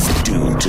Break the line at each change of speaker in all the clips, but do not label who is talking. to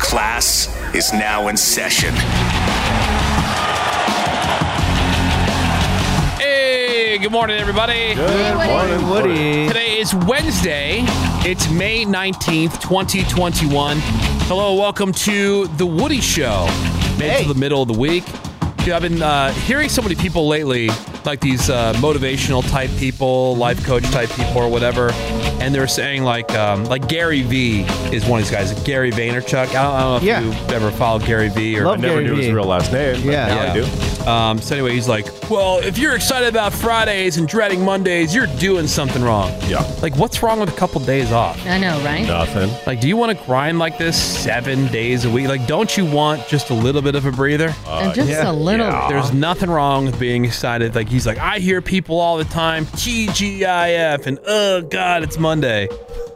Class is now in session.
Hey, good morning, everybody.
Good morning, Woody.
Today is Wednesday. It's May 19th, 2021. Hello, welcome to The Woody Show. Made it to the middle of the week. Dude, I've been uh, hearing so many people lately, like these uh, motivational type people, life coach type people, or whatever, and they're saying like, um, like Gary V is one of these guys, Gary Vaynerchuk. I don't, I don't know if
Yeah.
you ever followed Gary V or
Love
Never
Gary
knew his
Vee.
real last name. but
Yeah.
now I do.
Um, so anyway, he's like, "Well, if you're excited about Fridays and dreading Mondays, you're doing something wrong."
Yeah.
Like, what's wrong with a couple days off?
I know, right?
Nothing.
Like, do you want to grind like this seven days a week? Like, don't you want just a little bit of a breather?
and just a little.
Uh, yeah.
There's nothing wrong with being excited. Like he's like, I hear people all the time, TGIF, and oh god, it's Monday.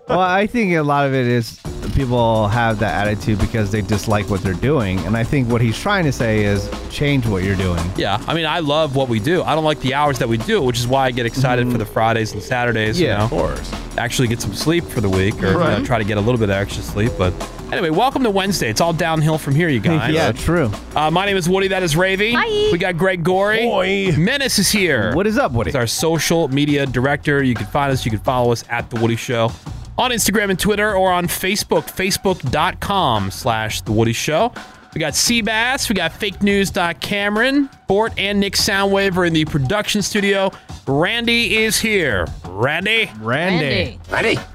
Well, I think a lot of it is people have that attitude because they dislike what they're doing, and I think what he's trying to say is change what you're doing.
Yeah, I mean, I love what we do. I don't like the hours that we do, which is why I get excited for the Fridays and Saturdays.
Mm. Yeah.
you know?
Of
course.
actually get some sleep for the week or uh, try to get a little bit of extra sleep. But anyway, welcome to Wednesday. It's all downhill from here, you guys.
yeah, true.
Uh, my name is Woody. That is Ravy.
Hi.
We got Greg Gorey.
Boy.
Menace is here.
What is up, Woody?
He's our social media director. You can find us. You can follow us at The Woody Show on Instagram and Twitter or on Facebook, facebook.com slash The Woody Show. We got Seabass. We got fake news. Cameron, Bort, and Nick Soundwave are in the production studio. Randy is here. Randy?
Randy.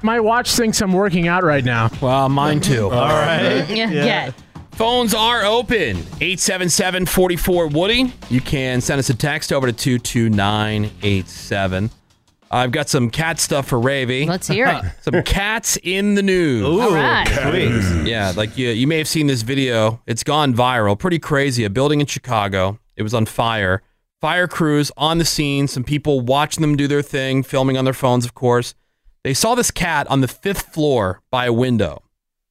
My watch thinks I'm working out right now.
Well, mine too.
All right.
Yeah. yeah.
Phones are open. 877 44 Woody. You can send us a text over to 22987. I've got some cat stuff for Ravy.
Let's hear it.
some cats in the news.
All right.
Yeah, like you, you may have seen this video. It's gone viral. Pretty crazy. A building in Chicago. It was on fire. Fire crews on the scene. Some people watching them do their thing, filming on their phones, of course. They saw this cat on the fifth floor by a window.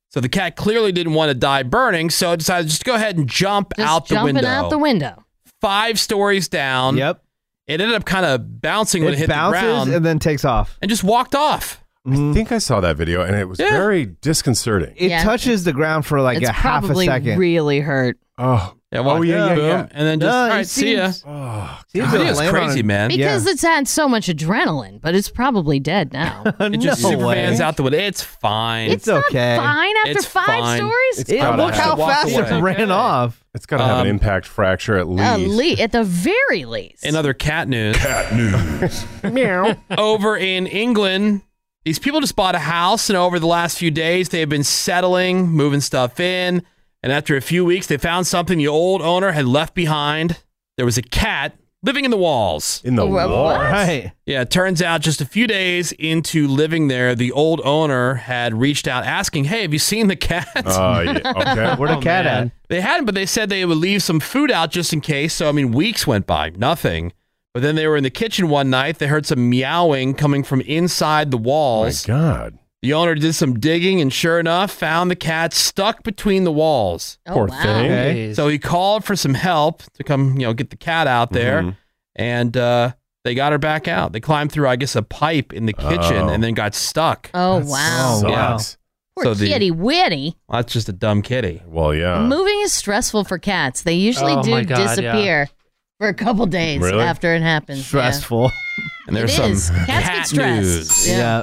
So the cat clearly didn't want to die burning, so it decided just to go ahead and jump
Just
out the
jumping
window.
out the window.
Five stories down.
Yep.
It ended up kind of bouncing when it,
It
hit the
bounces
ground
and then takes off. Mm-hmm.
and just walked off.
I think I saw that video and it was
Yeah.
very disconcerting.
It
Yeah.
touches the ground for like
it's
a half a
probably
second.
really hurt.
Oh,
Yeah, walked
yeah, yeah,
boom,
yeah.
and then just
No,
all
it
right, see ya.
seems-
oh.
seems
It
to
is
land on
crazy,
it.
man.
Because it's had so much adrenaline, but it's probably dead now.
It just
no
super
way.
fans out the window. It's fine.
It's okay.
Not fine after
It's
five
fine.
stories?
It's
It-
gotta
look
have-
how
Walk
fast
away.
it ran off.
It's got to have
Um,
an impact fracture at least.
At le- at the very least.
In other cat news,
Meow.
over in England, these people just bought a house, and over the last few days, they have been settling, moving stuff in. And after a few weeks, they found something the old owner had left behind. There was a cat living in the walls.
In the
Oh, what?
wall.
Right.
Yeah, it turns out just a few days into living there, the old owner had reached out asking, Hey, have you seen the cat?
Oh, yeah. Okay.
Where the cat at?
They hadn't, but they said they would leave some food out just in case. So, I mean, weeks went by, nothing. But then they were in the kitchen one night. They heard some meowing coming from inside the
Oh, my
walls.
God.
the owner did some digging and sure enough found the cat stuck between the walls.
oh,
poor
wow.
thing.
Okay.
So he called for some help to come, you know, get the cat out there.
Mhm.
And uh, they got her back out. They climbed through, I guess, a pipe in the kitchen
Oh.
and then got stuck.
Oh,
That
wow.
so-
Sucks.
Poor
So the-
kitty witty.
Well, that's just a dumb kitty.
Well, yeah.
Uh.
Moving is stressful for cats. They usually
Oh
do
my God, yeah.
disappear for a couple days
Really?
after it happens. yeah.
Stressful.
And there's
It
some
is. Cats get
cat
stressed.
news.
Yeah.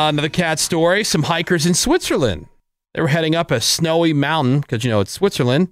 Uh, another cat story. Some hikers in Switzerland. They were heading up a snowy mountain because you know it's Switzerland.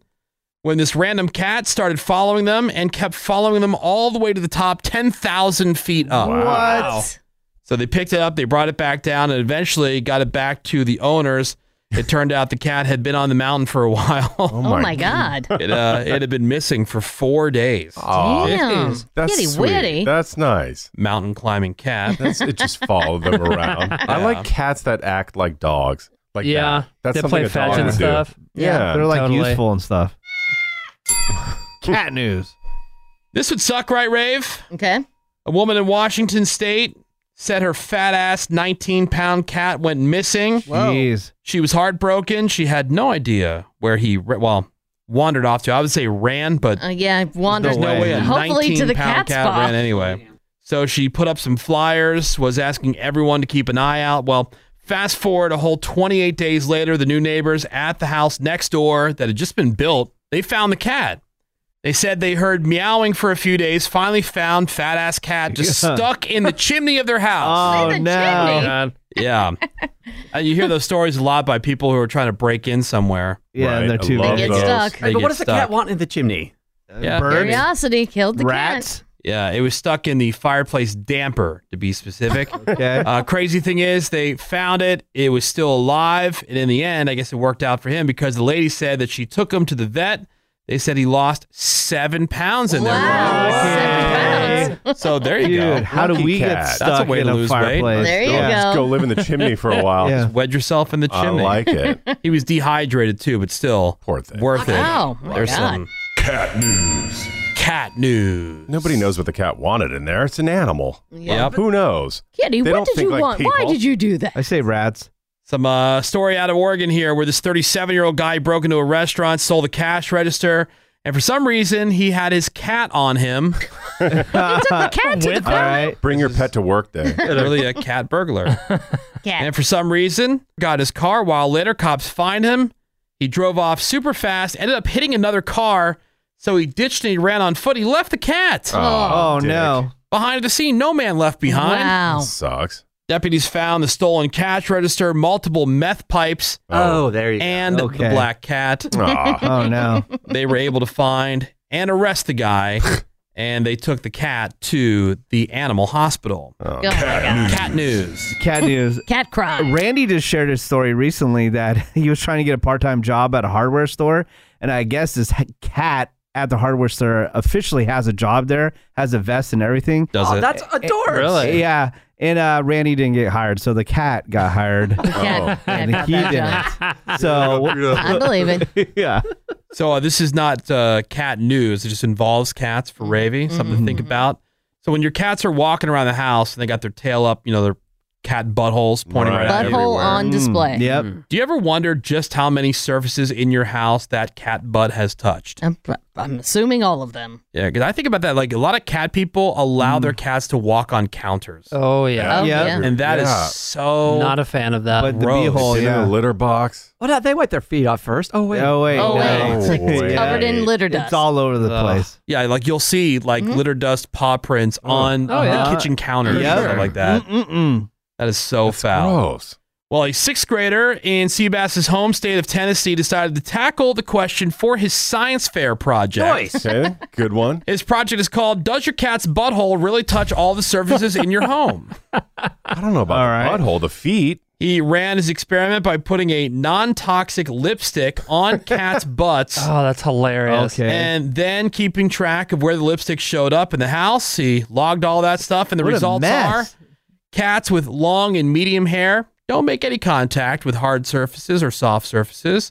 When this random cat started following them and kept following them all the way to the top, ten thousand feet up.
What?
So they picked it up, they brought it back down, and eventually got it back to the owners. It turned out the cat had been on the mountain for a while. Oh
my my God. God.
It, uh, it had been missing for four days.
Damn.
Jeez.
That's
Kitty
sweet.
witty.
That's nice.
Mountain climbing cat.
That's it. Just follow them around. I like cats that act like dogs. Like
Yeah,
that. that's
they
something
play
a dog
fetch and
would do.
stuff.
Yeah,
They're like
totally.
useful and stuff. Cat news.
This would suck, right, Rave?
Okay.
A woman in Washington state said her fat ass 19 pound cat went missing.
Jeez.
She was heartbroken. She had no idea where he, ra- well, wandered off to. I would say ran, but
Uh, yeah, I've wandered.
there's no way, a
Hopefully
19
to the
pound
cat's
cat
paw.
ran anyway. So she put up some flyers, was asking everyone to keep an eye out. Well, fast forward a whole 28 days later, the new neighbors at the house next door that had just been built, they found the cat. They said they heard meowing for a few days, finally found fat ass cat just
Yeah.
stuck in the chimney of their house.
Oh
the
no.
chimney.
God.
Yeah. And you hear those stories a lot by people who are trying to break in somewhere.
Yeah,
Right,
and they're
I
too
love
big.
They get
those.
stuck.
They
but
get
what does the
stuck.
cat want in the chimney?
Yeah.
Birds,
Curiosity killed the
rats.
Yeah, it was stuck in the fireplace damper, to be specific.
Okay.
Uh, crazy thing is, they found it. It was still alive. And in the end, I guess it worked out for him because the lady said that she took him to the vet. They said he lost seven pounds in
cat. Wow, seven pounds.
there. So there you
Dude,
go.
how do
Lucky
we get
cat. That's
a
stuck
way
in
to
a
lose weight.
fireplace?
There you
Yeah.
Just
go.
go live in the chimney for a while.
Yeah.
Wed yourself in the
I
chimney.
like it.
he was dehydrated too, but still
Poor thing.
worth it.
Wow, my
There's
God.
some cat news. Cat news.
Nobody knows what the cat wanted in there. It's an animal.
Yep.
Who knows?
Kitty,
They
what
don't
did
think
you
like
want? Why
people.
did you do that?
I say rats.
Some uh, story out of Oregon here where this 37 year old guy broke into a restaurant, stole the cash register, and for some reason he had his cat on him.
the cat to the
All right.
Bring your pet to work day.
Literally a cat burglar.
cat.
And for some reason, got his car. While later, cops find him. He drove off super fast, ended up hitting another car. So he ditched and he ran on foot. He left the cat
Oh,
dick.
no.
behind the scene. No man left behind.
Wow.
Sucks.
Deputies found the stolen cash register, multiple meth pipes,
Oh, there you go.
and the
Okay.
black cat.
Aw.
Oh no.
they were able to find and arrest the guy, and they took the cat to the animal hospital.
Oh my God.
Cat news.
Cat news.
Cat cry.
Randy just shared his story recently that he was trying to get a part-time job at a hardware store, and I guess this ha- cat at the hardware store officially has a job there, has a vest and everything.
Does it?
Oh, That's adorable. Really?
Yeah, and uh, Randy didn't get hired, so the cat got hired,
Cat.
and
cat
he
got that
didn't.
job.
So
I believe it.
yeah,
so uh, this is not uh, cat news. It just involves cats
Mm-hmm.
for Ravy. Something to
Mm-hmm.
think about. So when your cats are walking around the house and they got their tail up, you know their cat buttholes pointing right,
Right.
at you.
Butthole on display.
Mm, yep.
Do you ever wonder just how many surfaces in your house that cat butt has touched?
I'm, I'm assuming all of them.
Yeah, because I think about that. Like a lot of cat people allow their cats to walk on counters,
Oh yeah.
Oh,
Yeah.
yeah.
and that is
Yeah.
so
Not a fan of that.
But the
gross.
beehole,
In a
yeah.
litter box.
Well, no, they wipe their feet off first. Oh wait.
Oh wait,
Oh, wait.
no.
It's like
wait.
covered in litter dust.
It's all over the
Ugh.
place.
Yeah, like you'll see like litter dust paw prints on
Oh, yeah.
the kitchen counters
Yeah.
and stuff like that.
Mm-mm-mm.
That is so foul.
Gross.
Well, a sixth grader in Seabass's home state of Tennessee decided to tackle the question for his science fair project.
Choice.
Okay. Good one.
His project is called Does Your Cat's Butthole Really Touch All the Surfaces in Your Home?
I don't know about
All right.
the butthole, the feet.
He ran his experiment by putting a non toxic lipstick on cats' butts.
Oh, that's hilarious.
Okay.
And then keeping track of where the lipstick showed up in the house. He logged all that stuff, and the
What a
results are
mess.
cats with long and medium hair don't make any contact with hard surfaces or soft surfaces.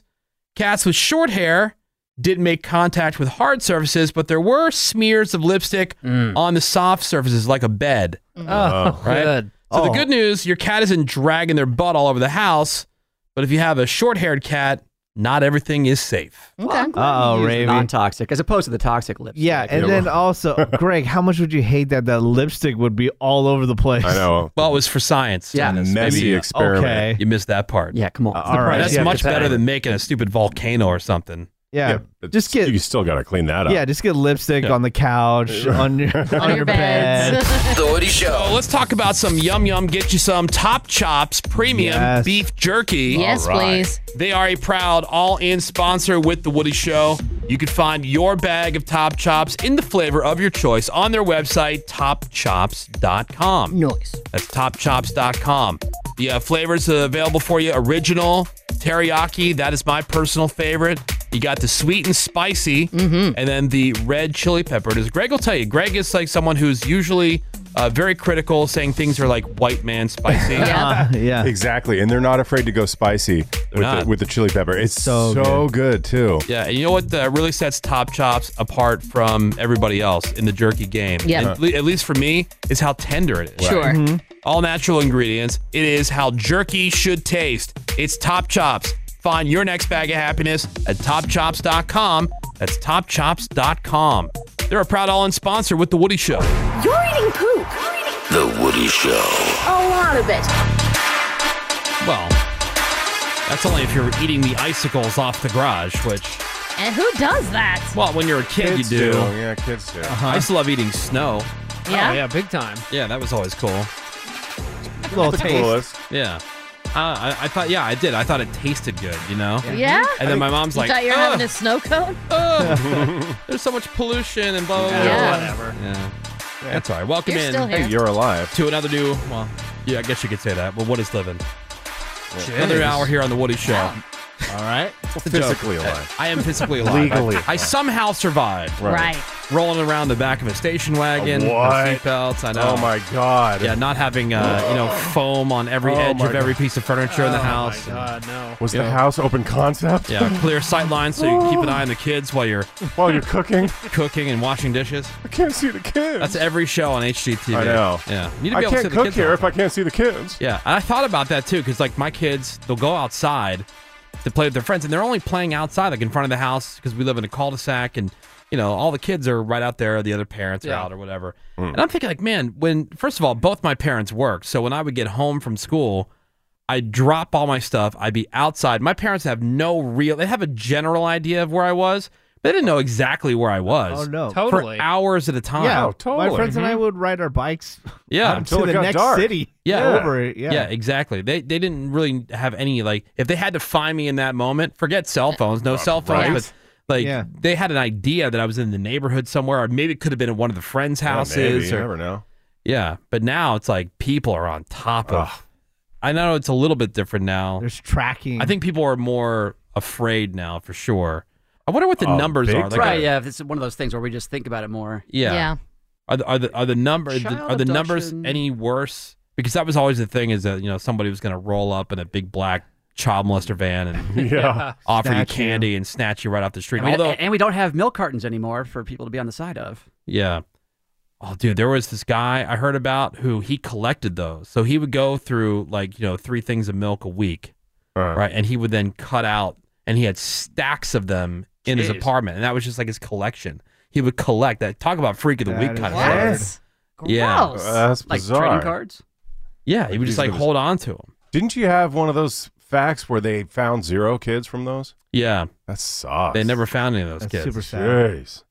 Cats with short hair did make contact with hard surfaces, but there were smears of lipstick
Mm.
on the soft surfaces, like a bed.
Oh,
Right?
good.
So the
Oh.
good news your cat isn't dragging their butt all over the house, but if you have a short haired cat, not everything is safe.
Okay.
Uh oh, Raven.
Non-toxic, as opposed to the toxic lipstick.
Yeah, and then also, Greg, how much would you hate that that lipstick would be all over the place?
I know.
Well, it was for science.
Yeah.
Dennis.
Messy
Maybe
experiment.
Okay.
you missed that part.
Yeah, come on.
all right.
That's
yeah,
much
depend-
better than making a stupid volcano or something.
Yeah.
but
just
You
get
still got to clean that up.
yeah, just get lipstick on the couch, on your
On your
bed.
beds.
The Woody Show.
So let's talk about some yum yum. Get you some Top Chops premium
Yes.
beef jerky.
yes, please.
They are a proud all in sponsor with The Woody Show. You can find your bag of Top Chops in the flavor of your choice on their website, topchops.com.
Noise.
That's topchops.com. The uh, flavors are available for you original, teriyaki. That is my personal favorite. You got the sweet and spicy, and then the red chili pepper. And as Greg will tell you, Greg is like someone who's usually uh, very critical, saying things are like white man spicy. Uh,
yeah,
exactly. And they're not afraid to go spicy with the,
not.
with the chili pepper. It's so, good. too.
Yeah, and you know what uh, really sets Top Chops apart from everybody else in the jerky game?
Yeah.
At, le- at least for me, is how tender it is.
Sure. Right. Mhm.
All natural ingredients. It is how jerky should taste. It's Top Chops. Find your next bag of happiness at topchops.com. That's topchops.com. They're a proud all in sponsor with The Woody Show.
You're eating poop.
The Woody Show.
A lot of it.
Well, that's only if you're eating the icicles off the garage, which,
And who does that?
well, when you're a kid,
Kids
you do. Uh-huh.
do. Yeah, kids do.
I used to love eating snow.
Yeah?
yeah, big time.
Yeah, that was always cool.
Little The taste. coolest.
Yeah. Uh, I, I thought, yeah, I did. I thought it tasted good, you know?
Yeah?
And then my mom's
you
like,
thought you were having a snow cone?
"Oh, there's so much pollution and blah, blah, blah.
Yeah.
Whatever. Yeah. That's all right. Welcome
You're
in.
still here. Hey,
you're alive.
To another new, well, yeah, I guess you could say that. Well, what is living? Another
Jeez.
hour here on The Woody Show. All right. It's a joke.
Physically alive.
I am physically alive.
Legally
I, I somehow survived.
Right.
Rolling around the back of a station wagon. no
What?
Seatbelts. I know.
Oh, my God.
Yeah, not having, uh, you know, foam on every
Oh,
edge
my
of every
God.
piece of furniture in the
Oh,
house.
my
God,
no.
Was the house open concept?
Yeah, clear sight lines so you can keep an eye on the kids while you're
Oh. While you're cooking.
cooking and washing dishes.
I can't see the kids.
That's every show on HGTV.
I know.
Yeah, you need to be
I
able to
can't
see the
cook
kids
here
all
if I can't see the kids.
Yeah, and I thought about that too because like my kids, they'll go outside to play with their friends, and they're only playing outside, like in front of the house, because we live in a cul-de-sac, and you know all the kids are right out there, the other parents are
Yeah.
out or whatever. And I'm thinking like, man, when first of all, both my parents work, so when I would get home from school. I'd drop all my stuff. I'd be outside. My parents have no real, they have a general idea of where I was. but They didn't know exactly where I was.
Oh, no. Mm-hmm.
For
Totally.
hours at a time.
Yeah, My friends and I would ride our bikes.
mm-hmm. Yeah,
out Um, to the next city.
Yeah,
over it. Yeah,
exactly. They they didn't really have any like if they had to find me in that moment. Forget cell phones, no cell phones.
right.
But, like they had an idea that I was in the neighborhood somewhere, or maybe it could have been at one of the friends' houses.
maybe. You
or-
never know.
Yeah, but now it's like people are on top of. I know it's a little bit different now. There's
tracking.
I think people are more afraid now for sure. I wonder what the
Oh,
numbers
big
are. Like,
right,
are-
yeah. if It's one of those things where we just think about it more.
yeah. Are the are the are the number
Child
are the numbers
abduction.
any worse? Because that was always the thing is that you know somebody was going to roll up in a big black child molester van and
Yeah.
offer
Snatch
you
you.
candy and snatch you right off the street.
And we,
Although,
and we don't have milk cartons anymore for people to be on the side of.
yeah. Oh, dude, there was this guy I heard about who he collected those. So he would go through like you know three things of milk a week, right? And he would then cut out, and he had stacks of them in his
Jeez.
apartment, and that was just like his collection. He would collect that. Talk about freak of the
That
week
is
kind of
weird.
stuff.
Gross.
Yeah,
That's
Like
bizarre.
trading cards?
Yeah, he would
these
just like
are the-
hold on to them.
Didn't you have one of those facts where they found zero kids from those?
Yeah,
that sucks.
They never found any of those
That's
kids.
super sad. Jeez.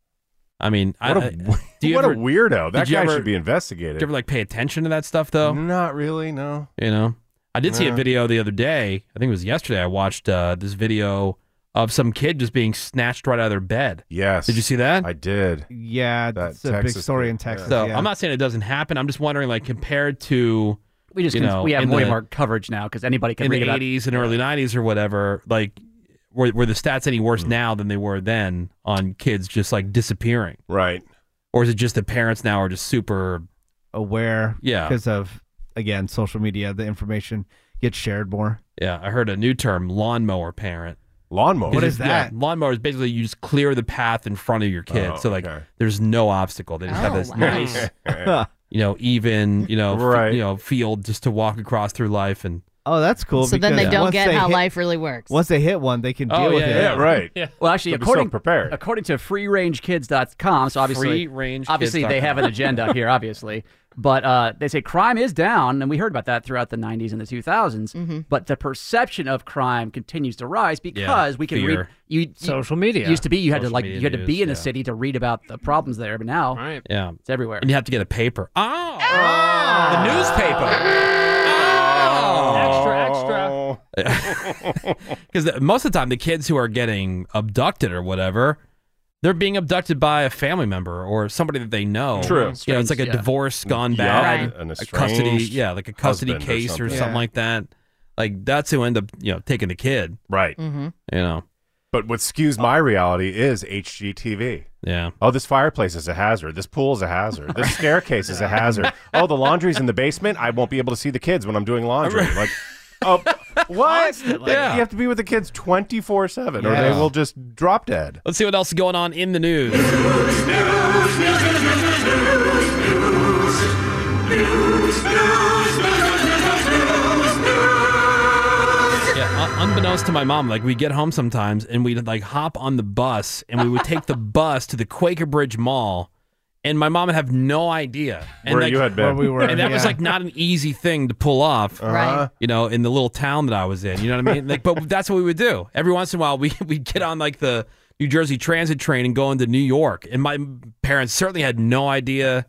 I mean, I-
What a-
I- do you
what a
ever-
weirdo. That
did you
guy
ever-
should be
Do
investigated.
you ever like pay attention to that stuff though?
Not really, no.
You know, I did see a
No.
video the other day. I think it was yesterday. I watched uh, this video of some kid just being snatched right out of their bed.
Yes.
Did you see that?
I did.
Yeah, that's a big
Texas
story
thing,
in Texas.
So
yeah.
I'm not saying it doesn't happen. I'm just wondering, like, compared to
We just
you
can-
know,
we have
in
way
the-
more coverage now because anybody can
in
read
the
about.
80s and early 90s or whatever. Like, were were the stats any worse
Hmm.
now than they were then on kids just like disappearing?
Right.
Or is it just the parents now are just super
aware.
Yeah.
Because of again social media, the information gets shared more.
Yeah, I heard a new term, lawnmower parent.
Lawnmower.
What is that?
lawnmower is basically you just clear the path in front of your kid,
Oh,
so like
okay.
there's no obstacle. They just have
Oh,
this
wow.
nice, you know, even you know, f-
Right.
you know, field just to walk across through life. And
Oh, that's cool.
So then
because
they don't
once
get
they
how
hit-
life really works.
Once they hit one, they can deal
Oh,
with
yeah,
it.
yeah, right.
Well, actually,
They'll be
according
prepared.
according to freerangekids.com, so obviously,
Freerangekids.com.
obviously they have an agenda here, obviously. But uh, they say crime is down, and we heard about that throughout the 90s and the 2000s. But the perception of crime continues to rise because we can read
fear.
you, you-
Social media.
Used to be you had to
Social
like
media
you had to be
news,
in a
yeah.
city to read about the problems there, but now
yeah,
it's everywhere.
and you have to get a paper. Oh, the newspaper.
Oh. Ah. Extra,
extra. Because most of the time, the kids who are getting abducted or whatever, they're being abducted by a family member or somebody that they know.
True.
You know, it's like a
Strange, yeah.
divorce gone
Yeah,
bad.
an
A custody,
estranged
yeah, like a custody
husband or
case or something,
something. Yeah.
like that. Like that's who end up you know taking the kid.
Right.
Mhm.
You know.
But what skews my reality is HGTV.
Yeah.
Oh, this fireplace is a hazard. This pool is a hazard. This staircase is a hazard. Oh, the laundry's in the basement. I won't be able to see the kids when I'm doing laundry. Like, oh, what? Like,
Yeah.
You have to be with the kids 24 7 or
Yeah.
they will just drop dead.
Let's see what else is going on in the news. Yeah, un- unbeknownst to my mom, like we get home sometimes and we'd like hop on the bus and we would take the bus to the Quaker Bridge Mall. And my mom would have no idea and
Where
like,
you had been. Where we were,
and that was
yeah.
like not an easy thing to pull off,
Right. Uh-huh.
You know, in the little town that I was in, you know what I mean? Like, but that's what we would do. Every once in a while, we we get on like the New Jersey Transit train and go into New York, and my parents certainly had no idea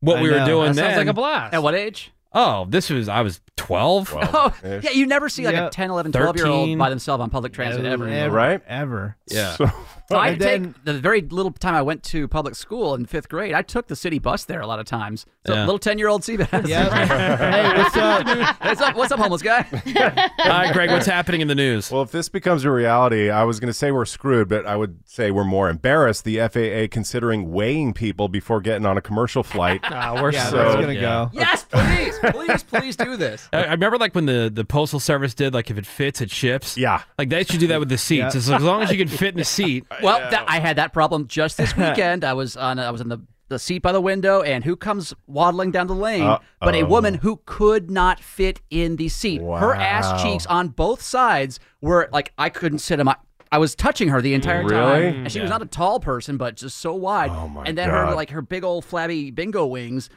what
I
we were
know.
doing.
That sounds
then.
like a blast. At what age?
Oh, this was I was twelve.
Oh, yeah, you never see like
Yeah.
a 10, 11, 12 year old
13.
by themselves on public transit ever.
Ever,
Right?
Ever.
Yeah.
So-
So I
And
take the very little time I went to public school in fifth grade. I took the city bus there a lot of times. So
Yeah.
little ten year old Seabass.
hey, what's up?
what's up? What's up, homeless guy?
All right, Greg, what's happening in the news?
Well, if this becomes a reality, I was going to say we're screwed, but I would say we're more embarrassed. The FAA considering weighing people before getting on a commercial flight.
we're Yeah, so- that's gonna go.
Yes, please, please, please do this.
I I remember like when the, the postal service did like if it fits it ships.
Yeah,
like they should do that with the seats.
Yeah.
It's As long as you can fit in the seat.
Well, that, I had that problem just this weekend. I was on I was in the, the seat by the window, and who comes waddling down the lane? But a
Uh-oh.
woman who could not fit in the seat. Her ass
Wow.
cheeks on both sides were like I couldn't sit in my. I was touching her the entire
Really? Mm,
time, and she was not a tall person, but just so wide. Oh my and then her
God.
like her big old flabby bingo wings.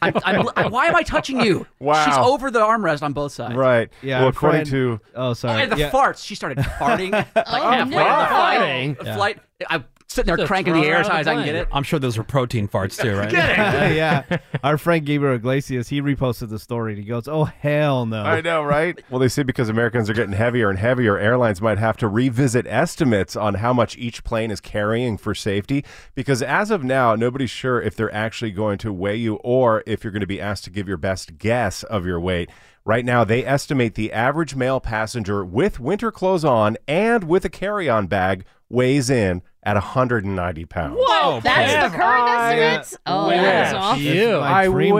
I'm, I'm, I'm- why am I touching you? She's
Wow.
over the armrest on both sides.
Right.
Yeah,
Well,
our
according
friend-
to
oh, sorry.
And the
Yeah.
farts. She started farting like halfway in the
Oh, Farting?
flight.
Yeah.
Flight. I'm sitting there
Just
cranking
throw
the
her
air
out
as
of
high as
the
I can get
plane.
it.
I'm sure those were protein farts too, right?
yeah. Our friend Gabriel Iglesias, he reposted the story. and He goes, "Oh hell no!"
I know, right? Um, Well, they say because Americans are getting heavier and heavier, airlines might have to revisit estimates on how much each plane is carrying for safety. Because as of now, nobody's sure if they're actually going to weigh you or if you're going to be asked to give your best guess of your weight. Right now, they estimate the average male passenger with winter clothes on and with a carry on bag weighs in at 190 pounds.
Oh,
Whoa,
that's
man.
the current estimates. Oh, that's
wish.
awful.
Ew. I wish.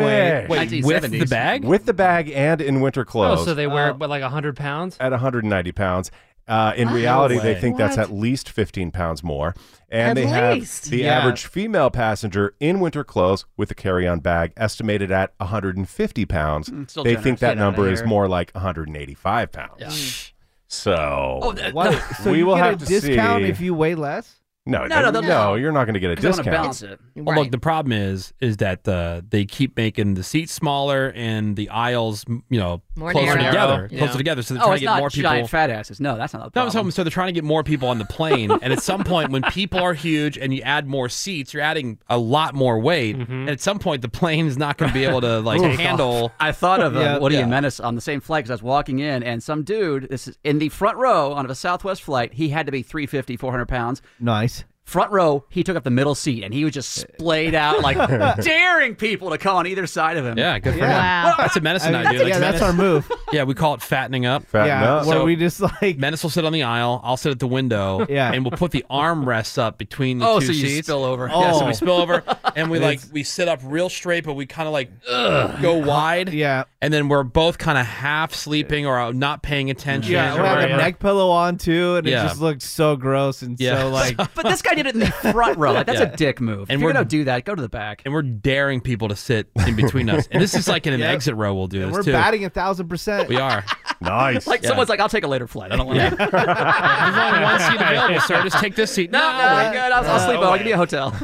Wait, with the bag?
With the bag and in winter clothes.
Oh, so they wear what, like hundred pounds?
at 190 pounds. Uh, in
Wow.
reality, they
Way.
think that's
What?
at least 15 pounds more. And
At
they have
least.
the
Yeah.
average female passenger in winter clothes with a carry on bag estimated at 150 pounds.
Mm, still
they
generous.
think that
Get outta
number is
here.
more like 185 pounds. So,
Oh, th-
Why- so
we
you
will
get
have
a
to
discount
see.
if you weigh less.
no,
No,
no, no,
no, they'll-
you're not going to get a
They wanna
discount.
balance it.
Well, look, the problem is, is that uh, they keep making the seats smaller and the aisles, m- you know,
More
closer
narrow.
together,
Yeah.
closer together. So they're
Oh,
trying
it's
to
not
get more people.
giant fat asses. No, that's not the
That was home. So they're trying to get more people on the plane, and at some point, when people are huge and you add more seats, you're adding a lot more weight.
Mm-hmm.
And at some point, the plane is not going to be able to like
Ooh.
handle.
I thought of uh,
Yeah.
Woody
Yeah.
and Menace on the same flight because I was walking in, and some dude, this is in the front row on a Southwest flight, he had to be 350, 400 pounds.
Nice.
Front row, he took up the middle seat, and he was just splayed out, like daring people to come on either side of him.
Yeah, good for
Yeah.
him.
Wow.
That's a medicine
I mean,
idea.
yeah, that's our
move.
Yeah, we call it fattening up.
Fatten Yeah, up. where we
just like menace will sit on the aisle. I'll sit at the window.
Yeah.
and we'll put the armrests up between the
Oh,
two
so you
seats.
spill over.
Yeah, so
Oh.
we spill over, and we like
It's-
we sit up real straight, but we kind of like go wide. Yeah, and then we're both kind of half sleeping or uh, not paying attention.
Yeah,
or
we had a
whatever.
neck pillow on too, and
Yeah.
it just looked so gross and
Yeah.
so like.
But this guy did it in the front row. Like, that's
Yeah.
a dick move.
And
if you're
we're-
going to do that, go to the back.
And we're daring people to sit in between us. And this is like in an
Yeah.
exit row. We'll do
and
this
we're
too.
batting a thousand percent.
We are.
Nice.
Like,
Yeah.
someone's like, I'll take a later flight. I don't want to.
There's only one seat available, sir. Just take this seat. No,
No, no, I'm good. I'll, I'll sleep. I'll give you a hotel.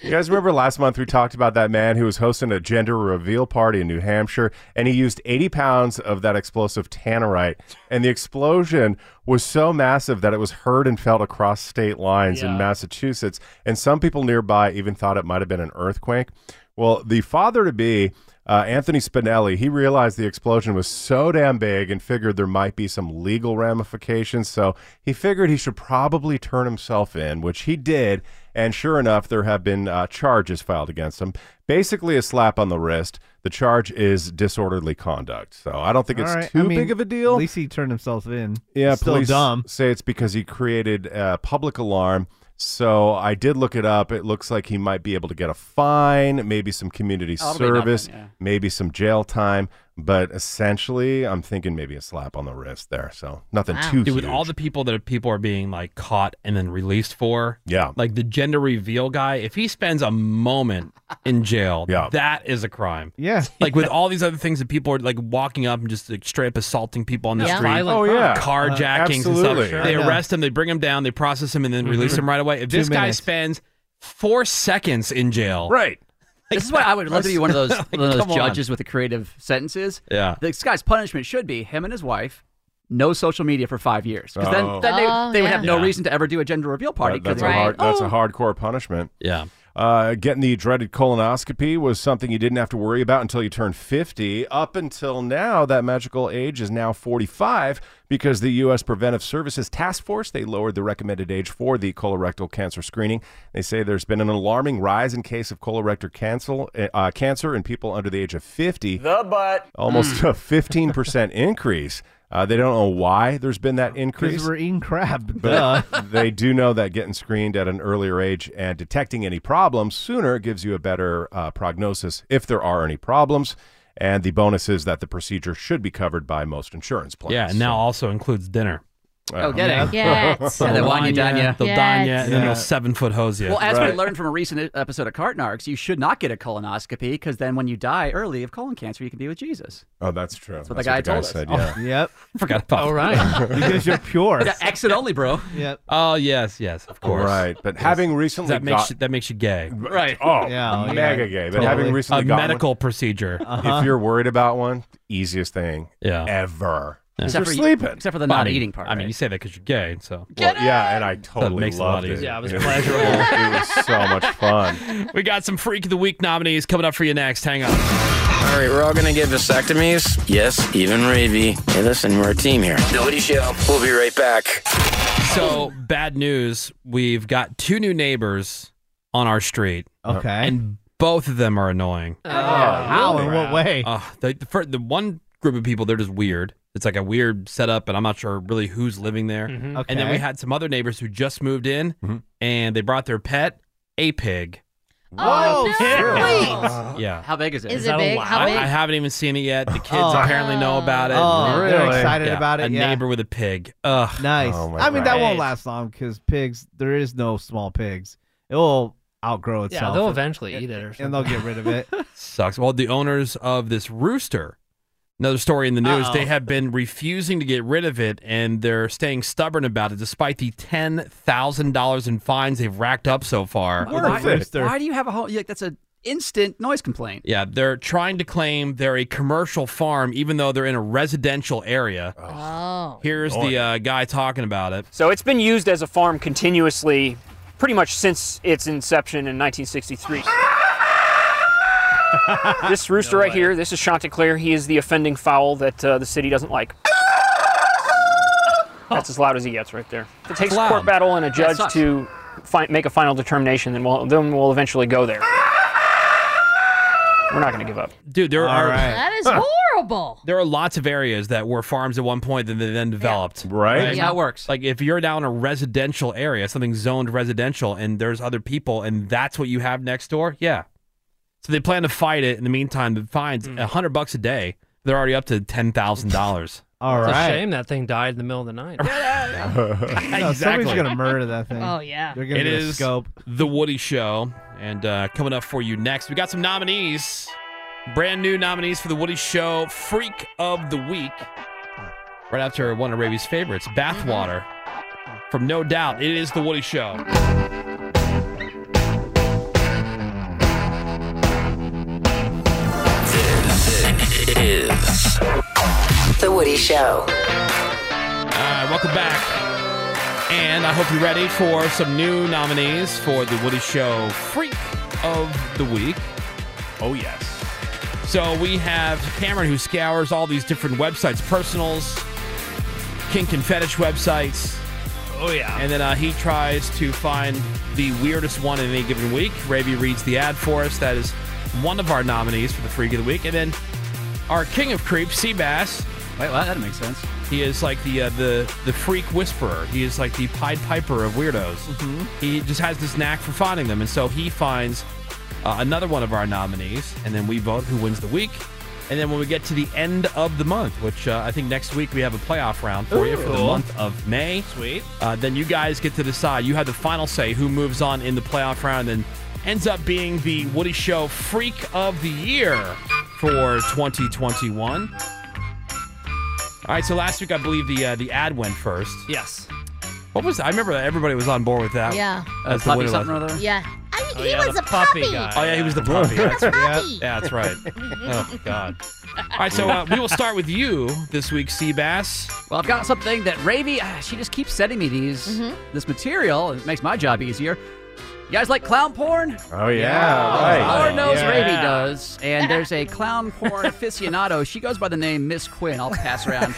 You guys remember last month we talked about that man who was hosting a gender reveal party in New Hampshire and he used 80 pounds of that explosive tannerite. And the explosion was so massive that it was heard and felt across state lines in Massachusetts. And some people nearby even thought it might have been an earthquake. Well, the father to be Uh, Anthony Spinelli, he realized the explosion was so damn big and figured there might be some legal ramifications. So he figured he should probably turn himself in, which he did. And sure enough, there have been uh, charges filed against him. Basically, a slap on the wrist. The charge is disorderly conduct. So I don't think it's too big of a deal.
At least he turned himself in.
yeah,
Still
police
dumb.
say it's because he created a public alarm. So I did look it up. It looks like he might be able to get a fine, maybe some community
Oh, it'll be
service,
nothing, yeah.
maybe some jail time. But essentially, I'm thinking maybe a slap on the wrist there. So nothing too
Dude,
huge.
with all the people that people are being like caught and then released for.
Yeah.
Like the gender reveal guy, if he spends a moment in jail, yeah. that is a crime.
Yeah.
Like with all these other things that people are like walking up and just like straight up assaulting people on the
Yeah.
street.
Violent Oh, crime. yeah.
Carjackings and stuff.
Absolutely. Sure.
They
Yeah.
arrest him, they bring him down, they process him, and
Mm-hmm.
then release
Mhm.
him right away. If
Two
this guy
minutes.
spends four seconds in jail.
Right.
This is why I would love to be one of those,
Like,
one of
come
those
on.
judges with the creative sentences.
Yeah.
This guy's punishment should be him and his wife, no social media for five years. Because
Oh.
then, then they,
Oh,
they would
yeah.
have no
Yeah.
reason to ever do a gender reveal party.
That- that's,
'cause they-
a hard, that's a hardcore punishment.
Yeah.
Uh, getting the dreaded colonoscopy was something you didn't have to worry about until you turned 50. Up until now, that magical age is now 45 because the U.S. Preventive Services Task Force, they lowered the recommended age for the colorectal cancer screening. They say there's been an alarming rise in case of colorectal cancer, uh, cancer in people under the age of 50.
The butt.
Oh,
Almost a 15% increase. Uh, they don't know why there's been that increase
Because we're eating crab. Duh.
but they do know that getting screened at an earlier age and detecting any problems sooner gives you a better uh, prognosis if there are any problems. And the bonus is that the procedure should be covered by most insurance plans.
Yeah, and now also includes dinner.
Oh, get it. Yes. Yeah, the wanya danya.
The
Yes.
danya, and then
Yeah.
they'll seven foot hose you.
Well, as we learned from a recent e, episode of Cartnarks, you should not get a colonoscopy because then when you die early of colon cancer, you can be with Jesus.
Oh, that's true.
That's what the guy told us.
said,
Oh.
yeah.
yep.
Forgot about
All right.
because you're pure.
Yeah, exit only, bro.
Yep.
Oh yes, yes, of course.
Right, but having recently
that makes
got-
you, that makes you gay.
Right.
Oh, mega gay. But having recently
a
got one-
medical procedure.
If you're worried about one, easiest thing ever. 'Cause
Except
you're
for-
sleeping.
except for the not eating part,
I mean,
you say that because you're gay, so.
yeah, and I
That
totally
makes it a lot
loved it.
easier. Yeah, it was
pleasurable.
it was so much fun.
we got some Freak of the Week nominees coming up for you next. Hang on.
All right, we're all gonna get vasectomies. Yes, even Ravy. Hey, listen, we're a team here. Nobody show. We'll be right back.
So bad news. We've got two new neighbors on our street.
Okay.
And both of them are annoying.
Oh, how? In what way?
Uh, the, the, fir- the one group of people, they're just weird. It's like a weird setup, and I'm not sure really who's living there. And then
Mm-hmm. Okay.
we had some other neighbors who just moved in, and they brought their pet, a pig.
Oh,
yeah. Yeah.
How big is it?
Is Is it that big? allowed? How big?
I, I haven't even seen it yet. The kids
Oh.
apparently know about it.
Oh, They're really? Oh excited
Yeah,
about it,
A
yeah.
neighbor with a pig. Ugh.
Nice. I mean, that won't last long because pigs, there is no small pigs. It will outgrow
Yeah,
itself.
they'll eventually eat it or
And they'll get rid of it.
Sucks. Well, the owners of this rooster, another story in the news,
Uh-oh.
they have been refusing to get rid of it and they're staying stubborn about it despite the $10,000 in fines they've racked up so far.
Why, why do you have a whole? Like, that's an instant noise complaint.
Yeah, they're trying to claim they're a commercial farm even though they're in a residential area.
Oh.
Here's
Annoying.
the uh, guy talking about it.
So it's been used as a farm continuously pretty much since its inception in 1963. this rooster right here, this is Chanticleer. He is the offending fowl that uh, the city doesn't like. That's as loud as he gets right there. If it takes a court battle and a
That
judge
sucks.
to fi- make a final determination, then we'll, then we'll eventually go there. We're not going to give up.
Dude, there are
That is horrible.
There are lots of areas that were farms at one point that they then developed.
Right.
That's how it
works. Like if you're down a residential area, something zoned residential, and there's other people, and that's what you have next door, yeah. So they plan to fight it. In the meantime, the fines
Mm.
a hundred bucks a day. They're already up to ten thousand dollars.
All
it's
right.
a shame that thing died in the middle of the night.
No, Somebody's going to murder that thing.
Oh, yeah.
They're going
It
to
is
scope.
the Woody Show, and uh, coming up for you next, we got some nominees, brand new nominees for the Woody Show Freak of the Week. Right after one of Ravi's favorites, Bathwater,
Mm-hmm.
from No Doubt. It is the Woody Show.
This is
The Woody Show.
All right, welcome back. And I hope you're ready for some new nominees for the Woody Show Freak of the Week.
Oh, yes.
So we have Cameron who scours all these different websites, personals, kink and fetish websites.
Oh, yeah.
And then uh, he tries to find the weirdest one in any given week. Ravi reads the ad for us. That is one of our nominees for the Freak of the Week. And then our King of Creeps, Seabass.
Wait, what? That makes sense.
He is like the uh, the the freak whisperer. He is like the Pied Piper of weirdos.
Mm-hmm.
He just has this knack for finding them, and so he finds uh, another one of our nominees, and then we vote who wins the week. And then when we get to the end of the month, which uh, I think next week we have a playoff round for you for the
Ooh.
month of May.
Sweet.
Uh, then you guys get to decide. You have the final say who moves on in the playoff round and ends up being the Woody Show Freak of the Year for 2021. All right, so last week I believe the uh, the ad went first.
Yes. Uh,
What was I remember everybody was on board with that.
Yeah.
As the
puppy
winner
something
was.
or other?
Yeah. I mean,
Oh,
he
yeah,
was
the
a puppy.
puppy guy.
Oh yeah, he was the puppy. That's, yeah,
Puppy.
yeah, that's right. Oh God. All right, so uh, we will start with you this week, Seabass.
Well, I've got something that Ravi, ah, she just keeps sending me these this material, and it makes my job easier. You guys like clown porn?
Oh, yeah, right.
Lord knows
Yeah.
Ravi does. And there's a clown porn aficionado. She goes by the name Miss Quinn. I'll pass around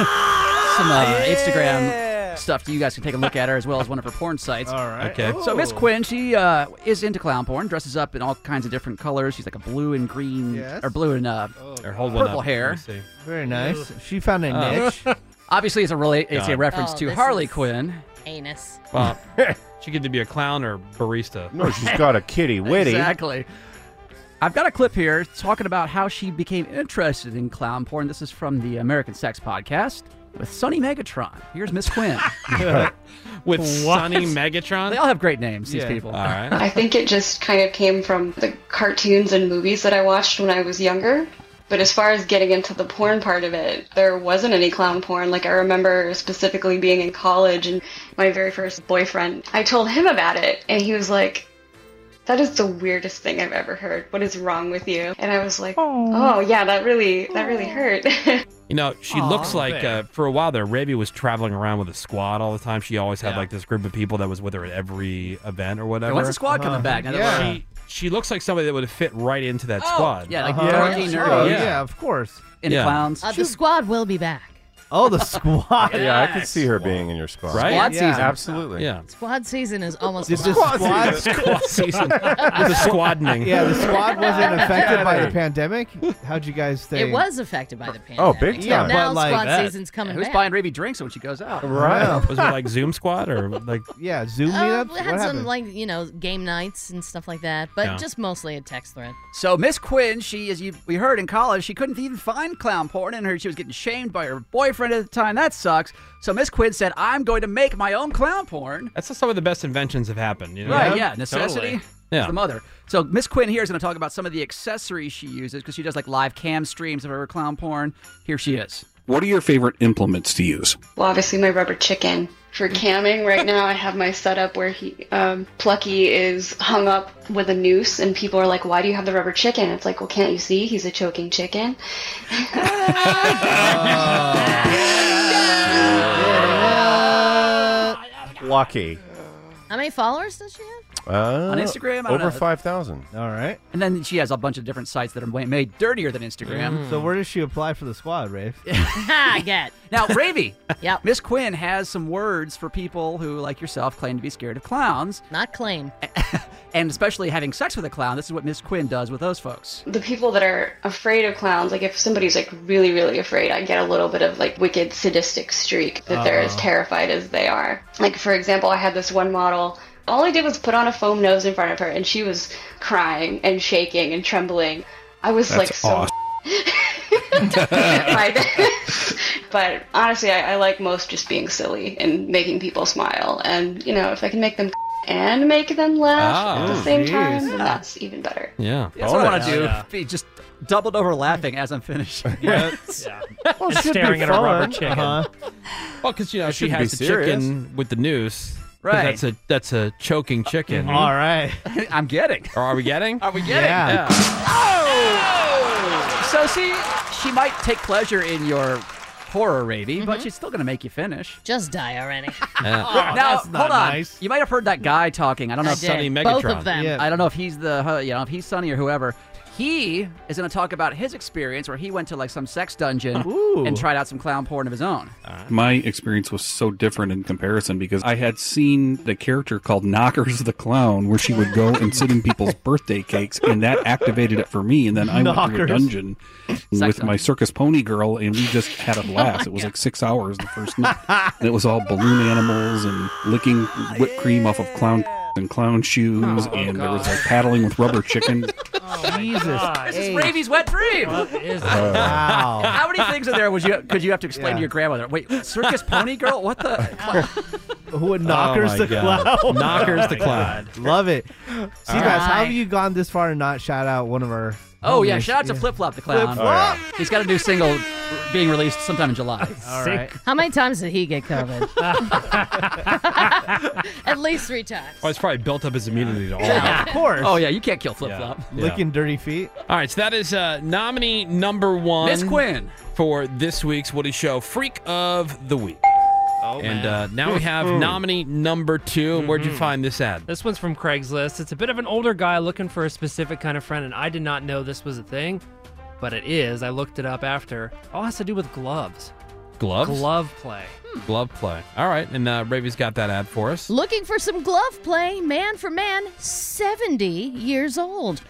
Ah!
some uh, Instagram stuff. You guys can take a look at her as well as one of her porn sites. All
right. Okay.
So Miss Quinn, she uh, is into clown porn. Dresses up in all kinds of different colors. She's like a blue and green, or blue and uh,
Or hold one
purple
up.
hair.
Let me see.
Very nice. She found a
Uh,
niche.
Obviously, it's a relate. It's a
God.
reference
Oh,
to
this
Harley
is-
Quinn.
Anus.
Well, she could be a clown or barista.
No, she's got a kitty witty.
Exactly. I've got a clip here talking about how she became interested in clown porn. This is from the American Sex Podcast with Sonny Megatron. Here's Miss Quinn.
With
What?
Sonny Megatron.
they all have great names. These
Yeah.
people.
All right.
I think it just kind of came from the cartoons and movies that I watched when I was younger. But as far as getting into the porn part of it, there wasn't any clown porn. Like, I remember specifically being in college and my very first boyfriend, I told him about it, and he was like, that is the weirdest thing I've ever heard. What is wrong with you? And I was like, oh yeah, that really that really hurt.
You know, she
Aw.
looks like uh, for a while there, Ravi was traveling around with a squad all the time. She always had
Yeah.
like this group of people that was with her at every event or whatever.
when's the squad coming Uh-huh. back? Now that we're-
She, she looks like somebody that would fit right into that
Oh,
squad.
yeah, like
Uh-huh.
dorky,
Yeah.
nerdy.
Oh, yeah, of course.
And
Yeah.
clowns.
Uh, the squad will be back.
Oh, the squad.
Yeah, I could see her being in your spot.
Right?
Squad
Yeah.
season.
Absolutely.
Yeah.
Squad season is almost
This is
over.
squad,
Squad, squad season. the squadening.
Yeah, the squad wasn't affected by
Yeah.
the pandemic. How'd you guys stay?
It was affected by the pandemic.
Oh, big
but
time.
Now
But like
squad
that-
season's coming
Who's
back.
buying Raby drinks when she goes out?
Right.
Was it like Zoom squad or like?
Yeah, Zoom
Uh,
meetups.
we
What
had some
happened?
like you know game nights and stuff like that, but
Yeah.
just mostly a text thread.
So Miss Quinn, she as you we heard in college, she couldn't even find clown porn in her. She was getting shamed by her boyfriend at the time. That sucks. So Miss Quinn said, "I'm going to make my own clown porn."
That's just some of the best inventions have happened. You know?
Right, yeah, necessity.
Totally.
Yeah.
It's the mother. So Miss Quinn here is going to talk about some of the accessories she uses because she does like live cam streams of her clown porn. Here she is.
What are your favorite implements to use?
well, obviously my rubber chicken for camming. Right now, I have my setup where he um, Plucky is hung up with a noose, and people are like, "Why do you have the rubber chicken?" It's like, "Well, can't you see? He's a choking chicken."
Lucky.
How many followers does she have?
Uh,
On Instagram, I don't
over
know.
five thousand.
All right.
And then she has a bunch of different sites that are way- made dirtier than Instagram.
So where does she apply for the squad, Rafe?
Ha, I get.
Now, Ravi,
Yep.
Miss Quinn has some words for people who, like yourself, claim to be scared of clowns,
Not claim.
and especially having sex with a clown. This is what Miss Quinn does with those folks.
the people that are afraid of clowns, like if somebody's like really, really afraid, I get a little bit of like wicked sadistic streak that they're as terrified as they are. Like for example, I had this one model. All I did was put on a foam nose in front of her, and she was crying and shaking and trembling. I was
That's
like so. My bad. but honestly, I, I like most just being silly and making people smile. And you know, if I can make them and make them laugh at
Ah,
the same
geez.
time, then that's even better.
Yeah.
That's
Oh,
what I want to
Bonus.
do.
Yeah.
Be just doubled over laughing as I'm finishing.
Yeah.
Well,
Just
should be
staring at a rubber
fun.
chicken.
Uh-huh.
Well, because you know she
shouldn't be
has the
serious.
chicken with the noose. 'cause
Right.
That's a that's a choking chicken.
All right.
I'm getting.
Or are we getting?
Are we getting? Oh!
Yeah.
So see, she might take pleasure in your horror ravey,
Mm-hmm.
but she's still gonna make you finish.
Just die already.
Yeah.
now
that's not
hold on,
nice.
you might have heard that guy talking. I don't know.
I
if
did.
Sonny
Both
Megatron.
of them.
Yeah.
I don't know if he's the uh, you know if he's Sonny or whoever. He is going to talk about his experience where he went to like some sex dungeon
Ooh.
and tried out some clown porn of his own.
Ah.
My experience was so different in comparison because I had seen the character called Knockers the Clown, where she would go and sit in people's birthday cakes, and that activated it for me. And then I went to a
Knockers.
dungeon with my circus pony girl, and we just had a blast. it was like six hours the first night. and it was all balloon animals and licking whipped cream off of clown and clown shoes, and there was like paddling with rubber chicken.
Jesus. Oh This is
Hey.
Ravy's wet dream.
Wow.
How many things are there was you could you have to explain
Yeah.
to your grandmother? Wait, circus pony girl? What the
Who would knockers
Oh my
the
God.
clown? Oh
Knockers the clown.
Love it. See,
All
guys, how
right.
have you gone this far and not shout out one of our?
Oh yeah,
homies?
shout out to
Yeah.
Flip Flop the Clown.
Flip Flop.
He's got a new single being released sometime in July. All
right.
How many times did he get COVID? At least three times.
Oh, it's probably built up his immunity to all
Yeah,
that.
of course. Oh, yeah, you can't kill Flip Flop.
Licking
dirty feet.
All right, so that is uh, nominee number one.
Miss Quinn.
For this week's Woody Show Freak of the Week. Oh, and uh, now we have
Mm.
nominee number 2 And Where'd you
Mhm.
find this ad?
This one's from Craigslist. It's a bit of an older guy looking for a specific kind of friend, and I did not know this was a thing, but it is. I looked it up after. All has to do with gloves.
Gloves?
Glove play.
Glove play. All right, and uh, Ravi's got that ad for us.
Looking for some glove play, man for man, 70 years old.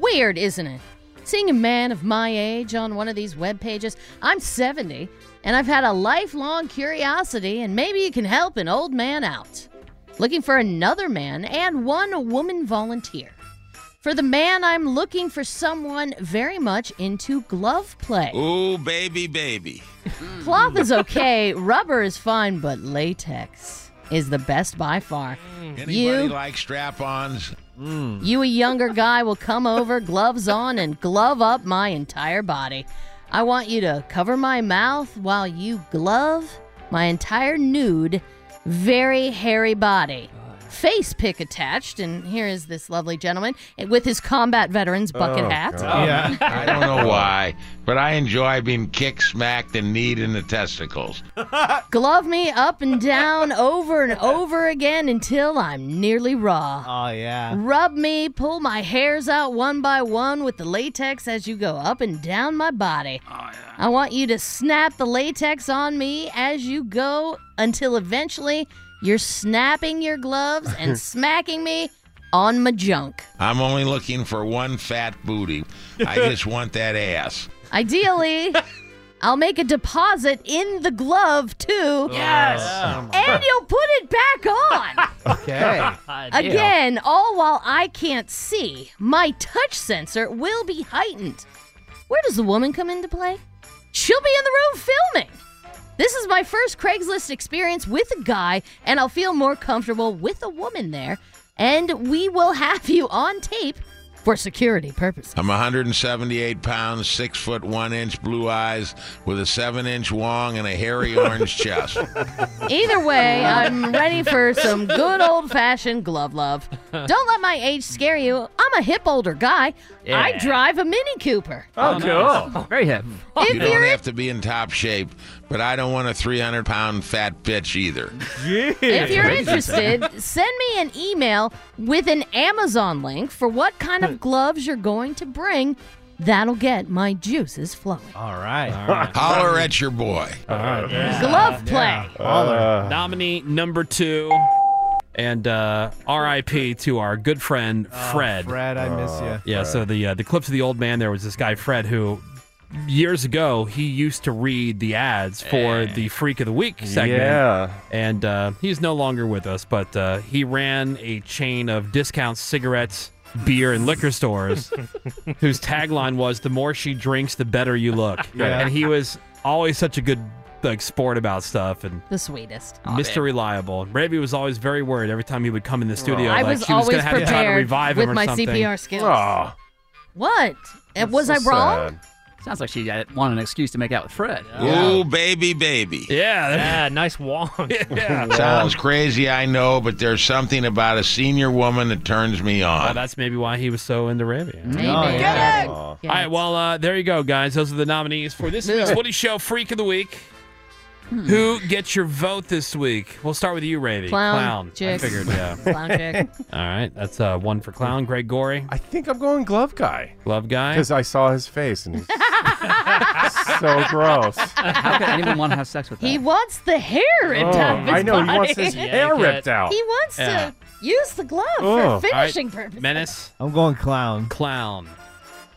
Weird, isn't it? Seeing a man of my age on one of these web pages. I'm 70, and I've had a lifelong curiosity, and maybe you can help an old man out. Looking for another man and one woman volunteer. For the man, I'm looking for someone very much into glove play.
Ooh, baby, baby.
Cloth is okay, rubber is fine, but latex is the best by far.
Mm. Anybody
Hmm. You, Hmm.
like strap-ons? Hmm.
Mm-hmm. you a younger guy will come over, gloves on, and glove up my entire body. I want you to cover my mouth while you glove my entire nude, very hairy body. Face pick attached, and here is this lovely gentleman with his combat veterans bucket
Oh,
hat.
God. I don't know why, but I enjoy being kicked, smacked, and kneed in the testicles.
Glove me up and down, over and over again until I'm nearly raw.
Oh yeah.
Rub me, pull my hairs out one by one with the latex as you go up and down my body. I want you to snap the latex on me as you go until eventually you're snapping your gloves and smacking me on my junk.
I'm only looking for one fat booty. I just want that ass.
Ideally, I'll make a deposit in the glove too.
Yes.
And you'll put it back on.
Okay.
Again, all while I can't see, my touch sensor will be heightened. Where does the woman come into play? She'll be in the room filming. This is my first Craigslist experience with a guy, and I'll feel more comfortable with a woman there. And we will have you on tape for security purposes.
I'm 178 pounds, six foot one inch, blue eyes, with a seven inch wong and a hairy orange chest.
Either way, I'm ready for some good old fashioned glove love. Don't let my age scare you. I'm a hip older guy. I
Yeah. Oh,
drive a Mini Cooper.
Oh,
Very hip.
You don't have to be in top shape, but I don't want a 300 pound fat bitch either.
If you're interested, send me an email with an Amazon link for what kind
Hmm.
of gloves you're going to bring. That'll get my juices flowing.
All right.
Holler at your boy.
Uh-huh.
Glove play.
Uh, Nominee number two. And uh, R.I.P. to our good friend Fred.
Fred, I miss Oh, you.
Yeah. So the uh, the clips of the old man there was this guy Fred who years ago he used to read the ads for the Freak of the Week segment.
Yeah.
And uh, he's no longer with us, but uh, he ran a chain of discount cigarettes, beer, and liquor stores, whose tagline was "The more she drinks, the better you look."
Yeah.
And he was always such a good like sport about stuff and.
The sweetest.
Mr. Reliable. Ravy was always very worried every time he would come in the studio.
I
like
was
she was
always
gonna have to try to
prepared
revive him
with
or
my
something.
CPR skills. Aw. What? Uh, was I wrong?
Sounds like she uh, wanted an excuse to make out with Fred.
Ooh, baby, baby.
Yeah.
Yeah, nice wong.
Sounds crazy, I know, but there's something about a senior woman that turns me
Oh,
on.
that's maybe why he was so into Ravy.
Maybe. Oh, Get yeah. it!
All right, well, uh, there you go, guys. Those are the nominees for this week's Woody Show Freak of the Week. Who gets your vote this week? We'll start with you, Ravy.
Clown,
I
chicks.
figured, yeah.
Clown chick.
All right, that's uh, one for clown. Greg Gorey,
I think I'm going glove guy
glove guy.
because I saw his face and he's so gross.
How could anyone want to have sex with
He wants the hair ripped
Oh,
out of his
I know, he
body.
wants his Yeah, hair he ripped could. out.
He wants
Yeah.
to use the glove
Oh.
for
All right,
finishing purposes.
Menace.
I'm going clown.
Clown.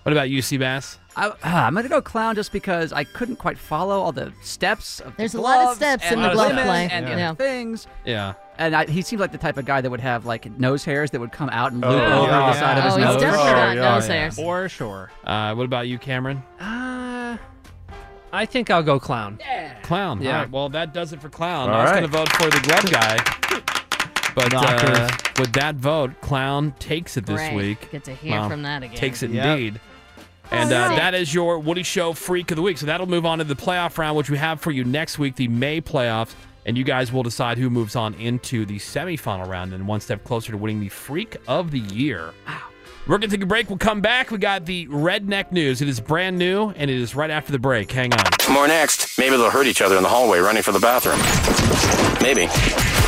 What about you, Seabass?
I, uh, I'm going to go clown just because I couldn't quite follow all the steps of
There's
the
a lot of
gloves
steps
and
in the
the
glove
women
play.
and the
Yeah.
other things.
Yeah.
And I, he seemed like the type of guy that would have like nose hairs that would come out and loop
Oh,
over
yeah.
the side of his
Oh, he's
nose.
definitely Oh, got yeah, nose yeah.
hairs. For sure.
Uh, what about you, Cameron?
Uh, I think I'll go clown.
Clown.
Yeah.
All right, Well, that does it for clown.
All
I was
right.
going to vote for the glove guy. But uh,
Knockers.
with that vote, clown takes it this
Great.
week.
Get to hear from that again.
Takes it
Yep.
indeed. And uh,
Alright.
that is your Woody Show Freak of the Week. So that'll move on to the playoff round, which we have for you next week, the May playoffs. And you guys will decide who moves on into the semifinal round and one step closer to winning the Freak of the Year. We're going to take a break. We'll come back. We got the Redneck News. It is brand new, and it is right after the break. Hang on.
More next. Maybe they'll hurt each other in the hallway running for the bathroom. Maybe.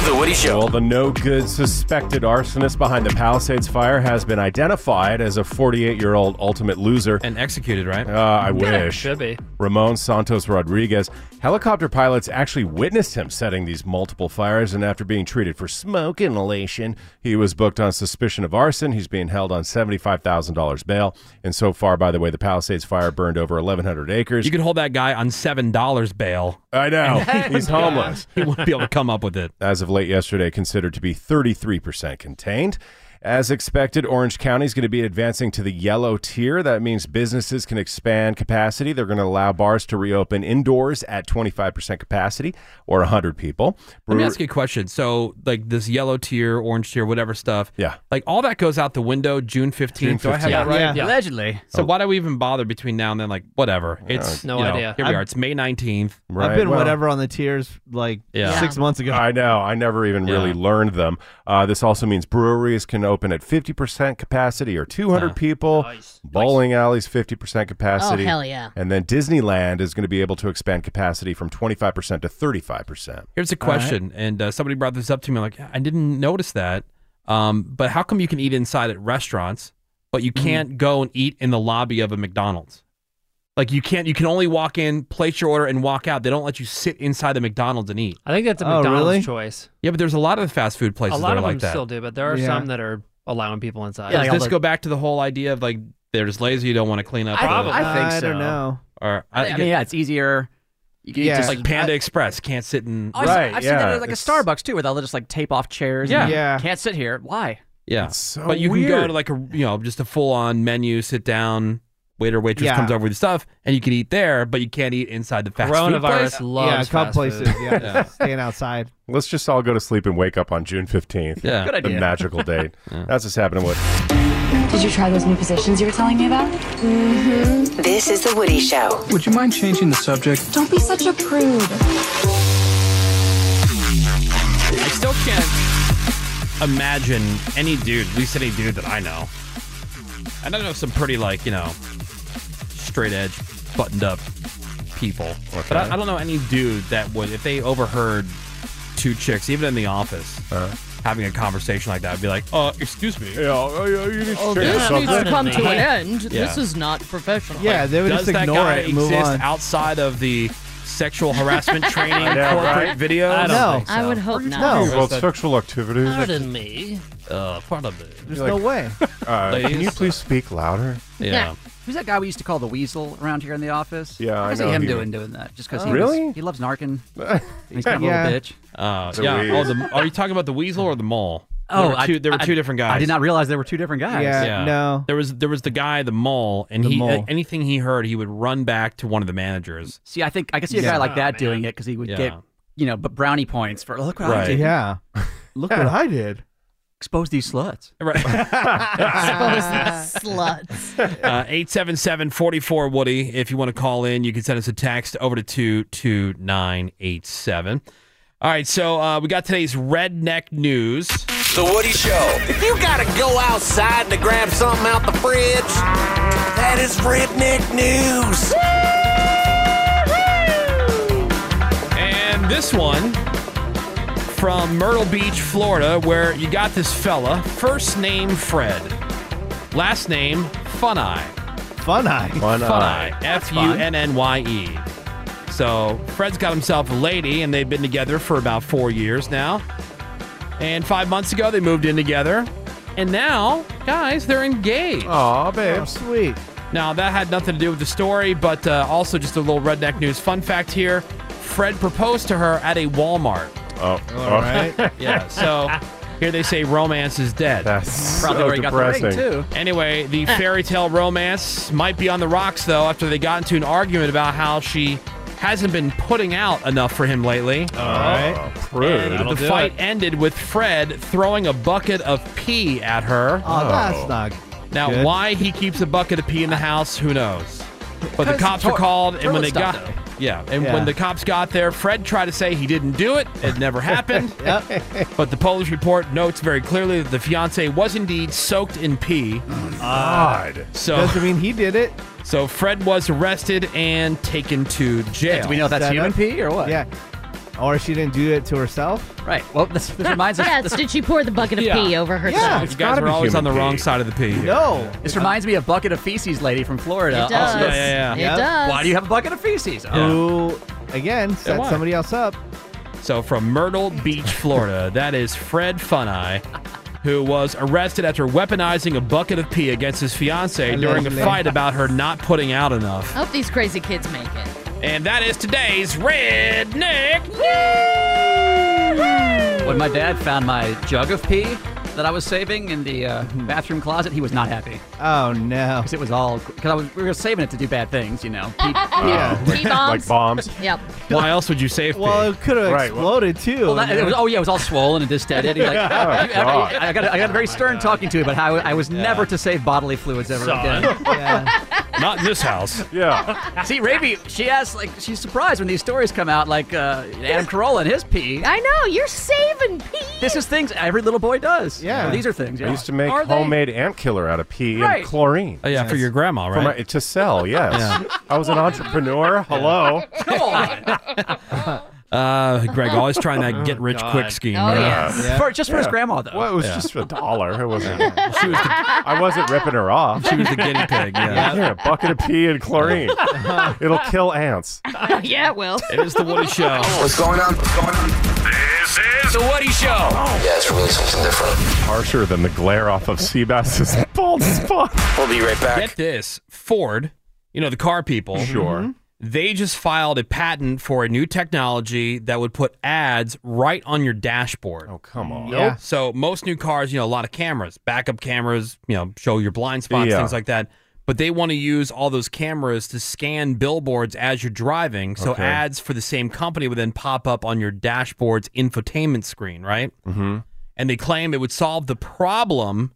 The Woody Show.
Well, the no good suspected arsonist behind the Palisades fire has been identified as a 48 year old ultimate loser.
And executed, right?
Uh, I wish.
Should be.
Ramon Santos Rodriguez. Helicopter pilots actually witnessed him setting these multiple fires, and after being treated for smoke inhalation, he was booked on suspicion of arson. He's being held on $75,000 bail. And so far, by the way, the Palisades fire burned over 1,100 acres.
You could hold that guy on $7 bail.
I know.
And-
He's homeless.
He wouldn't be able to come up with it.
As of late yesterday, considered to be 33% contained. As expected, Orange County is going to be advancing to the yellow tier. That means businesses can expand capacity. They're going to allow bars to reopen indoors at 25% capacity or 100
Let
people.
me
Brewer-
ask you a question. So, like this yellow tier, orange tier, whatever stuff.
Yeah.
Like all that goes out the window June fifteenth. Do I have that right?
Allegedly.
So why do we even bother between now and then? Like whatever. It's
No
you know,
idea.
Here we
I'm-
are. It's May nineteenth.
Right,
I've been
well-
whatever on the tiers like
Yeah.
six months ago.
I know. I never even really learned them. Uh, this also means breweries can open at 50% capacity or 200 people. Bowling alleys, 50% capacity.
hell yeah.
And then Disneyland is going to be able to expand capacity from 25% to 35%.
Here's a question, and uh, somebody brought this up to me. Like I didn't notice that. Um, but how come you can eat inside at restaurants, but you can't go and eat in the lobby of a McDonald's? Like you can't. You can only walk in, place your order, and walk out. They don't let you sit inside the McDonald's and eat.
I think that's a
Oh,
McDonald's
really?
choice.
Yeah, but there's a lot of the fast food places
a lot
that are
of
like
them
that.
still do, but there are
Yeah.
some that are allowing people inside.
Does this go back to the whole idea of like they're just lazy, you don't want to clean up?
I-
the-
I think I don't so.
know.
Or
I, mean, yeah, it's easier. You can
yeah.
just
like Panda Express can't sit in.
Oh, I've seen- I've seen that at like a Starbucks too, where they'll just like tape off chairs. and
Yeah. Yeah.
Can't sit here. Why?
yeah.
so
but you can go
weird.
to like a you know just a full on menu, sit down. Waiter, waitress
Yeah.
comes over with your stuff, and you can eat there, but you can't eat inside the fast food place.
yeah, a couple places. Yeah, staying outside.
Let's just all go to sleep and wake up on June 15th.
Yeah. Good
The
idea.
magical date. That's what's happening with.
Did you try those new positions you were telling me about? Mm-hmm. This is The Woody Show.
Would you mind changing the subject?
Don't be such a prude.
I still can't imagine any dude, at least any dude that I know. And I know some pretty like you know straight edge, buttoned up people, but I, I don't know any dude that would if they overheard two chicks, even in the office, having a conversation like that, would be like, "Uh, excuse me,
Uh-huh. yeah, oh, yeah, you need
to
This needs to come to an end. This is not professional.
Like, does that guy exist outside of the sexual harassment training
I know,
corporate
right?
videos?
I don't No. think
I would hope
Talking
not.
about sexual activities.
me.
Uh, pardon me.
There's
You're
no
like-
way.
Uh, can you
Ladies.
please speak louder?
Who's that guy we used to call the weasel around here in the office?
Yeah, I
I see
know
him
he-
doing doing that just because
Oh. Really?
he loves narking. He's kind of a
Yeah.
little bitch.
Uh,
The
yeah.
weasel.
Oh, the, are you talking about the weasel or the mole?
Oh,
there were two,
I-
there were
I-
two different guys.
I did not realize there were two different guys.
no. There was there was the guy, the mole, and
The
he
mole.
anything he heard, he would run back to one of the managers.
See, I think I could see a
Yeah.
guy like that doing it because he would
Yeah.
get you know, but brownie points for look what I
Right.
did.
Yeah.
look
Yeah.
what I did. Expose these sluts.
sluts.
Uh, 877-44 Woody. If you want to call in, you can send us a text over to 22987. All right, so uh, we got today's redneck news.
The Woody Show. If you gotta go outside to grab something out the fridge, that is redneck news.
And And this one from Myrtle Beach, Florida, where you got this fella, first name Fred, last name Funeye.
Funeye.
Funeye.
That's
F U N N Y E. So Fred's got himself a lady, and they've been together for about four years now. And five months ago, they moved in together. And now, guys, they're engaged.
Aw, babe. Oh,
sweet.
Now, that had nothing to do with the story, but uh, also just a little redneck news fun fact here. Fred proposed to her at a Walmart.
Oh,
All right. yeah. So here they say romance is dead. That's
Probably so where he got the ring, depressing. too.
Anyway, the fairy tale romance might be on the rocks though after they got into an argument about how she hasn't been putting out enough for him lately. All
right. prude. That'll
the
do
fight
it.
ended with Fred throwing a bucket of pee at her.
Oh, that's not
Now,
good.
why he keeps a bucket of pee in the house, who knows? But the
'Cause
cops
to-
were called, and when
toilet
they
stop,
got,
though.
yeah, and
Yeah.
when the cops got there, Fred tried to say he didn't do it. It never happened. But the Polish report notes very clearly that the fiance was indeed soaked in pee.
God.
So
Doesn't mean he did it.
So Fred was arrested and taken to jail.
Is that un- Yeah. Or she didn't do it to herself.
Right. Well, this, this reminds us.
Yes, did she pour the bucket of pee over
Yeah,
herself?
you guys were always on the wrong side of the pee.
No.
This reminds me of bucket of feces lady from Florida.
It does.
Also-
Yeah, yeah, yeah. It does.
Why do you have a bucket of feces? Oh.
Who, again, set
why?
somebody else up.
So from Myrtle Beach, Florida, that is Fred Funeye, who was arrested after weaponizing a bucket of pee against his fiance during a
Allegedly.
fight about her not putting out enough.
I hope these crazy kids make it.
And that is today's redneck.
When my dad found my jug of pee that I was saving in the uh,
Mm-hmm.
bathroom closet, he was not happy.
Oh no!
Because it was all because I was we were saving it to do bad things, you know.
Yeah. Like- like bombs.
Yep.
Why else would you save
Well,
pee?
it could've
Right, well-
Loaded too.
Well, that, it was, oh yeah, it was all swollen and distended. He's like,
Oh,
I,
God.
I, got, I got a very stern talking to him about how I was never to save bodily fluids ever
Son.
again.
Not in this house.
Yeah. See, Ravi, she asks, like, she's surprised when these stories come out, like uh, Adam Carolla and his pee.
I know you're saving pee.
This is things every little boy does.
Yeah.
these are things. Yeah.
I used to make
Are they-
homemade ant killer out of pee
Right.
and chlorine.
Oh, yeah, for your grandma,
For
right?
my- to sell, yes.
Yeah.
I was an entrepreneur. Hello.
Uh, Greg, always trying that get rich quick scheme. right?
For, just for his
Yeah.
grandma, though.
Well, it was
Yeah.
just a dollar. It wasn't. I wasn't ripping her off.
She was the guinea pig. Yeah.
yeah a bucket of pee and chlorine. It'll kill ants.
yeah, it will.
It is the Woody Show.
What's going on? What's going on? This is the Woody Show. Yeah, it's really something different.
Harsher than the glare off of Seabass's bald spot.
We'll be right back.
Get this Ford, you know, the car people.
Sure. Mhm.
They just filed a patent for a new technology that would put ads right on your dashboard. Oh,
come on.
Yeah.
So, most new cars, you know, a lot of cameras, backup cameras, you know, show your blind spots,
Yeah.
things like that. But they want to use all those cameras to scan billboards as you're driving. So,
Okay.
ads for the same company would then pop up on your dashboard's infotainment screen, right?
Mm-hmm.
and they claim it would solve the problem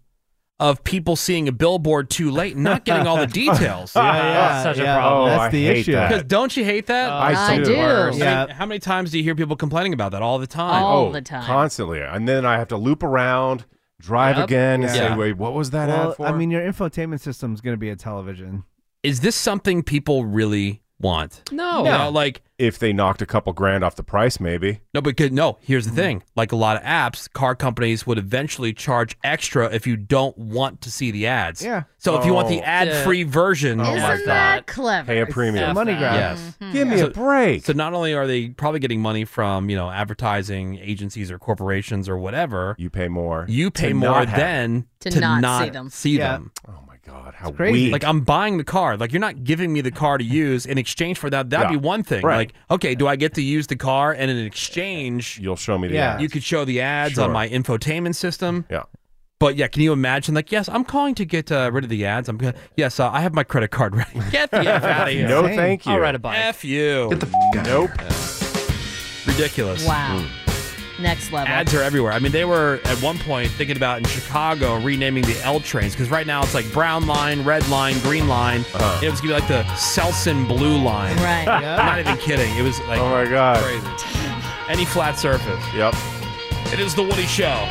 of people seeing a billboard too late and not getting all the details.
Yeah, yeah, That's such a yeah. problem. That's the issue.
Because don't you hate that?
I I do. do. Yeah.
how many times do you hear people complaining about that all the time?
oh, Constantly. And then I have to loop around, drive
Yep.
again, and
Yeah.
say, wait, what was that
well,
ad for?
I mean, your infotainment system is going to be a television.
Is this something people really want?
No.
You know, like
if they knocked a couple grand off the price, maybe.
No, but good- no. Here's the thing: like a lot of apps, car companies would eventually charge extra if you don't want to see the ads.
Yeah.
So if you want the
Oh.
ad-free version,
Oh,
of
my
that-
that clever?
Pay a premium.
Money grab.
Yes. Give me a break.
So not only are they probably getting money from you know advertising agencies or corporations or whatever,
you pay more.
You pay
To
more
not have- Oh
than
To
to,
not
not,
see them.
see
Yeah.
them.
God, how
Crazy.
weak.
Like I'm buying the car. Like you're not giving me the car to use in exchange for that. That'd be
Yeah.
one thing.
Right.
Like okay, do I get to use the car and in exchange
you'll show me the ads.
You could show the ads on
Sure.
my infotainment system.
Yeah.
But yeah, can you imagine? Like, yes, I'm calling to get uh, rid of the ads. I'm gonna, yes, uh, I have my credit card ready. Get the F out of here.
No, thank you.
I'll ride a bike. F you. Get the
f nope.
Ridiculous. Hmm.
Wow. Next level.
Ads are everywhere. I mean, they were at one point thinking about in Chicago renaming the L trains because right now it's like brown line, red line, green line.
Uh-huh.
It was gonna be like the Selsun blue line.
Right. Yeah.
I'm not even kidding. It was like
Oh my god.
crazy. Any flat surface.
Yep.
It is the Woody Show.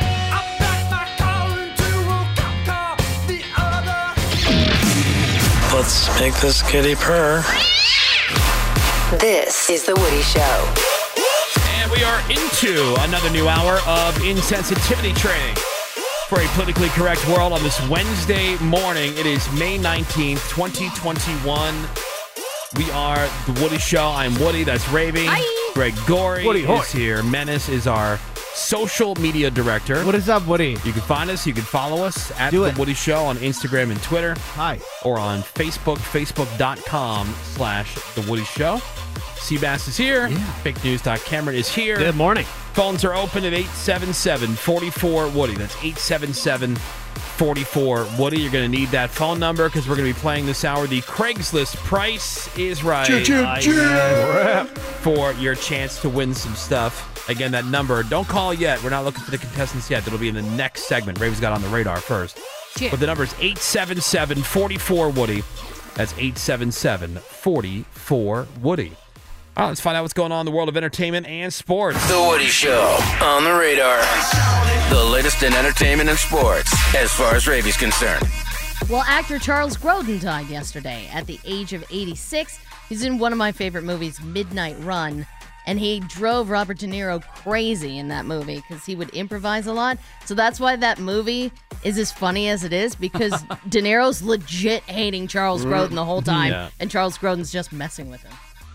Let's make this kitty purr.
This is The Woody Show.
right, we are into another new hour of insensitivity training for a politically correct world on this Wednesday morning. It is May 19th, 2021. We are The Woody Show. I'm Woody, that's Raving. Greg Gorey
Woody, hoy.
is here. Menace is our social media director. What
is up, Woody?
You can find us, you can follow us at The Woody Show on Instagram and Twitter. Hi. Or on Facebook, facebook.com slash The Woody Show. Seabass is here. Fake News. Cameron is here. Good
morning.
Phones are open at 877 44 Woody. That's 877 44 Woody. You're going to need that phone number because we're going to be playing this hour. The Craigslist price is right
Choo, choo,
Nice.
choo.
for your chance to win some stuff. Again, that number, don't call yet. We're not looking for the contestants yet. That'll be in the next segment. Raven's got on the radar first.
Yeah.
But the number is 877 44 Woody. That's 877 44 Woody. All right, let's find out what's going on in the world of entertainment and sports.
The Woody Show on the radar. The latest in entertainment and sports, as far as Ravi's concerned.
Well, actor Charles Grodin died yesterday at the age of 86. He's in one of my favorite movies, Midnight Run, and he drove Robert De Niro crazy in that movie because he would improvise a lot. So that's why that movie is as funny as it is because De Niro's legit hating Charles Grodin the whole time,
Yeah.
and Charles Grodin's just messing with him.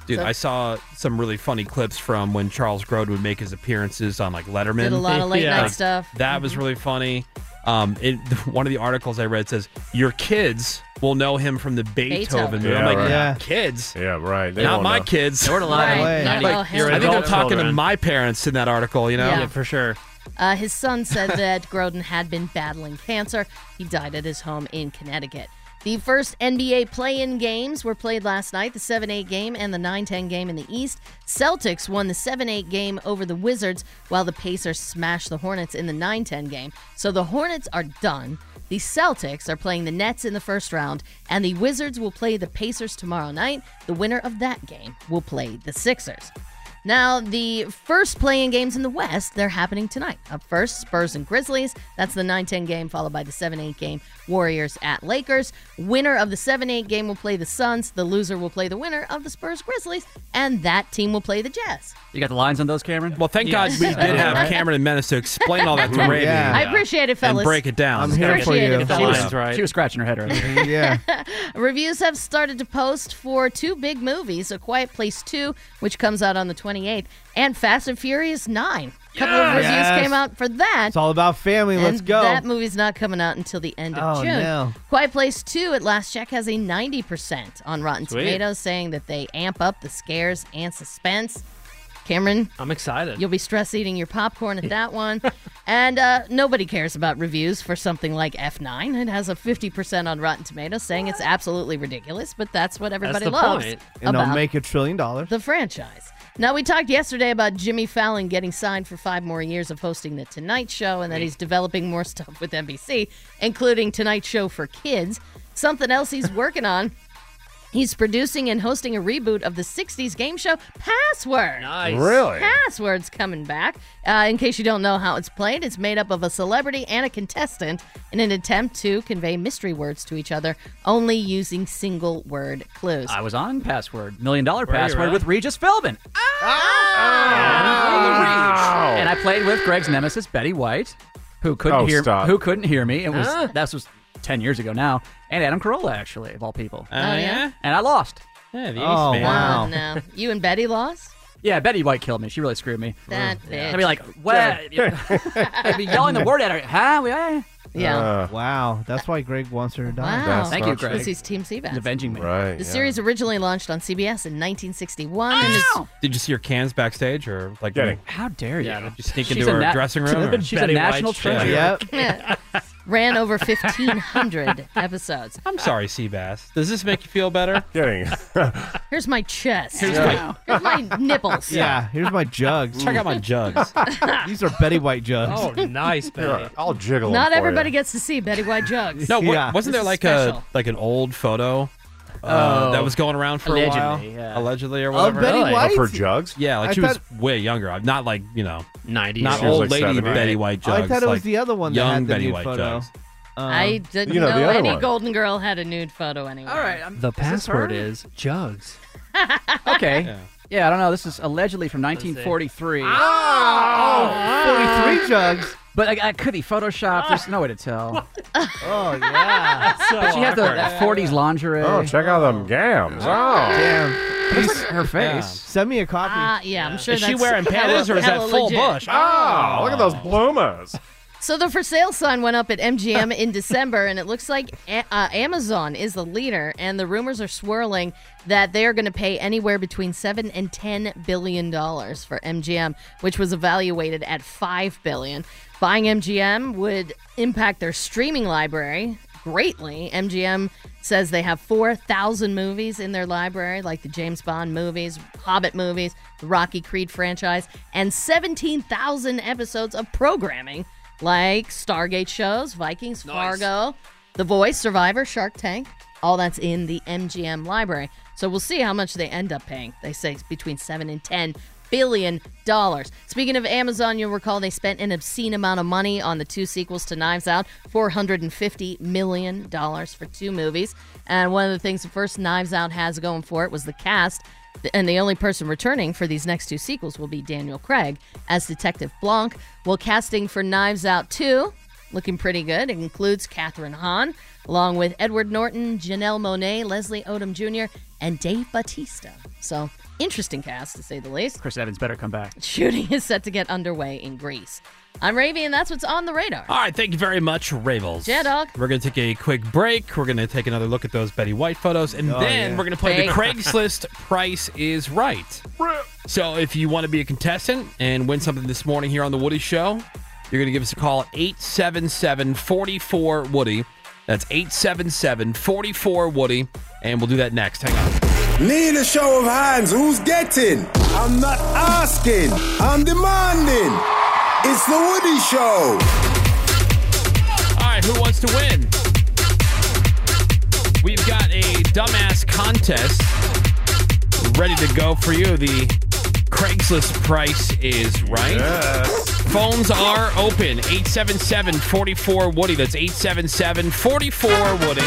Dude,
So-
I saw some really funny clips from when Charles Grode would make his appearances on like Letterman.
Did a lot of late night
Like,
stuff. Mm-hmm.
That was really funny. Um, it, one of the articles I read says your kids will know him from the Beethoven.
Beethoven.
movie." I'm
Yeah,
like,
right.
yeah, kids.
Yeah, right. They
not
won't
my
know.
kids.
Nor do I. Right.
Like,
Not your
I think
adult
I'm talking to
children.
my parents in that article. You know,
Yeah. Yeah, for
sure.
Uh, his son said that Groden had been battling cancer. He died at his home in Connecticut. The first NBA play in games were played last night the 7 8 game and the 9 10 game in the East. Celtics won the 7 8 game over the Wizards, while the Pacers smashed the Hornets in the 9 10 game. So the Hornets are done. The Celtics are playing the Nets in the first round, and the Wizards will play the Pacers tomorrow night. The winner of that game will play the Sixers. Now, the first playing games in the West, they're happening tonight. Up first, Spurs and Grizzlies. That's the 9 10 game, followed by the 7 8 game, Warriors at Lakers. Winner of the 7 8 game will play the Suns. The loser will play the winner of the Spurs Grizzlies. And that team will play the Jazz.
You got the lines on those, Cameron?
Well, thank God we did have Cameron and Menace to explain all that to
Yeah.
Raven.
I appreciate it, fellas.
And break it down.
I'm here for Appreciate you. it,
Get the
fellas.
lines right.
She was scratching her head earlier.
yeah.
Reviews have started to post for two big movies A Quiet Place 2, which comes out on the 28th, and Fast and Furious 9. A couple of reviews
Yes.
came out for that.
It's all about family. Let's
and
go.
That movie's not coming out until the end of
Oh,
June.
no.
Quiet Place 2 at last check has a 90% on Rotten
Sweet.
Tomatoes, saying that they amp up the scares and suspense. Cameron,
I'm excited.
you'll be stress eating your popcorn at that one. and uh, nobody cares about reviews for something like F9. It has a 50% on Rotten Tomatoes, saying it's absolutely ridiculous, but that's what everybody loves.
And
about
I'll make a trillion dollars.
the franchise. Now, we talked yesterday about Jimmy Fallon getting signed for five more years of hosting The Tonight Show and that he's developing more stuff with NBC, including Tonight Show for Kids. Something else he's working on. He's producing and hosting a reboot of the 60s game show Password.
Nice. Really?
Password's coming back. Uh, in case you don't know how it's played, it's made up of a celebrity and a contestant in an attempt to convey mystery words to each other, only using single word clues.
I was on Password, Million Dollar
you
Password
really?
with Regis Philbin.
Ah!
And I played with Greg's nemesis, Betty White, who couldn't
Oh,
hear
stop.
who couldn't hear me. It was
Huh?
that was 10 years ago now. And Adam Carolla, actually, of all people.
Oh, yeah? yeah?
And I lost.
Yeah,
the
oh,
Eastman.
wow.
Oh, no. You and Betty lost?
Yeah, Betty White killed me. She really screwed me.
That
Oh,
bitch.
I'd be like, what? I'd be yelling the word at her. Huh? We- eh."
Uh, wow. That's why Greg wants her to die.
Wow. That's Thank not you, true. Greg. This is Team Seabass.
Avenging
me.
Right.
The series originally launched on CBS in 1961. and is-
Did you see her cans backstage or like?
Getting-
How dare you?
Did you sneak
She's
into
a
her
nat-
dressing room? or-
She's a national treasure.
ran over 1,500 episodes.
I'm sorry, Seabass. Does this make you feel better?
Getting.
Here's my chest.
Here's
my-
Here's my nipples.
Yeah, here's my jugs.
Check out my jugs.
These are Betty White jugs.
Oh, nice, Betty.
I'll jiggle.
Not everybody gets to see Betty White jugs.
No, wa-
This
wasn't there
is
like
special.
a like an old photo uh,
Oh.
that was going around for a while,
Allegedly, yeah.
allegedly or
Of
whatever?
Betty Really? White? Of her jugs?
Yeah, like
I
she
thought-
was way younger. I'm not like you know,
ninety,
not
She was
old
like
lady
70.
Betty White
Oh, I
jugs.
thought it was
like
the other one that
young
had the
Betty
nude
White
photo.
jugs.
I didn't
Um, Uh, you know, the
know
other
any
one.
Golden Girl had a nude photo anyway. All
right.
The password is jugs.
okay. Yeah. I don't know. This is allegedly from 1943.
Oh,
Ah!
43 jugs. But I, I could be photoshopped. There's no way to tell.
Oh yeah.
But she had the, that 40s lingerie.
Oh, check out them gams. Oh,
damn. Looks like her face.
Send me a copy.
Ah, yeah, I'm sure
Is
that's
she wearing panties
hella-
or is that
hella
full
legit.
bush? Ah.
Oh, look at those bloomers.
So the for sale sign went up at MGM in December, and it looks like a- uh, Amazon is the leader. And the rumors are swirling that they are going to pay anywhere between seven and ten billion dollars for MGM, which was evaluated at five billion. Buying MGM would impact their streaming library greatly. MGM says they have 4,000 movies in their library, like the James Bond movies, Hobbit movies, the Rocky Creed franchise, and 17,000 episodes of programming like Stargate shows, Vikings, Fargo, The Voice, Survivor, Shark Tank. All that's in the MGM library. So we'll see how much they end up paying. They say it's between 7 and 10 billion dollars. Speaking of Amazon, you'll recall they spent an obscene amount of money on the two sequels to Knives Out, 450 million dollars for two movies. And one of the things the first Knives Out has going for it was the cast. And the only person returning for these next two sequels will be Daniel Craig as Detective Blanc. While casting for Knives Out 2, looking pretty good. It includes Katherine Hahn, along with Edward Norton, Janelle Monet, Leslie Odom Jr., and Dave Batista. So, interesting cast to say the least.
Chris Evans better come back.
Shooting is set to get underway in Greece. I'm Ravy, and that's what's on the radar.
All right, thank you very much, Ravels.
Yeah, dog.
We're going to take a quick break. We're going to take another look at those Betty White photos, and
Oh,
then
yeah.
we're going to play the
Fake.
Craigslist Price is Right. So if you want to be a contestant and win something this morning here on The Woody Show, you're going to give us a call at 877 44 Woody. That's 877 44 Woody, and we'll do that next. Hang on.
Need a show of hands. Who's getting? I'm not asking. I'm demanding. It's the Woody Show.
All right, who wants to win? We've got a dumbass contest ready to go for you. The Craigslist price is right. Phones are open 877 44 Woody. That's 877 44 Woody.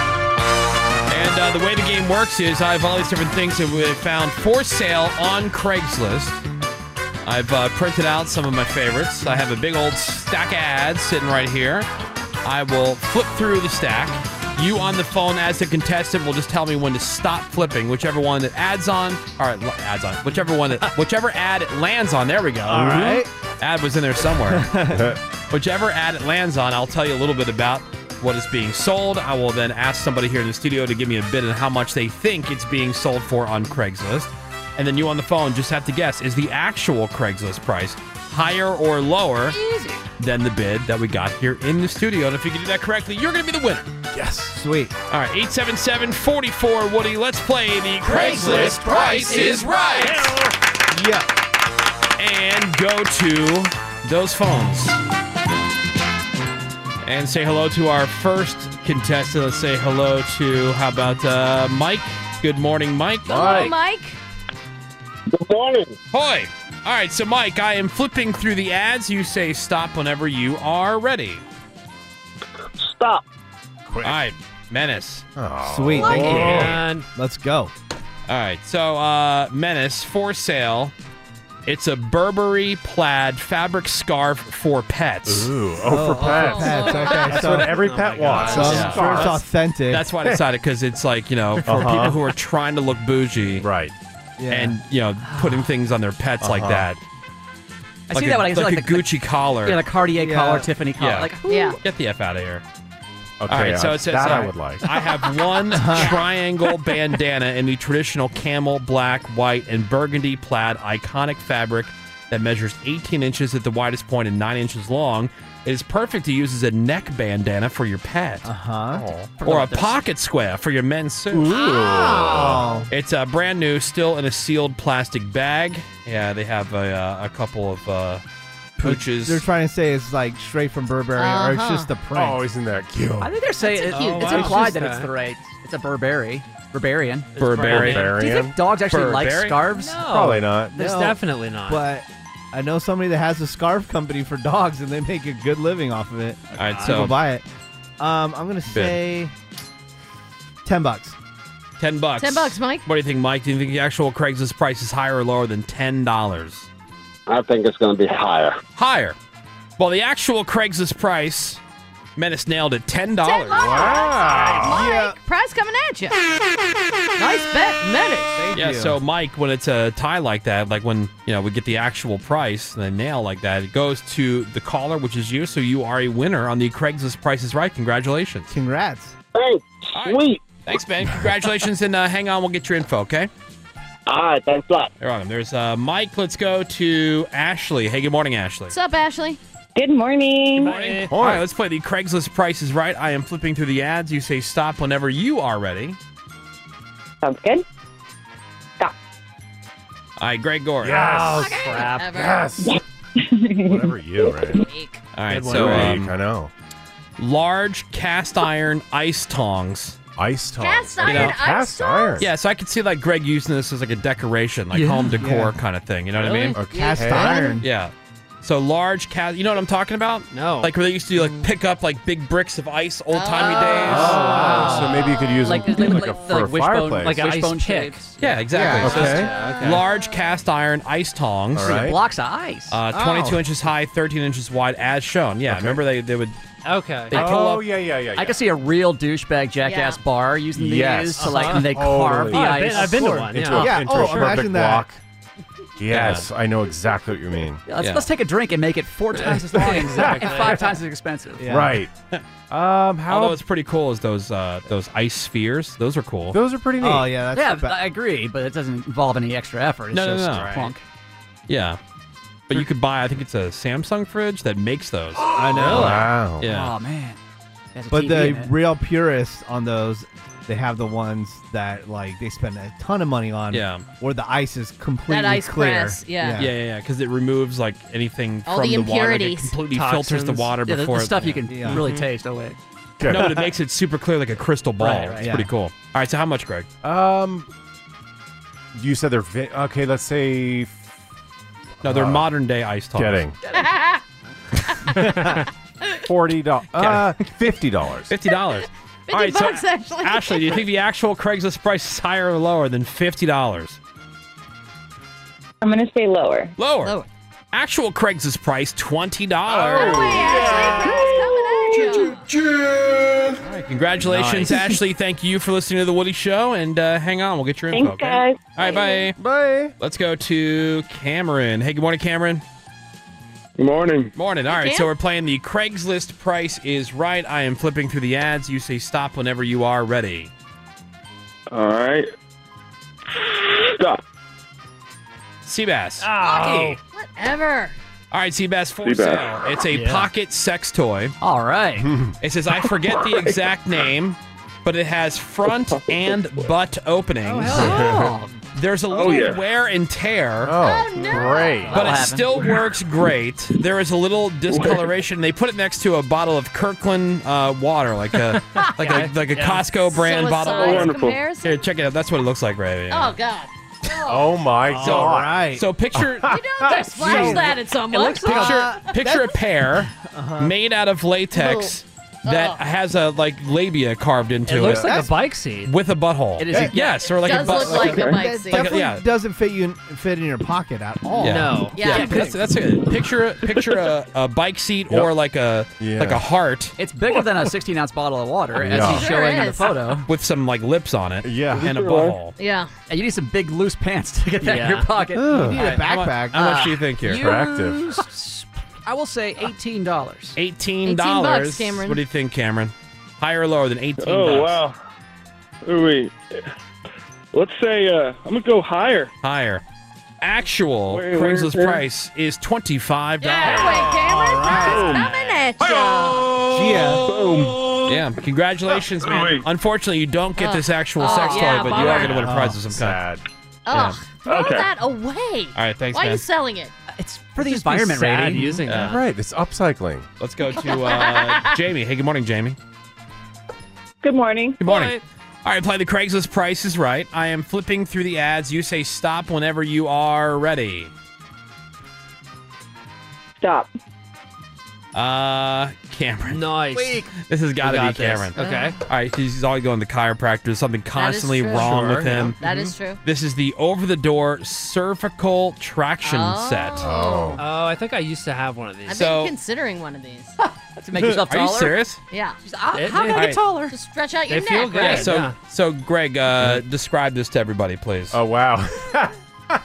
And uh, the way the game works is I have all these different things that we found for sale on Craigslist. I've uh, printed out some of my favorites. I have a big old stack of ads sitting right here. I will flip through the stack. You on the phone as the contestant will just tell me when to stop flipping, whichever one that adds on, all right, l- adds on, whichever one that, whichever ad it lands on. There we go.
All right.
ad was in there somewhere. whichever ad it lands on, I'll tell you a little bit about what is being sold. I will then ask somebody here in the studio to give me a bid on how much they think it's being sold for on Craigslist. And then you on the phone just have to guess is the actual Craigslist price higher or lower than the bid that we got here in the studio? And if you can do that correctly, you're going to be the winner. Yes. Sweet. All right, 877 44 Woody. Let's play the Craigslist Price is Right. Yeah. And go to those phones. And say hello to our first contestant. Let's say hello to, how about uh, Mike? Good morning, Mike.
Hello, Mike.
Good morning. Hoi. All right, so Mike, I am flipping through the ads. You say stop whenever you are ready. Stop. All right, Menace.
Oh.
Sweet, thank you.
And let's go. All right, so uh, Menace for sale. It's a Burberry plaid fabric scarf for pets. Ooh,
oh, for Oh, pets. for pets, okay, That's so- what every pet
Oh my
wants,
gosh.
is a scarf.
That's-
authentic.
That's why I decided because it's like you know for
Uh-huh.
people who are trying to look bougie, right? And you know putting things on their pets like
Uh-huh.
that.
I
Like
see
a-
that when I see
like,
like
a Gucci collar.
Yeah, the Cartier
Yeah.
collar, Tiffany collar.
Yeah.
Like,
yeah.
Get the F out of here.
Okay, uh, that I would like.
I have one triangle bandana in the traditional camel, black, white, and burgundy plaid iconic fabric that measures 18 inches at the widest point and 9 inches long. It is perfect to use as a neck bandana for your pet. Uh huh. Or a pocket square for your men's suit. Ooh.
Oh.
It's uh, brand new, still in a sealed plastic bag. Yeah, they have a, uh, a couple of uh, pooches.
They're trying to say it's like straight from Burberry, or it's
Uh-huh.
just the print.
Oh, isn't that cute?
I think they're saying
That's a
it-
cute-
it's
wow.
implied
It's
that
just
it's
a-
the right. It's a Burberry. Burberry.
Burberry.
Do you think dogs actually like scarves?
There's
No,
definitely not.
But I know somebody that has a scarf company for dogs, and they make a good living off of it. All
right,
people
so-
buy it. Um, I'm gonna say ten bucks.
Ten bucks.
Ten bucks, Mike.
What do you think, Mike? Do you think the actual Craigslist price is higher or lower than ten dollars?
I think it's going to be higher.
Higher. Well, the actual Craigslist price, Menace nailed it ten dollars.
Mike, prize coming at you. nice bet, Menace.
Yeah, so Mike, when it's a tie like that, like when you know we get the actual price, the nail like that, it goes to the caller, which is you. So you are a winner on the Craigslist Price is Right. Congratulations!
Congrats!
Thanks. Sweet.
Thanks, man. Congratulations, and uh, hang on, we'll get your info. Okay.
All right. Thanks a lot.
You're welcome. There's uh, Mike. Let's go to Ashley. Hey, good morning, Ashley.
What's up, Ashley?
Good morning.
Eh, All right, let's play the Craigslist Price is Right. I am flipping through the ads. You say stop whenever you are ready.
Sounds good.
All right, Greg Gore.
Yes.
All
Oh, crap. Yes. Whatever you, right?
right,
Good one,
so
Greg.
um,
I know.
Large cast iron ice tongs.
Ice tongs.
Cast iron ice Cast iron. tongs?
Yeah, so I could see like Greg using this as like a decoration, like
Yeah.
home decor
Yeah.
kind of thing. You know what I
Really?
mean?
Or cast Okay. iron.
Yeah. So large cast. You know what I'm talking about? No. Oh. Like where they used to like pick up like big bricks of ice old timey days.
Oh,
So maybe you could use
Like-
them
like-
like, a,
like-
for
like
a
wishbone-
fireplace.
like a ice Wishbone pick. Yeah, exactly.
Yeah,
So it's
okay.
just
Okay.
Large cast iron ice tongs.
All right.
Blocks of ice.
Uh, 22 inches high, 13 inches wide, as shown. Yeah, remember they, they would.
Okay.
Oh,
They pull up-
I can see a real douchebag jackass bar using these
Yes.
to like,
Uh-huh.
and they carve
Totally.
the
Oh, I've
ice.
been- I've been to one,
Into a, into a perfect block. Yes, I know exactly what you mean.
Yeah, let's, let's take a drink and make it four times as long and five times as expensive.
Right. Um, how?
Although it's pretty cool is those uh, those ice spheres. Those are cool.
Oh yeah, that's yeah. I agree, but it doesn't involve any extra effort. It's
No, no,
just
no. Right.
plunk.
Yeah. But you could buy, I think it's a Samsung fridge that makes those. I
know. Wow.
Yeah.
Oh man. That's a
But
TV
the
in it.
real purists on those, they have the ones that like they spend a ton of money on.
Yeah.
Where the ice is completely
ice
clear.
press, yeah.
Yeah, yeah, yeah. Because it removes like anything
All
from
the
the, water. Like, it
impurities.
completely filters the
Toxins.
water
Yeah,
before
the,
it-
stuff you
yeah.
can really taste. Oh wait.
no, but it makes it super clear like a crystal ball.
Right, right,
it's
yeah.
pretty cool. All right, so how much, Greg?
Um, you said they're vi- okay. Let's say.
No, they're
Uh,
modern day ice tongs.
Getting forty dollars. Uh, fifty dollars.
Fifty dollars. All right,
bucks,
so
actually.
Ashley, do you think the actual Craigslist price is higher or lower than fifty dollars?
I'm going to say lower.
Lower. Actual Craigslist price twenty dollars. Congratulations,
Nice.
Ashley. Thank you for listening to The Woody Show. And uh, hang on, we'll get your info.
Thanks, guys.
All right, bye.
Bye.
Let's go to Cameron. Hey, good morning, Cameron.
Good morning.
Morning. All right,
Cam.
so we're playing the Craigslist price is right. I am flipping through the ads. You say stop whenever you are ready.
All right. Stop.
Seabass.
Oh.
Lucky. Whatever.
All right, Seabass for
Seabass.
sale. It's a
Yeah.
pocket sex toy.
All right.
it says I forget
Oh
the exact name, but it has front and butt openings. There's a little
Oh, yeah.
wear and tear.
Oh,
great. But
That'll
it
happen.
still works great. There is a little discoloration. They put it next to a bottle of Kirkland uh, water, like a like a like a
Yeah.
Costco brand
So a
bottle.
size Oh, wonderful. comparison?
Here, check it out. That's what it looks like right here.
Oh God.
Oh my
So-
god!
So picture
You don't just flash that at someone.
picture picture a pair made out of latex that has a like labia carved into it.
It looks like a bike seat.
with a butthole.
It is a-
yes, or like a
Does
butt.
look like a bike
like
It
a-
definitely
yeah.
doesn't fit you in, fit in your pocket at all.
Yeah. Yeah. that's, that's a picture. a- Picture a, a bike seat or like a like a heart
It's bigger than a 16 ounce bottle of water,
Yeah.
as he's
Sure
showing in the
is.
photo.
with some like lips on it. Yeah, and a butthole.
Yeah.
And you need some big loose pants to get that in
Yeah.
your pocket.
Ugh. You need a How mu-
Uh,
backpack. how much do you think here? Attractive.
s- I will say eighteen dollars.
Eighteen dollars. What do you think, Cameron? Higher or lower than eighteen?
Oh, wow. Wait. Let's say uh, I'm going to go higher.
Higher. Actual
Wait, where is
Craigslist
it?
price is twenty five dollars. Yeah, congratulations, man. Unfortunately, you don't get this actual
Oh. Oh,
sex
yeah,
toy, but you
bummer.
are going to win a prize of some kind.
Ugh. Throw
Okay.
that away.
All right, thanks,
Why are
man.
you selling it?
It's for
the
environment,
sad
rating.
using
Yeah.
that.
Right, it's upcycling.
Let's go to uh, Jamie. Hey, good morning, Jamie.
Good morning.
Good morning. All right, play the Craigslist Price is Right. I am flipping through the ads. You say stop whenever you are ready.
Stop.
Uh, Cameron.
Nice.
This has got to
We
be
got this.
Cameron.
Okay.
All right. He's always going to chiropractor. Something constantly
true.
wrong
Sure,
with him.
yeah. That is
Mhm.
true.
This is the over the door cervical traction set.
Oh. I think I used to have one of these.
I've been considering one of these.
To make yourself Are you taller? serious?
Yeah.
how It- can I it- get
taller? To stretch out your neck.
Yeah,
right?
so, so Greg, uh, describe this to everybody, please. Oh
wow.
yeah.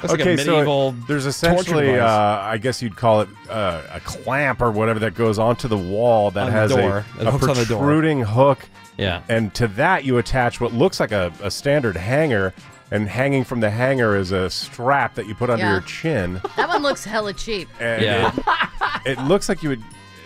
Looks like
okay,
a medieval.
so it- there's
torture
essentially,
device.
uh, I guess you'd call it uh, a clamp or whatever that goes onto the wall that
On the
has
door.
a,
It
a
hooks on the door.
protruding hook.
Yeah.
And to that, you attach what looks like a, a standard hanger, and hanging from the hanger is a strap that you put under
Yeah.
your chin.
That one looks hella cheap.
And it, it looks like you would.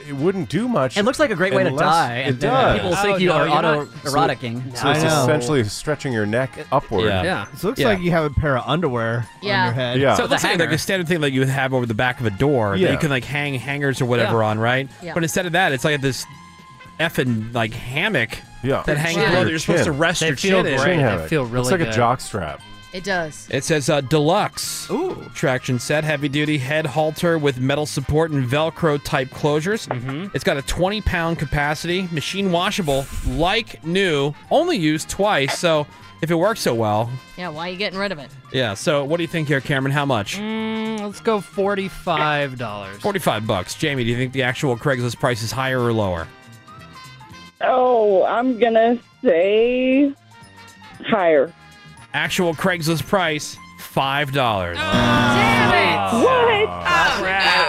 It wouldn't do much.
It looks like a great way to
unless-
die,
It
and then
does.
people think Oh, you no, are you're not- auto-eroticing.
So, so it's
I know.
essentially stretching your neck upward.
This looks like you have a pair of underwear on
Yeah.
your head.
So it looks like, like a standard thing that you would have over the back of a door that
Yeah.
you can like hang hangers or whatever
Yeah.
on, right?
Yeah.
But instead of that, it's like this effing like hammock
yeah.
that hangs below. that You're supposed to rest your chin in.
strap.
It does.
It says uh, deluxe Ooh. traction set, heavy duty head halter with metal support and Velcro type closures. It's got a 20 pound capacity, machine washable, like new, only used twice. So if it works so well,
Yeah, why are you getting rid of it?
yeah. So what do you think here, Cameron? How much?
Mm, let's go forty-five dollars.
Forty-five bucks. Jamie, do you think the actual Craigslist price is higher or lower?
Oh, I'm gonna say higher.
Actual Craigslist price, five dollars.
Ah.
What?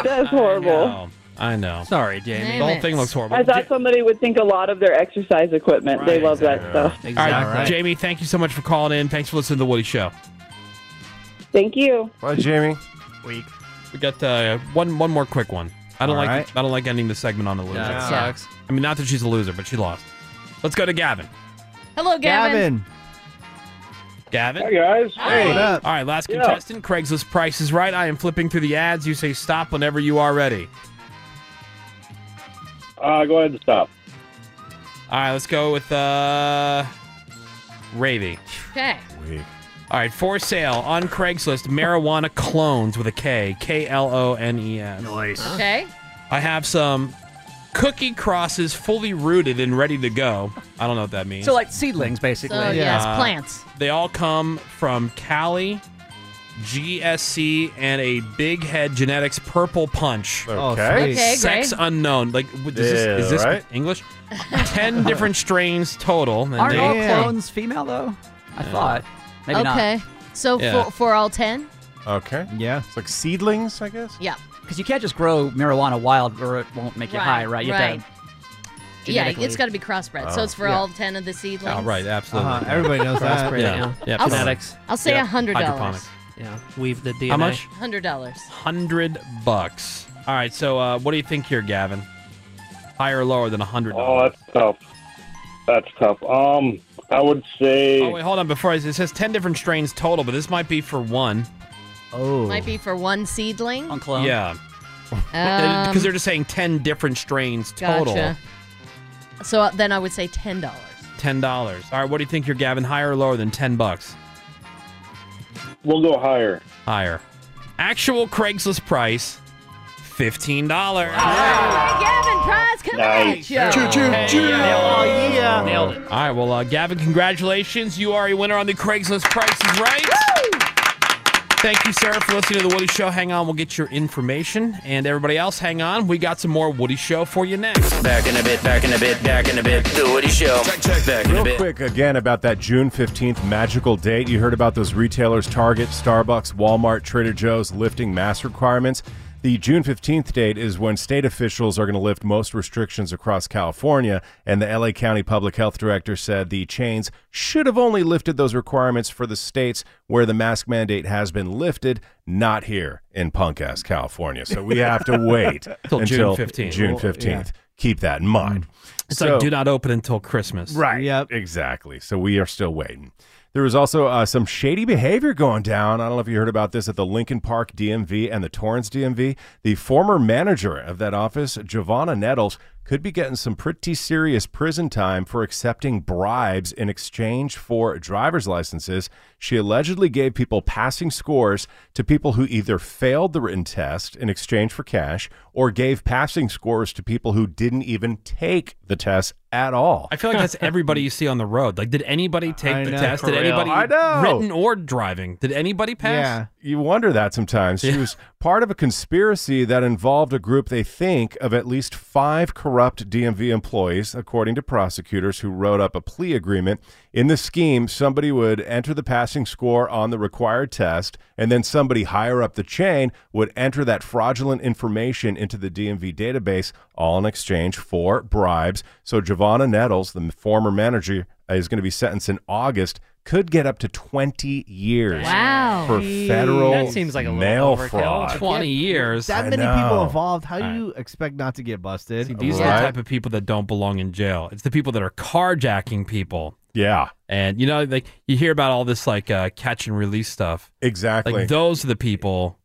That's horrible.
I know.
Sorry, Jamie.
The whole thing looks horrible.
I thought somebody would think a lot of their exercise equipment. They love that stuff.
All right, Jamie, thank you so much for calling in. Thanks for listening to the Woody Show.
Thank you.
Bye, Jamie.
Week.
We got uh, one one more quick one. I don't
All
like
right.
I don't like ending the segment on a loser.
Yeah, it sucks.
I mean, not that she's a loser, but she lost. Let's go to Gavin.
Hello, Gavin.
Gavin.
Hey, guys. Hey. What up?
All right, last
Yeah.
contestant. Craigslist Price is Right. I am flipping through the ads. You say stop whenever you are ready.
Uh, go ahead and stop.
All right, let's go with uh, Ravy.
Okay.
All right, for sale on Craigslist, marijuana clones with a K, K L O N E S. Nice.
Okay.
I have some cookie crosses fully rooted and ready to go. I don't know what that means.
So like seedlings, basically.
So, yes, plants.
They all come from Cali, GSC, and a Big Head Genetics Purple Punch.
Okay. Oh, sweet. Okay,
Sex
great.
unknown. Like, what- is this, is
Yeah,
this
right?
English? Ten different strains total. and
Aren't
they-
all clones female though? I
Yeah.
thought. Maybe not.
okay. So
Yeah.
for, for all 10?
Okay.
Yeah.
It's like seedlings, I guess.
Yeah.
Because you can't just grow marijuana wild or it won't make you
Right,
high, right? You
right. Yeah,
genetically-
it's got to be crossbred.
Oh.
So it's for
Yeah.
all 10 of the seedlings.
Oh, right, absolutely.
Uh-huh, everybody knows Cross that. breed,
Yeah.
yeah.
yeah.
I'll s-
genetics.
I'll say
Yeah.
$100.
Hydroponic.
Yeah. Weave the DNA.
How much?
$100.
Hundred bucks. All right. So, uh, what do you think here, Gavin? Higher or lower than a hundred?
Oh, that's tough. That's tough. Um, I would say.
Oh wait, hold on. Before I, it says ten different strains total, but this might be for one. Oh.
Might be for one seedling. On
clone.
Yeah.
Um,
Because they're just saying ten different strains total.
Gotcha. So uh, then I would say $10.
Ten dollars. All right. What do you think here, Gavin? Higher or lower than ten bucks?
We'll go higher.
Higher. Actual Craigslist price. Fifteen dollars.
Gavin Prize coming
Nice.
at you.
Choo, choo, Hey, choo.
Oh,
yeah.
yeah.
Nailed it. All right, well, uh, Gavin, congratulations. You are a winner on the Craigslist Price is Right. Thank you, Sarah, for listening to The Woody Show. Hang on, we'll get your information. And everybody else, hang on. We got some more Woody Show for you next.
Back in a bit, back in a bit, back in a bit. The Woody Show. Check, check. Back in a
Real
bit.
quick again about that June 15th magical date. You heard about those retailers Target, Starbucks, Walmart, Trader Joe's lifting mask requirements. The June 15th date is when state officials are going to lift most restrictions across California, and the LA County Public Health Director said the chains should have only lifted those requirements for the states where the mask mandate has been lifted, not here in punk ass California. So we have to wait
Till June
until
15th.
June
Well, yeah.
15th. Keep that in mind.
Mm. It's
So-
like, do not open until Christmas.
Right. Yep. Exactly. So we are still waiting. There was also uh, some shady behavior going down. I don't know if you heard about this at the Lincoln Park DMV and the Torrance DMV. The former manager of that office, Giovanna Nettles, could be getting some pretty serious prison time for accepting bribes in exchange for driver's licenses. She allegedly gave people passing scores to people who either failed the written test in exchange for cash or gave passing scores to people who didn't even take the test at all.
I feel like that's everybody you see on the road. Like, did anybody take
I
the
know.
test?
For
Did
real.
anybody
I know.
written or driving? Did anybody pass?
Yeah, you wonder that sometimes. She was part of a conspiracy that involved a group they think of at least five corrupt DMV employees, according to prosecutors who wrote up a plea agreement. In the scheme, somebody would enter the passing score on the required test, and then somebody higher up the chain would enter that fraudulent information into the DMV database, all in exchange for bribes. So Giovanna Nettles, the former manager, is going to be sentenced in August. Could get up to 20 years
Oh.
Wow.
for
Jeez.
federal
Oh. That seems like a little
mail
overkill.
fraud.
20 years.
That many people involved. How do you expect not to get busted?
These are the type of people that don't belong in jail. It's the people that are carjacking people.
Yeah.
And you know, like you hear about all this like uh, catch and release stuff.
Exactly.
Like those are the people.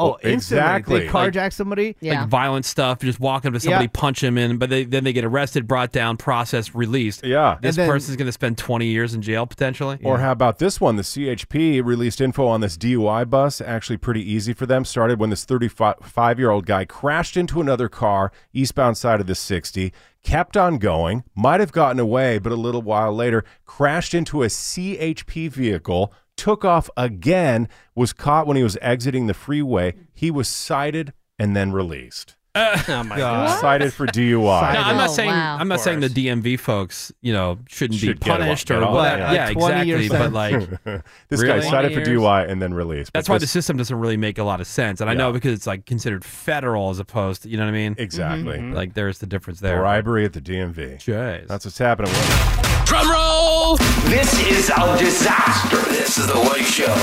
Oh, instantly. They carjack
Like,
somebody.
like violent stuff. Just walk up to somebody,
Yeah.
punch him in, but they, then they get arrested, brought down, processed, released.
Yeah.
This
And then-
person's going to spend 20 years in jail potentially.
Or how about this one? The CHP released info on this DUI bus. Actually, pretty easy for them. Started when this 35 year old guy crashed into another car eastbound side of the 60, kept on going, might have gotten away, but a little while later crashed into a CHP vehicle, took off again, was caught when he was exiting the freeway. He was cited and then released.
Uh.
oh my
God. Cited for DUI.
No, I'm not saying
wow.
I'm not saying the DMV folks, you know, shouldn't
Should
be
get a lot-
punished
get
or
all
what.
that, yeah.
Yeah,
Like 20
exactly.
years
But
then.
like,
This guy cited for DUI and then released.
That's
but
why
this-
the system doesn't really make a lot of sense, and I know because it's like considered federal as opposed to you know what I mean.
Exactly. Mhm.
Like there's the difference there.
Bribery at the DMV.
Jeez.
That's what's happening.
Drum roll! This is a disaster. This is the Woody Show.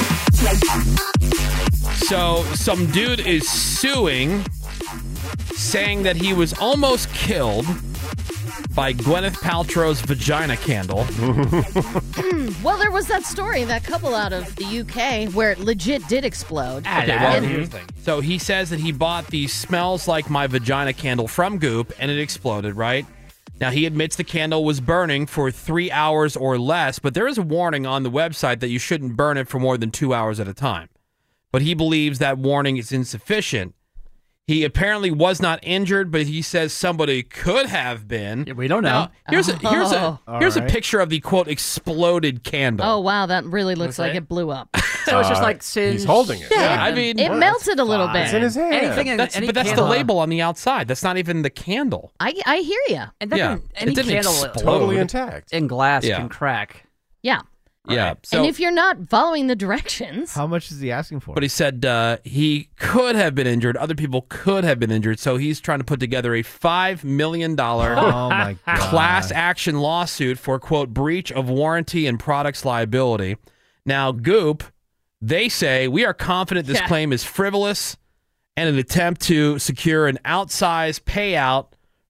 So some dude is suing, saying that he was almost killed by Gwyneth Paltrow's vagina candle.
Hmm, well, there was that story, that couple out of the UK where it legit did explode.
Okay, well,
And-
here's the thing. So he says that he bought the smells like my vagina candle from Goop and it exploded, right? Now he admits the candle was burning for three hours or less, but there is a warning on the website that you shouldn't burn it for more than two hours at a time. But he believes that warning is insufficient. He apparently was not injured, but he says somebody could have been. we don't
know.
here's a here's a
Oh.
here's
All
a
right.
picture of the quote exploded candle.
Oh wow, that really looks
that
like
it?
it blew up.
So it's just Uh, like he's singed holding it. Yeah, I mean-
it
Well,
melted a little bit.
It's in his hand.
Anything in-
That's-
any
but that's
candle-
the label on the outside. That's not even the candle.
I I hear you.
And
that Yeah. didn't- It any didn't candle- explode. Totally
intact.
In glass
Yeah.
can crack.
Yeah.
Yeah. So,
and if you're not following the directions,
How much is he asking for?
but he said uh, he could have been injured. Other people could have been injured. So he's trying to put together a five million dollar
Oh, my God.
class action lawsuit for quote breach of warranty and products liability. Now Goop, they say we are confident this
Yeah.
claim is frivolous and an attempt to secure an outsized payout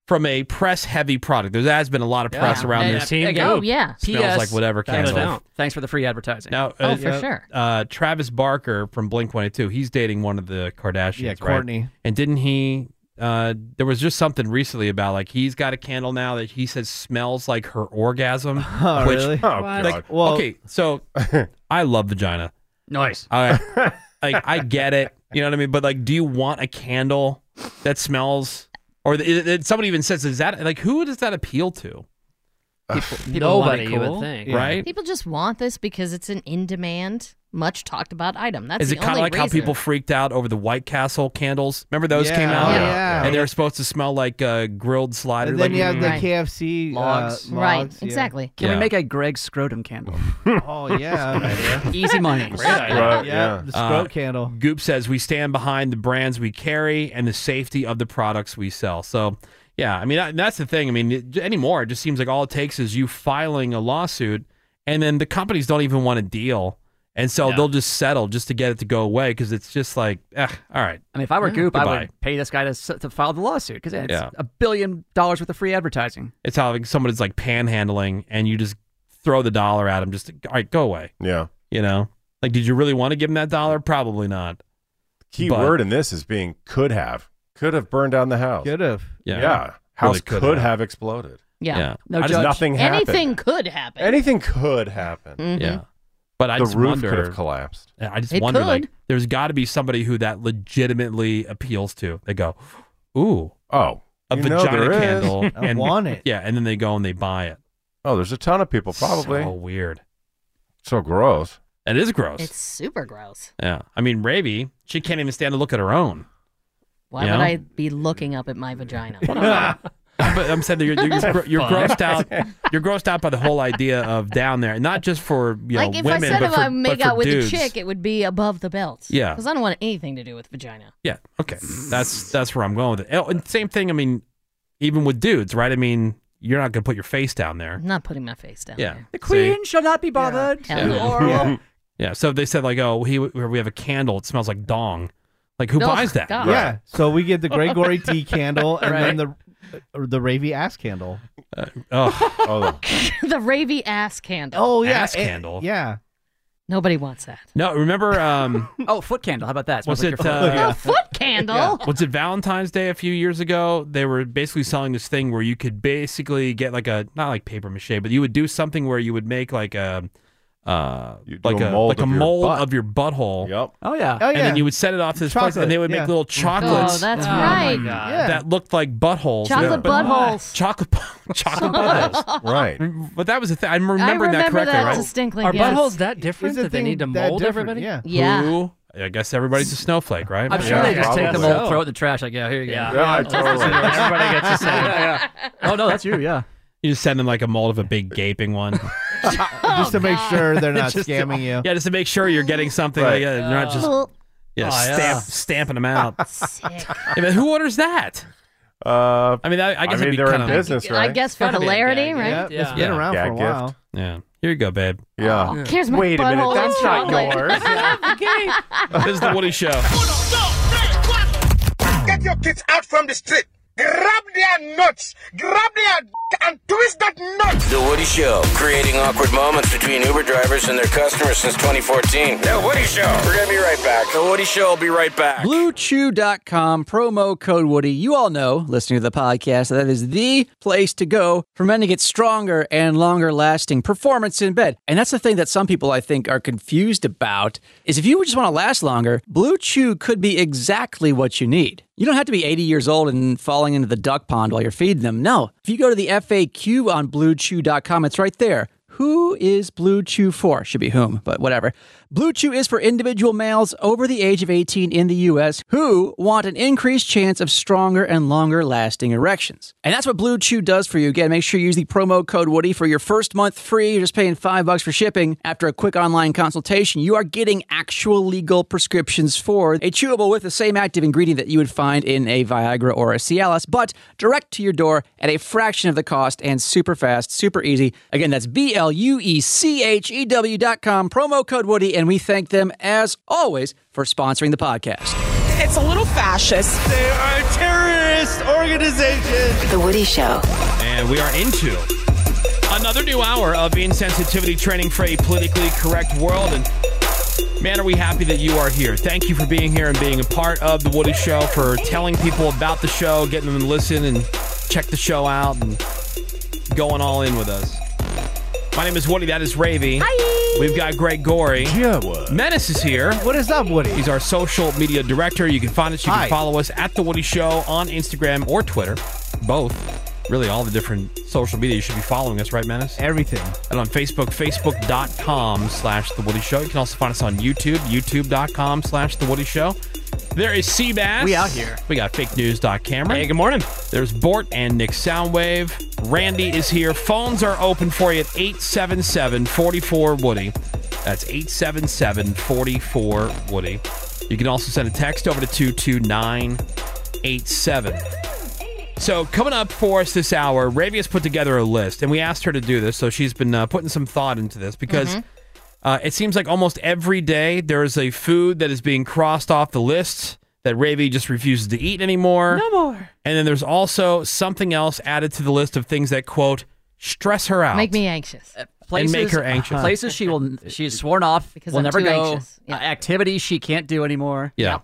from a press heavy product. There has been a lot of press around
And-
this.
and again,
Smells
PS,
like whatever
thanks
candle.
for- Thanks for the free advertising.
Now,
Oh,
uh, Uh, Travis Barker from Blink 182, he's dating one of the Kardashians.
Yeah,
right?
Kourtney.
And didn't he? Uh, there was just something recently about like he's got a candle now that he says smells like her orgasm.
Oh,
which,
really? Oh, What?
like,
God.
well, okay, so I love vagina.
Nice.
I, like I get it, you know what I mean. But like, do you want a candle that smells? Or th- it- it- somebody even says, is that like who does that appeal to?
people want it Nobody, you would cool, think.
right?
People just want this because it's an in-demand, much talked about item. That's
is it
the
kind of
only
like how
reason.
people freaked out over the White Castle candles? Remember those
Yeah.
came out?
Yeah. Yeah.
And they were supposed to smell like uh, grilled slider.
And then
like,
you have the
Right.
KFC uh,
Logs.
Right,
logs, yeah.
exactly.
Can
Yeah.
we make a Greg Scrotum candle?
Oh yeah,
Easy money.
Great idea. Right, yeah. The scrote
candle. Uh, Goop says we stand behind the brands we carry and the safety of the products we sell. So, yeah, I mean that- that's the thing. I mean it, anymore, it just seems like all it takes is you filing a lawsuit, and then the companies don't even want to deal, and so they'll just settle just to get it to go away because it's just like, eh, all right.
I mean, if I were
Yeah.
Goop, I
Goodbye.
would pay this guy to, s- to file the lawsuit because it's
Yeah.
a billion dollars worth of free advertising.
It's how like, somebody's like panhandling and you just throw the dollar at him. Just all right, go away.
Yeah.
You know, like did you really want to give him that dollar? Probably not.
Key
But-
word in this is being could have. Could have burned down the house. Could
have.
Yeah.
Yeah. House could, have. exploded.
Yeah.
No, I just- nothing happened.
Anything could happen.
Anything could happen.
Mhm.
Yeah. But I
the
just
roof
wonder,
could have collapsed.
I just
It
wonder, like,
could.
there's got to be somebody who that legitimately appeals to. They go, ooh,
oh,
a
you know
vagina
there is.
candle.
I
and,
want it.
Yeah, and then they go and they buy it.
Oh, there's a ton of people probably.
So weird.
So gross.
It is gross.
It's super gross.
yeah, I mean, Ravi, she can't even stand to look at her own.
Why
You
would
know?
I be looking up at my vagina?
but I'm saying that you're, you're, gro- you're
Fun.
grossed out. You're grossed out by the whole idea of down there, not just for you know
like if
women,
I said
but
if
for,
I make
but for
out with
dudes.
a chick, it would be above the belt.
Yeah.
Because I don't want anything to do with vagina.
Yeah. Okay. That's that's where I'm going with it. Oh, and same thing. I mean, even with dudes, right? I mean, you're not gonna put your face down there.
I'm not putting my face down.
Yeah.
The queen shall not be bothered.
Yeah. Yeah. Yeah, So if they said like, oh, he, we have a candle. It smells like dong. Like who
Oh,
buys that?
God. Yeah. So we get the Gregory tea candle and
Right.
then the or the Ravy ass candle.
oh.
the ravy ass candle.
Oh yeah,
Ass
eh,
candle.
Yeah.
Nobody wants that.
No. Remember. Um.
Oh, foot candle. How about that?
was
Smells like
it?
your
uh,
foot.
Oh, Foot candle.
Was it Valentine's Day a few years ago? They were basically selling this thing where you could basically get like a not like paper mache, but you would do something where you would make like a uh
do
like
a
a,
mold
like a
of your
mold
butt.
of your butthole.
Yep.
Oh yeah.
and then you would set it off to this place,
Chocolate,
and they would
yeah.
make little chocolates.
Oh, that's Oh, my right. God. Yeah.
That looked like buttholes.
Chocolate
but-
buttholes.
Chocolate, bu- chocolate buttholes.
Right.
But that was the thing. I'm remembering
remember
that correctly,
that
right?
distinctly,
Are
yes.
buttholes that different that they need to mold everybody?
Yeah.
Who- I guess everybody's a snowflake, right?
I'm sure they just take them all, throw it in the trash. Like, yeah, here you go.
Yeah. Yeah, totally.
Everybody gets the same.
Yeah,
Oh no, that's you. Yeah.
You just send them like a mold of a big gaping one.
Uh, just to make sure they're not
Oh, Just to-
scamming you.
Yeah, just to make sure you're getting something.
Right.
Like, uh, you're not just
Oh.
yeah,
Oh,
stamp,
yeah.
stamping them out. I mean, who orders that?
Uh,
I mean, I, I guess
I mean,
it'd be
they're in
kind of
business,
I guess for hilarity, right?
It's been around
Gag
for a
gift.
while.
Yeah. Here you go, babe.
Yeah.
Here's my
Wait a minute,
butthole
that's
and
not
chocolate.
this is the Woody Show.
Get your kids out from the street. Grab their nuts. Grab their d- and twist that nut.
The Woody Show, creating awkward moments between Uber drivers and their customers since 2014. The Woody Show. We're going to be right back. The Woody Show will be right back.
BlueChew.com, promo code Woody. You all know, listening to the podcast, that is the place to go for men to get stronger and longer lasting performance in bed. And that's the thing that some people I think are confused about is if you just want to last longer, Blue Chew could be exactly what you need. You don't have to be 80 years old and falling into the duck pond while you're feeding them. No. If you go to the FAQ on BlueChew.com, it's right there. Who is Blue Chew for? Should be whom, but whatever. Blue Chew is for individual males over the age of 18 in the U.S. who want an increased chance of stronger and longer lasting erections. And that's what Blue Chew does for you. Again, make sure you use the promo code Woody for your first month free. You're just paying five bucks for shipping. After a quick online consultation, you are getting actual legal prescriptions for a chewable with the same active ingredient that you would find in a Viagra or a Cialis, but direct to your door at a fraction of the cost and super fast, super easy. Again, that's B L U E C H E W dot com, promo code Woody, and we thank them as always for sponsoring the podcast.
It's a little fascist. They are a terrorist organization. The Woody Show.
And we are into another new hour of insensitivity training for a politically correct world. And man, are we happy that you are here. Thank you for being here and being a part of The Woody Show, for telling people about the show, getting them to listen and check the show out, and going all in with us. My name is Woody. That is Ravy. We've got Greg Gorey.
Yeah,
Menace is here.
What is up, Woody?
He's our social media director. You can find us. You
Hi.
can follow us at The Woody Show on Instagram or Twitter. Both. Really, all the different social media. You should be following us, right, Menace?
Everything.
And on Facebook, facebook.com slash The Woody Show. You can also find us on YouTube, youtube.com slash The Woody Show. There is Seabass.
We out here.
We got fake news. Cameron. Hey, good morning. There's Bort and Nick Soundwave. Randy is here. Phones are open for you at 877 44 Woody. That's 877 44 Woody. You can also send a text over to 22987. So, coming up for us this hour, Ravia's put together a list, and we asked her to do this. So, she's been uh, putting some thought into this because.
Mhm.
Uh, it seems like almost every day there is a food that is being crossed off the list that Ravi just refuses to eat anymore. No more. And then there's also something else added to the list of things that quote stress her out.
Make me anxious.
Uh,
And make her anxious.
Places she will, she's sworn off,
Because
will
I'm
never
too
go.
anxious.
Uh, activities she can't do anymore.
yeah.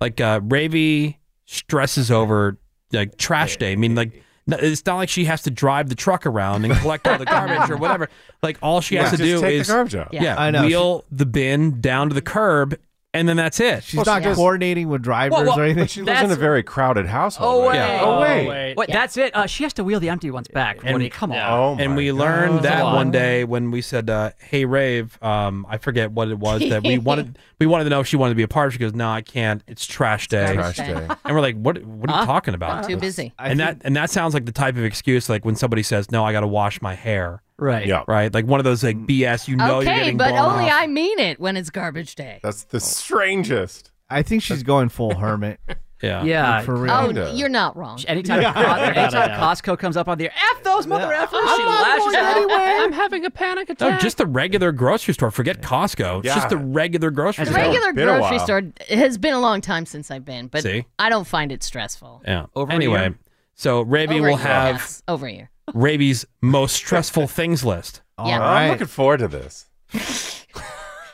Like uh, Ravi stresses over like trash day. I mean, like No, It's not like she has to drive the truck around and collect all the garbage or whatever. Like all she has
Yeah.
to
Just
do
take the
is
garbage out.
Yeah,
Yeah. I know.
wheel the bin down to the curb, and then that's it.
She's not coordinating with drivers
well,
or anything.
but she lives in a That's- very
crowded household.
Oh, right? wait. Oh, wait.
Wait, that's it. Uh, she has to wheel the empty ones back. Woody, come on.
and we
That's
learned
a
that
lot.
one day when we said, uh, "Hey, Rave," um, I forget what it was that we wanted. We wanted to know if she wanted to be a part. of it. She goes, "No, I can't. It's trash day."
trash Trash day. day.
And we're like, "What? What are you
Huh?
talking about?"
Too busy. I
And that and that sounds like the type of excuse like when somebody says, "No, I got to wash my hair."
Right.
Yeah. Right. Like one of those like BS. You know, you're
okay,
getting
but
blown
only
off.
I mean it when it's garbage day.
That's the strangest.
I think she's going full hermit.
yeah.
Yeah.
for real.
Oh, you're not wrong.
Anytime,
Yeah.
Cos-
Yeah.
anytime
Yeah.
Costco comes up on the air, F those mother effers.
I'm
she
not
lashes
going
out.
anywhere. I'm having a panic
No, just the regular grocery store. Forget Costco. It's just
Yeah.
the regular grocery
The
store.
regular grocery store it has been a long time since I've been, but
See?
I don't find it stressessful.
Yeah.
Over a
anyway,
year.
so
Over
Ravi
a
will
year,
have
yes, over a year.
Ravi's most stressful things list.
Yeah. All right.
I'm looking forward to this.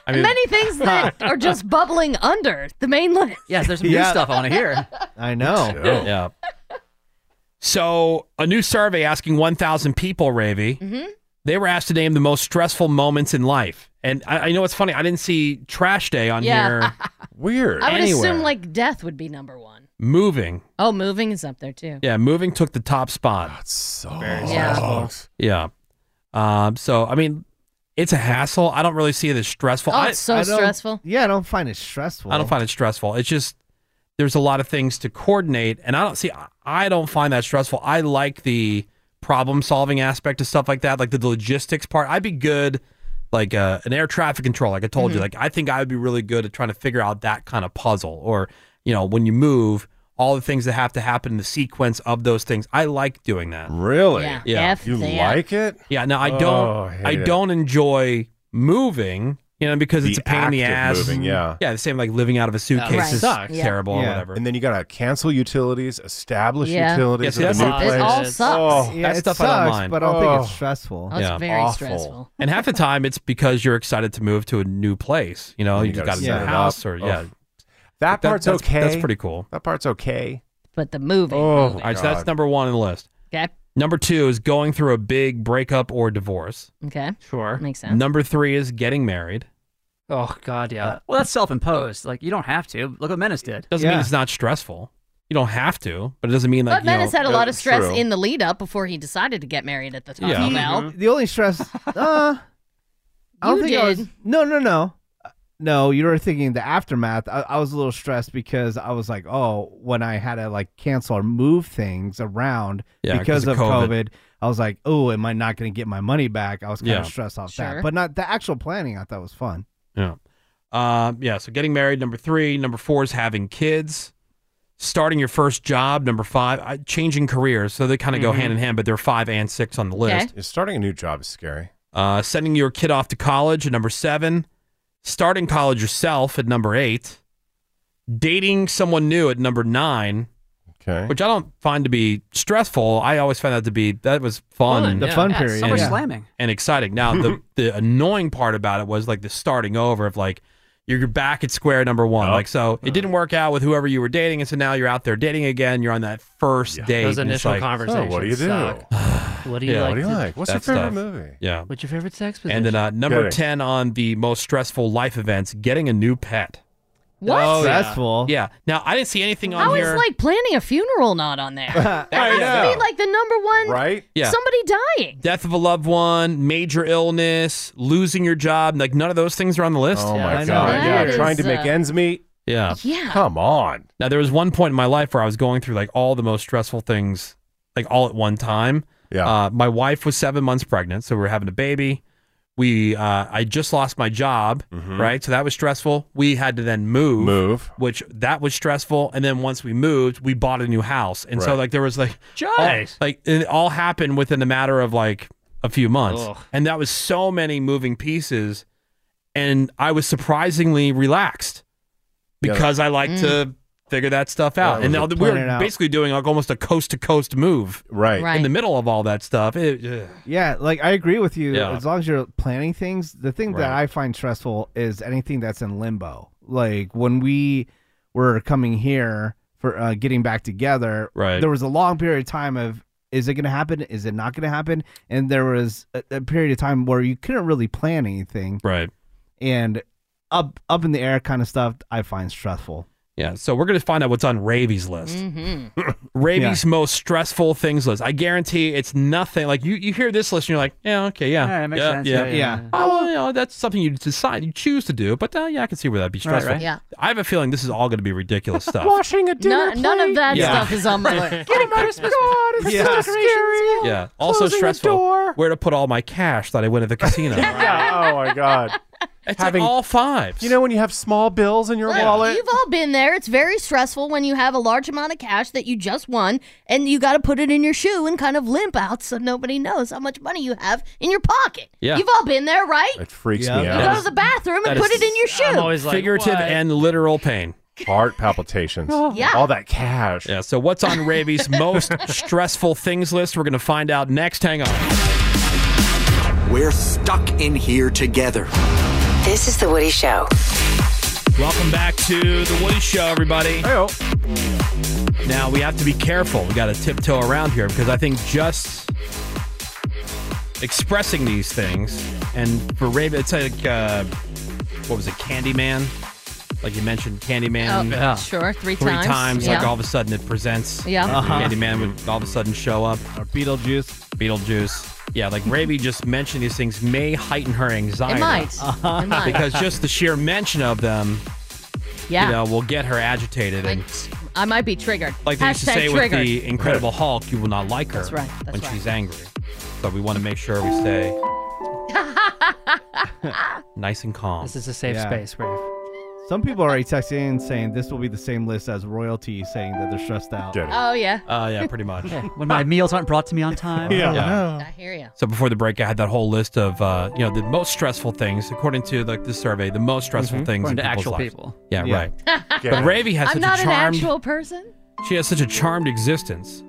I mean,
Many things that are just bubbling under the main list.
Yes, there's some new stuff I want to hear.
I know.
Yeah. So, a new survey asking 1,000 people, Ravi,
Mm-hmm.
they were asked to name the most stressful moments in life. And I, I know it's funny. I didn't see trash day on
Yeah.
here. Weird.
I would
Anywhere.
assume like death would be number one.
moving.
Oh, moving is up there too.
Yeah, moving took the top spot. That's so
Yeah.
Yeah. Um, so, I mean, it's a hassle. I don't really see it as Oh, stressful. I, I don't-
Yeah, I don't find it stressful.
I don't find it stressful. It's just there's a lot of things to coordinate, and I don't see. I- I don't find that stressful. I like the problem solving aspect of stuff like that, like the logistics part. I'd be good, like uh, an air traffic control. Like I told you,
Mhm.
like I think I would be really good at trying to figure out that kind of puzzle, or you know, when you move, all the things that have to happen in the sequence of those things. I like doing that.
Really?
Yeah.
F You that. like it?
Yeah. No, I don't.
Oh, I
I,
hate it.
don't enjoy moving. You know, because
The
it's a pain in the
act
ass. Mm-hmm.
of moving, yeah.
Yeah. The same like living out of a suitcase is terrible or
Yeah.
whatever.
And then you got to cancel utilities, establish
Yeah. Yeah,
utilities
see,
at
that's
the new
all-
place.
it all sucks.
Oh,
Yeah, That it stuff I don't sucks, mind.
but I don't think it's
Oh.
stressful.
Yeah. And half the time it's because you're excited to move to a new place. You know,
And
you,
you
just got
gotta
a new
set it
house
up.
or
Oh.
yeah.
That
But
part's
that's-
okay.
That's pretty cool.
That part's okay.
But the moving.
Oh,
All right, so that's number one on the list.
Okay.
Number two is going through a big breakup or divorce.
Okay.
Sure.
Makes sense.
Number three is getting married.
Oh God, yeah. well, that's self-imposed. Like you don't have to. Look what Menace did.
Doesn't mean it's not stressful. You don't have to, but it doesn't mean that.
but Menace
you know,
had a lot of stress in the lead up before he decided to get married at the Taco
Yeah.
Mm-hmm.
Bell.
Mm-hmm. The only stress. Uh, I don't
You
think I was.
did.
No, no, no. Uh, No, you were thinking the aftermath. I, I was a little stressed because I was like, oh, when I had to like cancel or move things around
Yeah, 'cause
because
of
of
COVID.
COVID. I was like, oh, am I not going to get my money back? I was kind
Yeah.
of stressed off
Sure.
that, but not the actual planning. I thought was fun.
Yeah. Uh, yeah. So getting married, number three. Number four is having kids. Starting your first job, number five. Uh, changing careers. So they kind of go
Mhm.
hand in hand, but they're five and six on the list.
Is starting a new job is scary.
Uh, sending your kid off to college at number seven. Starting college yourself at number eight. Dating someone new at number nine.
Okay.
Which I don't find to be stressful. I always find that to be that was fun.
Fun, The yeah. fun Yeah, period, so much yeah. slamming.
and exciting. Now the the annoying part about it was like the starting over of like you're back at square number one. Like so it didn't work out with whoever you were dating, and so now you're out there dating again. You're on that first date.
Those
and it's
initial
like,
conversations. suck. what do you
Yeah.
like? to-
That stuff. Yeah.
What's your favorite sex position?
And then uh, number
Kidding.
ten on the most stressful life events: getting a new pet.
What? Oh, yeah.
Stressful.
Yeah. Now I didn't see anything on
How is
here.
like planning a funeral not on there? That
I
must
know.
be like the number one.
Right? Yeah.
Somebody dying.
Death of a loved one, major illness, losing your job, like none of those things are on the list.
Oh my god! Yeah, trying to make ends meet.
Yeah.
Yeah.
Come
on.
Now there was one point in my life where I was going through like all the most stressful things, like all at one time. Yeah. Uh, my wife was seven months pregnant, so we were having a baby. We, uh, I just lost my job, right? So that was stressful. We had to then move,
Mm-hmm. move,
which that was stressful. And then once we moved, we bought a new house, and so
Right.
like there was like, all,
Jeez.
like it all happened within a matter of like a few months,
Ugh.
and that was so many moving pieces, and I was surprisingly relaxed because I like to figure that stuff out. and
Yeah, it
now
was
that
a
we
plan
were
out.
basically doing like almost a coast to coast move,
right.
Right.
in the middle of all that stuff. It- ugh.
Yeah, like I agree with you.
Yeah.
As long as you're planning things, the thing that I find stressful is anything that's in limbo. Like when we were coming here for uh, getting back together,
Right.
there was a long period of time of Is it going to happen? Is it not going to happen? And there was a, a period of time where you couldn't really plan anything,
right?
And up up in the air kind of stuff I find stressful.
Yeah, so we're gonna find out what's on Ravi's list.
Mm-hmm.
Mm-hmm.
Ravi's most stressful things list. I guarantee it's nothing. Like you, you hear this list and you're like, yeah, okay, yeah,
All right, makes
yeah,
sense.
yeah,
Yeah, yeah, yeah.
Oh, well, you know, that's something you decide, you choose to do. But uh, yeah, I can see where that'd be
Right,
stressful.
right. Yeah.
I have a feeling this is all gonna be ridiculous stuff.
Washing a dinner none, none of that
Yeah.
stuff is on my
Right.
list.
Get him out of God, it's
Yeah.
so scary.
yeah, also
Closing the
stressful. Where to put all my cash that I win at the casino?
Yeah. Oh my God.
It's like all fives.
You know when you have small bills in your
Look,
wallet.
You've all been there. It's very stressful when you have a large amount of cash that you just won and you got to put it in your shoe and kind of limp out so nobody knows how much money you have in your pocket.
Yeah.
You've all been there, right?
It freaks
Yeah.
me
Yeah.
You
out.
go to the bathroom
That
and put
is-
it in your shoe.
figurative and literal pain.
Heart palpitations.
Oh. Yeah.
All that cash.
Yeah. So what's on Ravi's most stressful things list? We're gonna find out next. Hang on.
We're stuck in here together.
This is The Woody Show.
Welcome back to the Woody Show, everybody. Now we have to be careful. We got to tiptoe around here because I think just expressing these things and for Ravi, it's like uh, what was it, Candyman? Like you mentioned, Candyman.
Oh, sure, three times,
Like
yeah.
all of a sudden, it presents.
Yeah. Uh-huh.
Candyman would all of a sudden show up. Or
Beetlejuice.
Beetlejuice. Yeah, like Ravi just mentioned these things may heighten her anxiety.
might. It might.
because just the sheer mention of them,
yeah.
you know, will get her agitated and.
I might be triggered.
Like they
Hashtag
used to say
triggered.
with the Incredible Hulk, you will not like her
That's right, that's
when
right.
she's angry. So we want to make sure we stay nice and calm.
This is a safe
Um, Yeah.
space, Rave.
Some people are already texting and saying this will be the same list as royalty saying that they're stressed out.
Oh, yeah.
Uh, yeah, pretty much.
Yeah, when my meals aren't brought to me on time.
Yeah.
I hear you.
So before the break, I had that whole list of uh, you know the most stressful things according to like the survey, the most stressful
Mm-hmm.
Mhm.
things
According
in
to actual
people's lives.
people.
Yeah,
Yeah.
right.
Get
but
it.
Ravy has
I'm
such
not
a charmed.
an actual person.
She has such a charmed existence.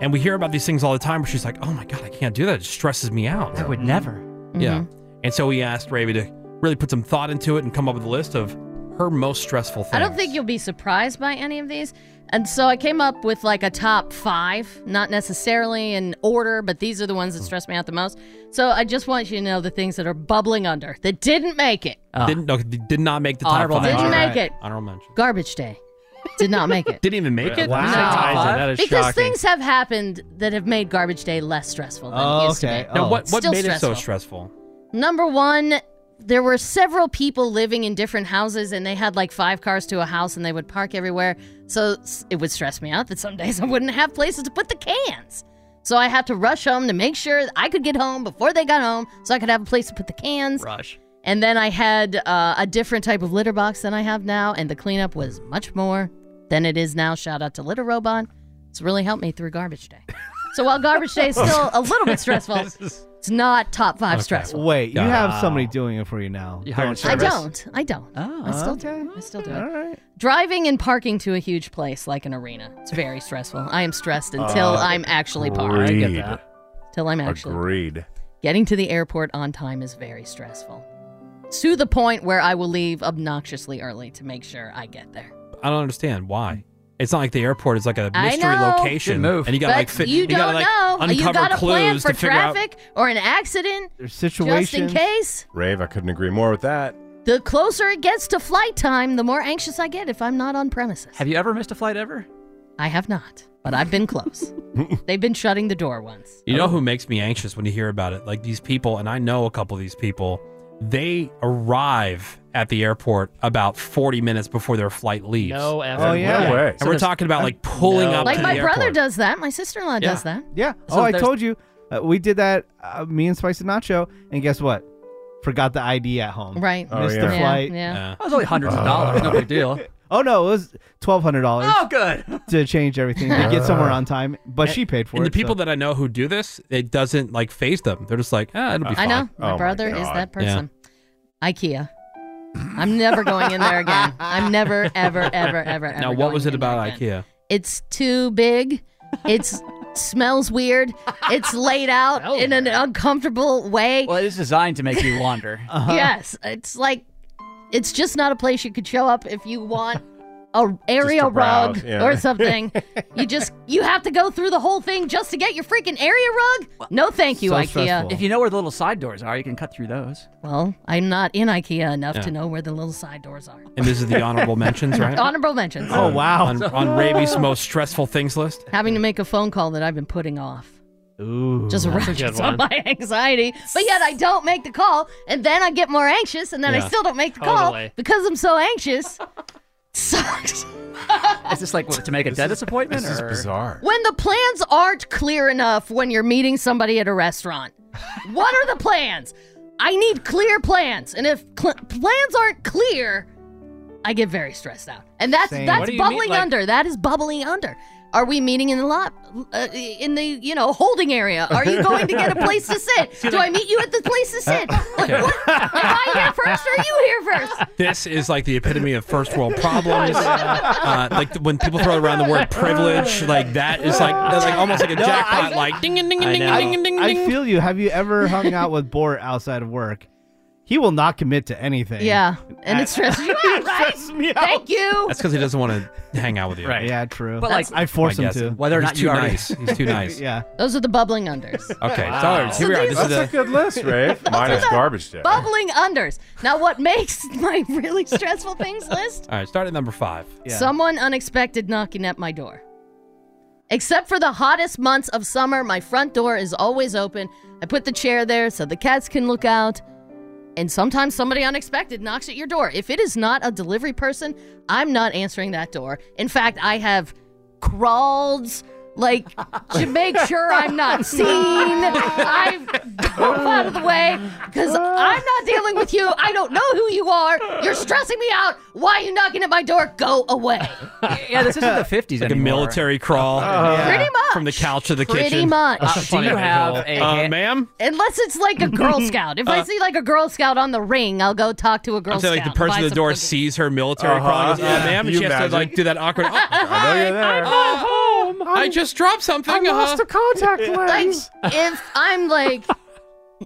And we hear about these things all the time where she's like, oh my God, I can't do that. It stresses me out. I
would never.
Yeah. And so we asked Ravi to really put some thought into it and come up with a list of her most stressful things.
I don't think you'll be surprised by any of these. And so I came up with like a top five, not necessarily in order, but these are the ones that stress me out the most. So I just want you to know the things that are bubbling under that didn't make it.
Didn't, no, did not make the top
Honorable
five.
mention. Didn't make it.
Honorable mention.
Garbage day. Did not make it.
Didn't even make it?
No.
That is
because
shocking.
things have happened that have made garbage day less stressful than it used to be.
Now, what, what
Still
made
stressful.
it so stressful?
Number one, there were several people living in different houses, and they had like five cars to a house, and they would park everywhere. So s- it would stress me out that some days I wouldn't have places to put the cans. So I had to rush home to make sure that I could get home before they got home, so I could have a place to put the cans.
Rush.
And then I had uh, a different type of litter box than I have now, and the cleanup was much more than it is now. Shout out to Litter Robot. It's really helped me through garbage day. So while garbage day is still a little bit stressful, it's not top five stressful.
Wait, you
Wow.
have somebody doing it for you now.
You hired
Don't-
I don't. I don't. I still do. I still do it. Driving and parking to a huge place like an arena. It's very stressful. I am stressed until
Uh,
I'm actually parked.
agreed. I get that.
Till I'm actually
Agreed.
getting to the airport on time is very stressful. To the point where I will leave obnoxiously early to make sure I get there.
I don't understand why. It's not like the airport is like a
I
mystery
know.
location,
Good move.
and you got
but
like fit,
you,
you gotta,
don't
like
know.
uncover
You got a
clues
plan for
to figure out
traffic or an accident,
There's
just in case.
Rave, I couldn't agree more with that.
The closer it gets to flight time, the more anxious I get if I'm not on premises.
Have you ever missed a flight ever?
I have not, but I've been close. They've been shutting the door once.
Oh.
You know who makes me anxious when you hear about it? Like these people, and I know a couple of these people, they arrive at the airport about 40 minutes before their flight leaves.
No effing Oh, yeah.
way.
And we're talking about like pulling up
like
to
my
the
brother
airport.
does that. My sister in law
Yeah.
does that.
Yeah. oh, I told you. Uh, we did that, uh, me and Spicy Nacho, and guess what? Forgot the ID at home.
Right. Oh,
Missed the
yeah.
flight.
Yeah, yeah.
That was only hundreds of dollars. No big deal.
Oh, no, it was $1,200.
Oh, good.
To change everything, to get somewhere on time, but
And-
she paid for
Uh. and
it.
the people
so-
that I know who do this, it doesn't like phase them. They're just like, ah, it'll be
I
fine.
know.
Oh
My brother is that person. IKEA. I'm never going in there again. I'm never, ever, ever, ever, ever.
Now, what
going
was it
in there
about
again.
IKEA?
It's too big. It's smells weird. It's laid out in an uncomfortable way.
Well, it is designed to make you wander.
Uh-huh.
Uh-huh. Yes, it's like it's just not a place you could show up if you want a area
browse,
rug
yeah.
or something. you just you have to go through the whole thing just to get your freaking area rug? No, thank you, uh, IKEA.
If you know where the little side doors are, you can cut through those.
Well, I'm not in IKEA enough
Yeah.
to know where the little side doors are.
And this is the honorable mentions, right? Oh,
Honorable mentions.
Oh,
On- On, on Raby's most stressful things list.
Having to make a phone call that I've been putting off.
Ooh,
Just ratchets up my anxiety, but yet I don't make the call, and then I get more anxious, and then
Yeah.
I still don't make the
Totally.
call because I'm so anxious. Sucks.
Is this like what, to make a dentist appointment?
this is
or?
bizarre.
When the plans aren't clear enough when you're meeting somebody at a restaurant, what are the plans? I need clear plans, and if cl- plans aren't clear, I get very stressed out, and that's
Same. What
that's
do you mean,
bubbling
like-
under. That is bubbling under. Are we meeting in the lot, uh, in the you know holding area? Are you going to get a place to sit? Do I meet you at the place to sit?
Okay.
Am I here first or are you here first?
This is like the epitome of first world problems. Uh, like when people throw around the word privilege, like that is like that's like almost like a
No, I-
jackpot. like ding ding ding
I
ding
know.
ding ding ding.
I
ding.
feel you. Have you ever hung out with Bort outside of work? He will not commit to anything.
Yeah, and it stresses you out, right? Thank you.
That's because he doesn't want to hang out with you. Right.
Yeah, true.
But, like-
I force
My
him
guess.
to.
Whether or
He's
not
too
you already-
nice.
he's too nice.
yeah.
Those are the bubbling unders.
Okay. So here we are. This is
That's
the,
a good list, Rafe. Minus garbage day.
Bubbling unders. Now, what makes my really stressful things list?
All right. Start at number five.
Someone unexpected knocking at my door. Except for the hottest months of summer, my front door is always open. I put the chair there so the cats can look out. And sometimes somebody unexpected knocks at your door. If it is not a delivery person, I'm not answering that door. In fact, I have crawled like to make sure I'm not seen. I've dove out of the way because I'm not dealing with you. I don't know who you are. You're stressing me out. Why are you knocking at my door? Go away.
yeah, this isn't the 50s anymore.
Like
Uh,
a military crawl.
Uh-huh.
Yeah. Pretty
much.
From the couch to the
Pretty
kitchen.
much. Uh,
do you have a
uh,
hand-
ma'am?
Unless it's like a Girl Scout. If I
Uh,
see like a Girl Scout on the ring, I'll go talk to a Girl
I'm saying
Scout.
like the person at the door sees her military crawl and goes,
Uh-huh.
"Uh,
Yeah.
ma'am," and
You
she has to
imagine?
like do that awkward. "Oh,
I know you're there.
home. I just dropped something.
I lost
uh,
a contact lens.
if I'm like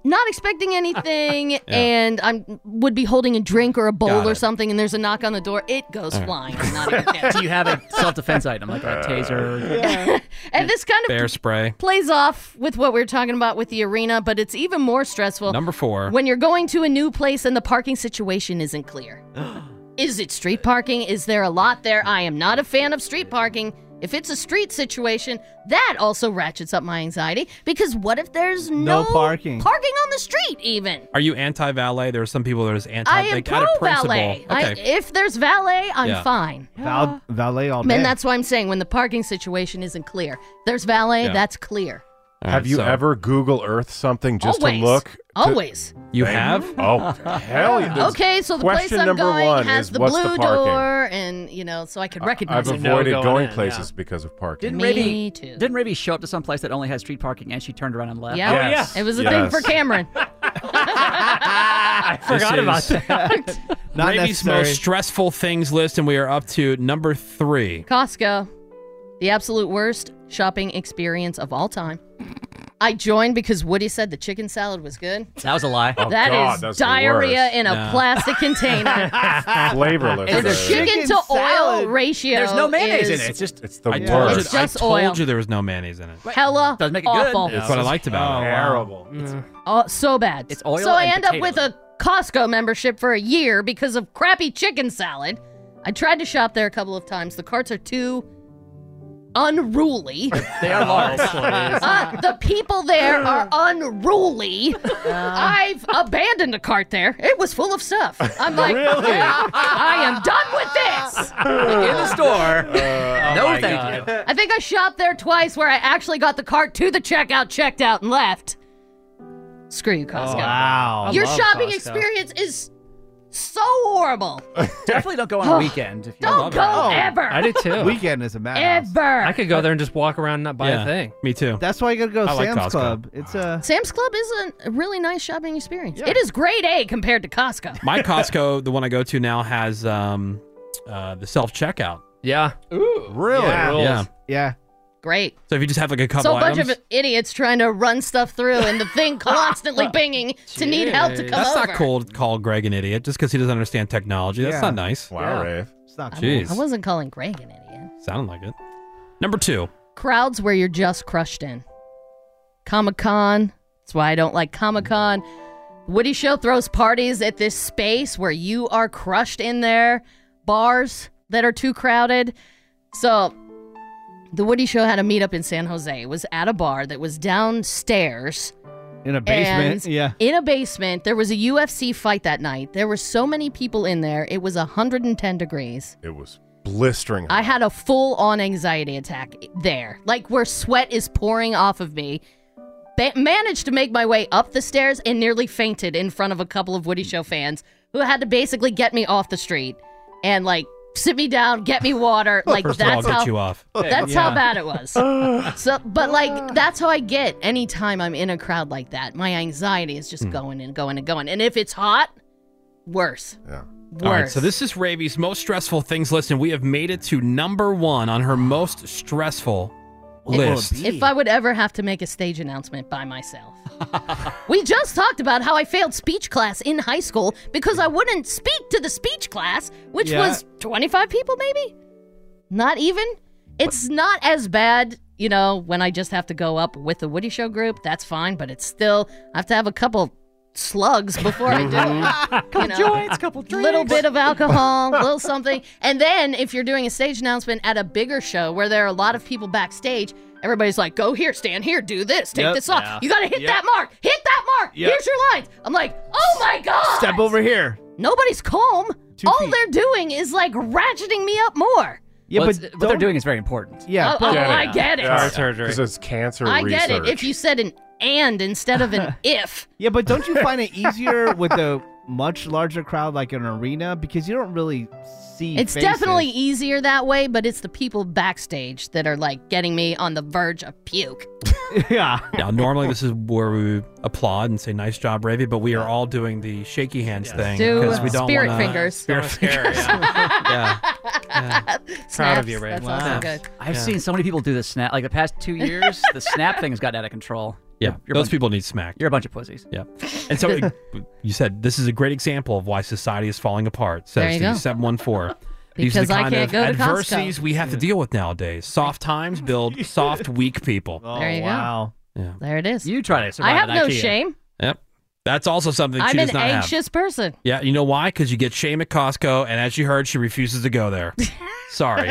not expecting anything and I am would be holding a drink or a
Got
bowl or
it.
something and there's a knock on the door, it goes
All right.
flying. I'm not even kidding.
Do you have a self-defense item like a taser?
and this kind of
Bear spray.
plays off with what we were talking about with the arena, but it's even more stressful.
Number four.
When you're going to a new place and the parking situation isn't clear. Is it street parking? Is there a lot there? I am not a fan of street parking. If it's a street situation, that also ratchets up my anxiety because what if there's no,
No parking.
Parking on the street even.
Are you anti valet? There are some people that are just anti.
I am
like,
pro
out of principle.
valet. I,
Okay.
if there's valet, I'm
Yeah.
fine.
Val- valet all day.
And that's why I'm saying when the parking situation isn't clear, there's valet,
Yeah.
that's clear.
Have you
so-
ever Google Earth something just
Always.
to look? to-
Always.
You
Thank-
have?
Oh, hell yeah.
Ah, Okay, so the place
Question
I'm
number
going
one
has
is
the
what's
blue
the parking?
door, and you know, so I could recognize
I've
it.
avoided going places because of parking.
Didn't
Me
Raby,
too.
didn't Raby show up to some place that only had street parking and she turned around and left?
Yeah, it was a thing for Cameron. I
forgot about
that.
Not
Raby's
necessary.
most stressful things list, and we are up to number three.
Costco, the absolute worst shopping experience of all time. I joined because Woody said the chicken salad was good.
That was a lie.
Oh,
That is diarrhea in a plastic container.
Flavorless.
It's
though.
chicken, to oil ratio.
There's no mayonnaise
is
in it. It's just
It's the
I told
worst.
you,
It's
I
just
told
oil.
you there was no mayonnaise in it.
hella
Doesn't make it good.
awful.
That's what I liked about it.
Terrible.
Mm.
Oh, so bad. It's
oil
So I
and
end up
potato
with a Costco membership for a year because of crappy chicken salad. I tried to shop there a couple of times. The carts are too unruly.
They are large.
Uh, the people there are unruly.
Uh.
I've abandoned a cart there. It was full of stuff. I'm like,
Really?
I am done with this.
in the store.
Oh
no,
my
thank
I think I shopped there twice where I actually got the cart to the checkout, checked out, and left. Screw you, Costco.
wow. I
Your
love
shopping
Costco.
experience is so horrible.
you. Definitely don't go on a weekend. If you
Don't go ever.
Oh, I do too.
Weekend is a madhouse.
Ever.
I could go there and just walk around and not buy
Yeah,
a thing.
Me too.
That's why you gotta go
I like
Sam's
Costco.
Club. It's uh, a
Sam's Club is a really nice shopping experience. It is grade A compared to Costco.
My Costco, the one I go to now, has um, uh, the self checkout.
Yeah.
Ooh,
Really? Yeah. Yeah.
Yeah.
Great.
So if you just have like a couple
so a bunch
items,
of idiots trying to run stuff through and the thing constantly binging to need help to come
that's
over.
not cool to call Greg an idiot just because he doesn't understand technology. That's
Yeah.
not nice.
Wow, Rafe.
not
I-
Jeez.
I wasn't calling Greg an idiot.
Sounded like it. Number two.
Crowds where you're just crushed in. Comic Con. That's why I don't like Comic Con. Woody Show throws parties at this space where you are crushed in there. Bars that are too crowded. So the Woody Show had a meetup in San Jose. It was at a bar that was downstairs.
in a basement.
And
yeah.
In a basement. There was a UFC fight that night. There were so many people in there. It was 110 degrees.
It was blistering.
I had a full on anxiety attack there, like where sweat is pouring off of me. Ba- managed to make my way up the stairs and nearly fainted in front of a couple of Woody Show fans who had to basically get me off the street and like sit me down, get me water. Like
First of all,
that's
I'll get
how
you off.
That's
Yeah.
how bad it was. so, but like that's how I get anytime I'm in a crowd like that. My anxiety is just
Hmm.
going and going and going. And if it's hot, worse. Yeah. Worse.
All right, so this is Ravi's most stressful things list, and we have made it to number one on her most stressful list.
If I would ever have to make a stage announcement by myself. we just talked about how I failed speech class in high school because I wouldn't speak to the speech class, which
Yeah.
was 25 people maybe? Not even. It's not as bad, you know, when I just have to go up with the Woody Show group. That's fine, but it's still, I have to have a couple slugs before I do. couple
joints, couple
Little
drinks.
bit of alcohol, little something. And then if you're doing a stage announcement at a bigger show where there are a lot of people backstage, everybody's like, go here, stand here, do this, take
Yep.
this off.
Yeah.
You got to hit
Yep.
that mark. Hit that mark.
Yep.
Here's your lines. I'm like, oh my God.
Step over here.
Nobody's calm. All they're doing is like ratcheting me up more.
Yeah,
Well,
but
it's-
what they're
don't-
doing is very important.
Yeah, Oh, but- oh, I get it. Yeah. Heart
surgery.
Because it's cancer
I
research.
get it. If you said an and instead of an if.
Yeah, but don't you find it easier with a much larger crowd like an arena because you don't really see
It's
faces.
definitely easier that way, but it's the people backstage that are like getting me on the verge of puke.
yeah.
Now, normally this is where we applaud and say "nice job, Ravi," but we are all doing the shaky hands thing
Do
because we don't
spirit
wanna-
fingers.
Spirit
Don't
fingers. yeah.
Proud
Snaps, That's also good.
I've
Yeah.
seen so many people do the snap. Like the past two years, the snap thing's gotten out of control.
Yeah,
You're- you're a
those
bunch-
people need smack.
You're a bunch of pussies.
Yeah, and so it- you said this is a great example of why society is falling apart.
There
Says
you
the
go.
seven one four. These are
Because
the
I
kind
can't
of
go to Costco.
adversities we have to deal with nowadays. Soft times build soft, weak people.
There you go. wow.
Yeah.
There it is.
Oh, You try to
I have no shame.
Yep. That's also something she
I'm
does
an
not have.
anxious person.
Yeah, you know why? Because you get shame at Costco, and as you heard, she refuses to go there. Sorry.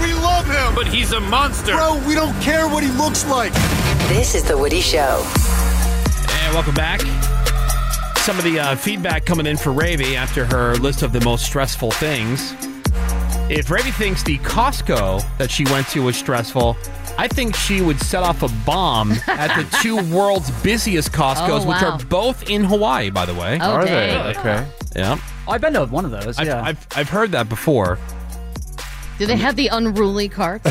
We love him, but he's a monster. Bro, we don't care what he looks like.
This is The Woody Show.
and welcome back. Some of the uh, feedback coming in for Ravi after her list of the most stressful things. If Ravi thinks the Costco that she went to was stressful, I think she would set off a bomb at the two world's busiest Costcos,
Oh,
which
wow.
are both in Hawaii, by the way.
Oh, Are they? dang.
Okay. Yeah.
Oh, I've been to one of those.
I've,
yeah.
I've, I've heard that before.
Do they have the unruly carts?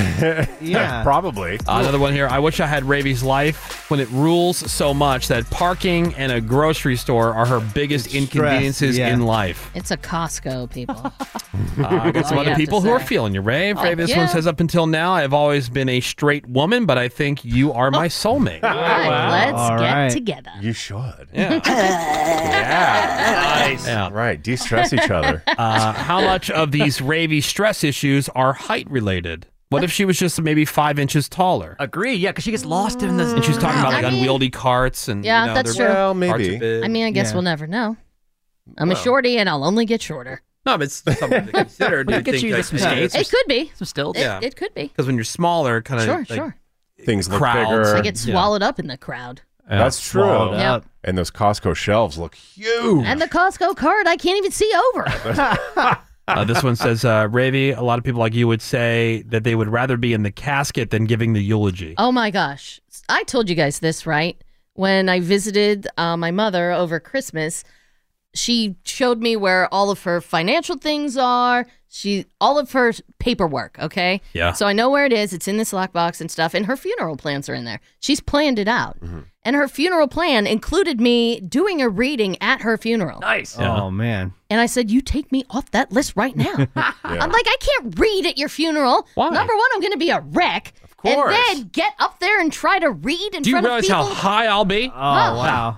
yeah,
probably.
Another one here. I wish I had Ravi's life when it rules so much that parking and a grocery store are her biggest inconveniences
yeah.
in life.
It's a Costco, people.
Uh, I got some
Oh,
other
yeah,
people
to
who are
say.
feeling you, Rave.
Oh,
Rave, this
yeah.
one says, up until now, I've always been a straight woman, but I think you are my soulmate.
Oh. let's get together.
You should.
Yeah.
yeah.
Nice. Yeah.
Right. De stress each other.
Uh, how much of these Ravy stress issues are height related? What if she was just maybe five inches taller?
Agree, yeah, because she gets lost in the.
And she's talking about like
I mean-
unwieldy carts and
Yeah,
you know,
that's
their
true. Well,
carts are
maybe.
big.
I mean, I guess
Yeah.
we'll never know. I'm a
Well.
shorty, and I'll only get shorter.
No, but it's something to consider.
We could get you
like,
some
yeah,
skates.
It could be.
Some stilts.
It,
Yeah.
it could be.
Because when you're smaller, kind of
Sure,
like,
sure.
Things look
crowds.
bigger.
I get swallowed up in the crowd.
That's true.
swallowed Yeah. up.
And those Costco shelves look huge.
And the Costco card, I can't even see over.
Uh, this one says, uh, Ravi, a lot of people like you would say that they would rather be in the casket than giving the eulogy.
Oh my gosh. I told you guys this, right? When I visited uh, my mother over Christmas, she showed me where all of her financial things are. She all of her paperwork, okay?
Yeah.
So I know where it is. It's in this lockbox and stuff, and her funeral plans are in there. She's planned it out.
Mm-hmm.
And her funeral plan included me doing a reading at her funeral.
Nice.
Oh man.
And I said, You take me off that list right now. I'm like, I can't read at your funeral. Number one, I'm going to be a wreck. and then get up there and try to read in
Do you
front
realize
of people.
how high I'll be? Oh,
wow.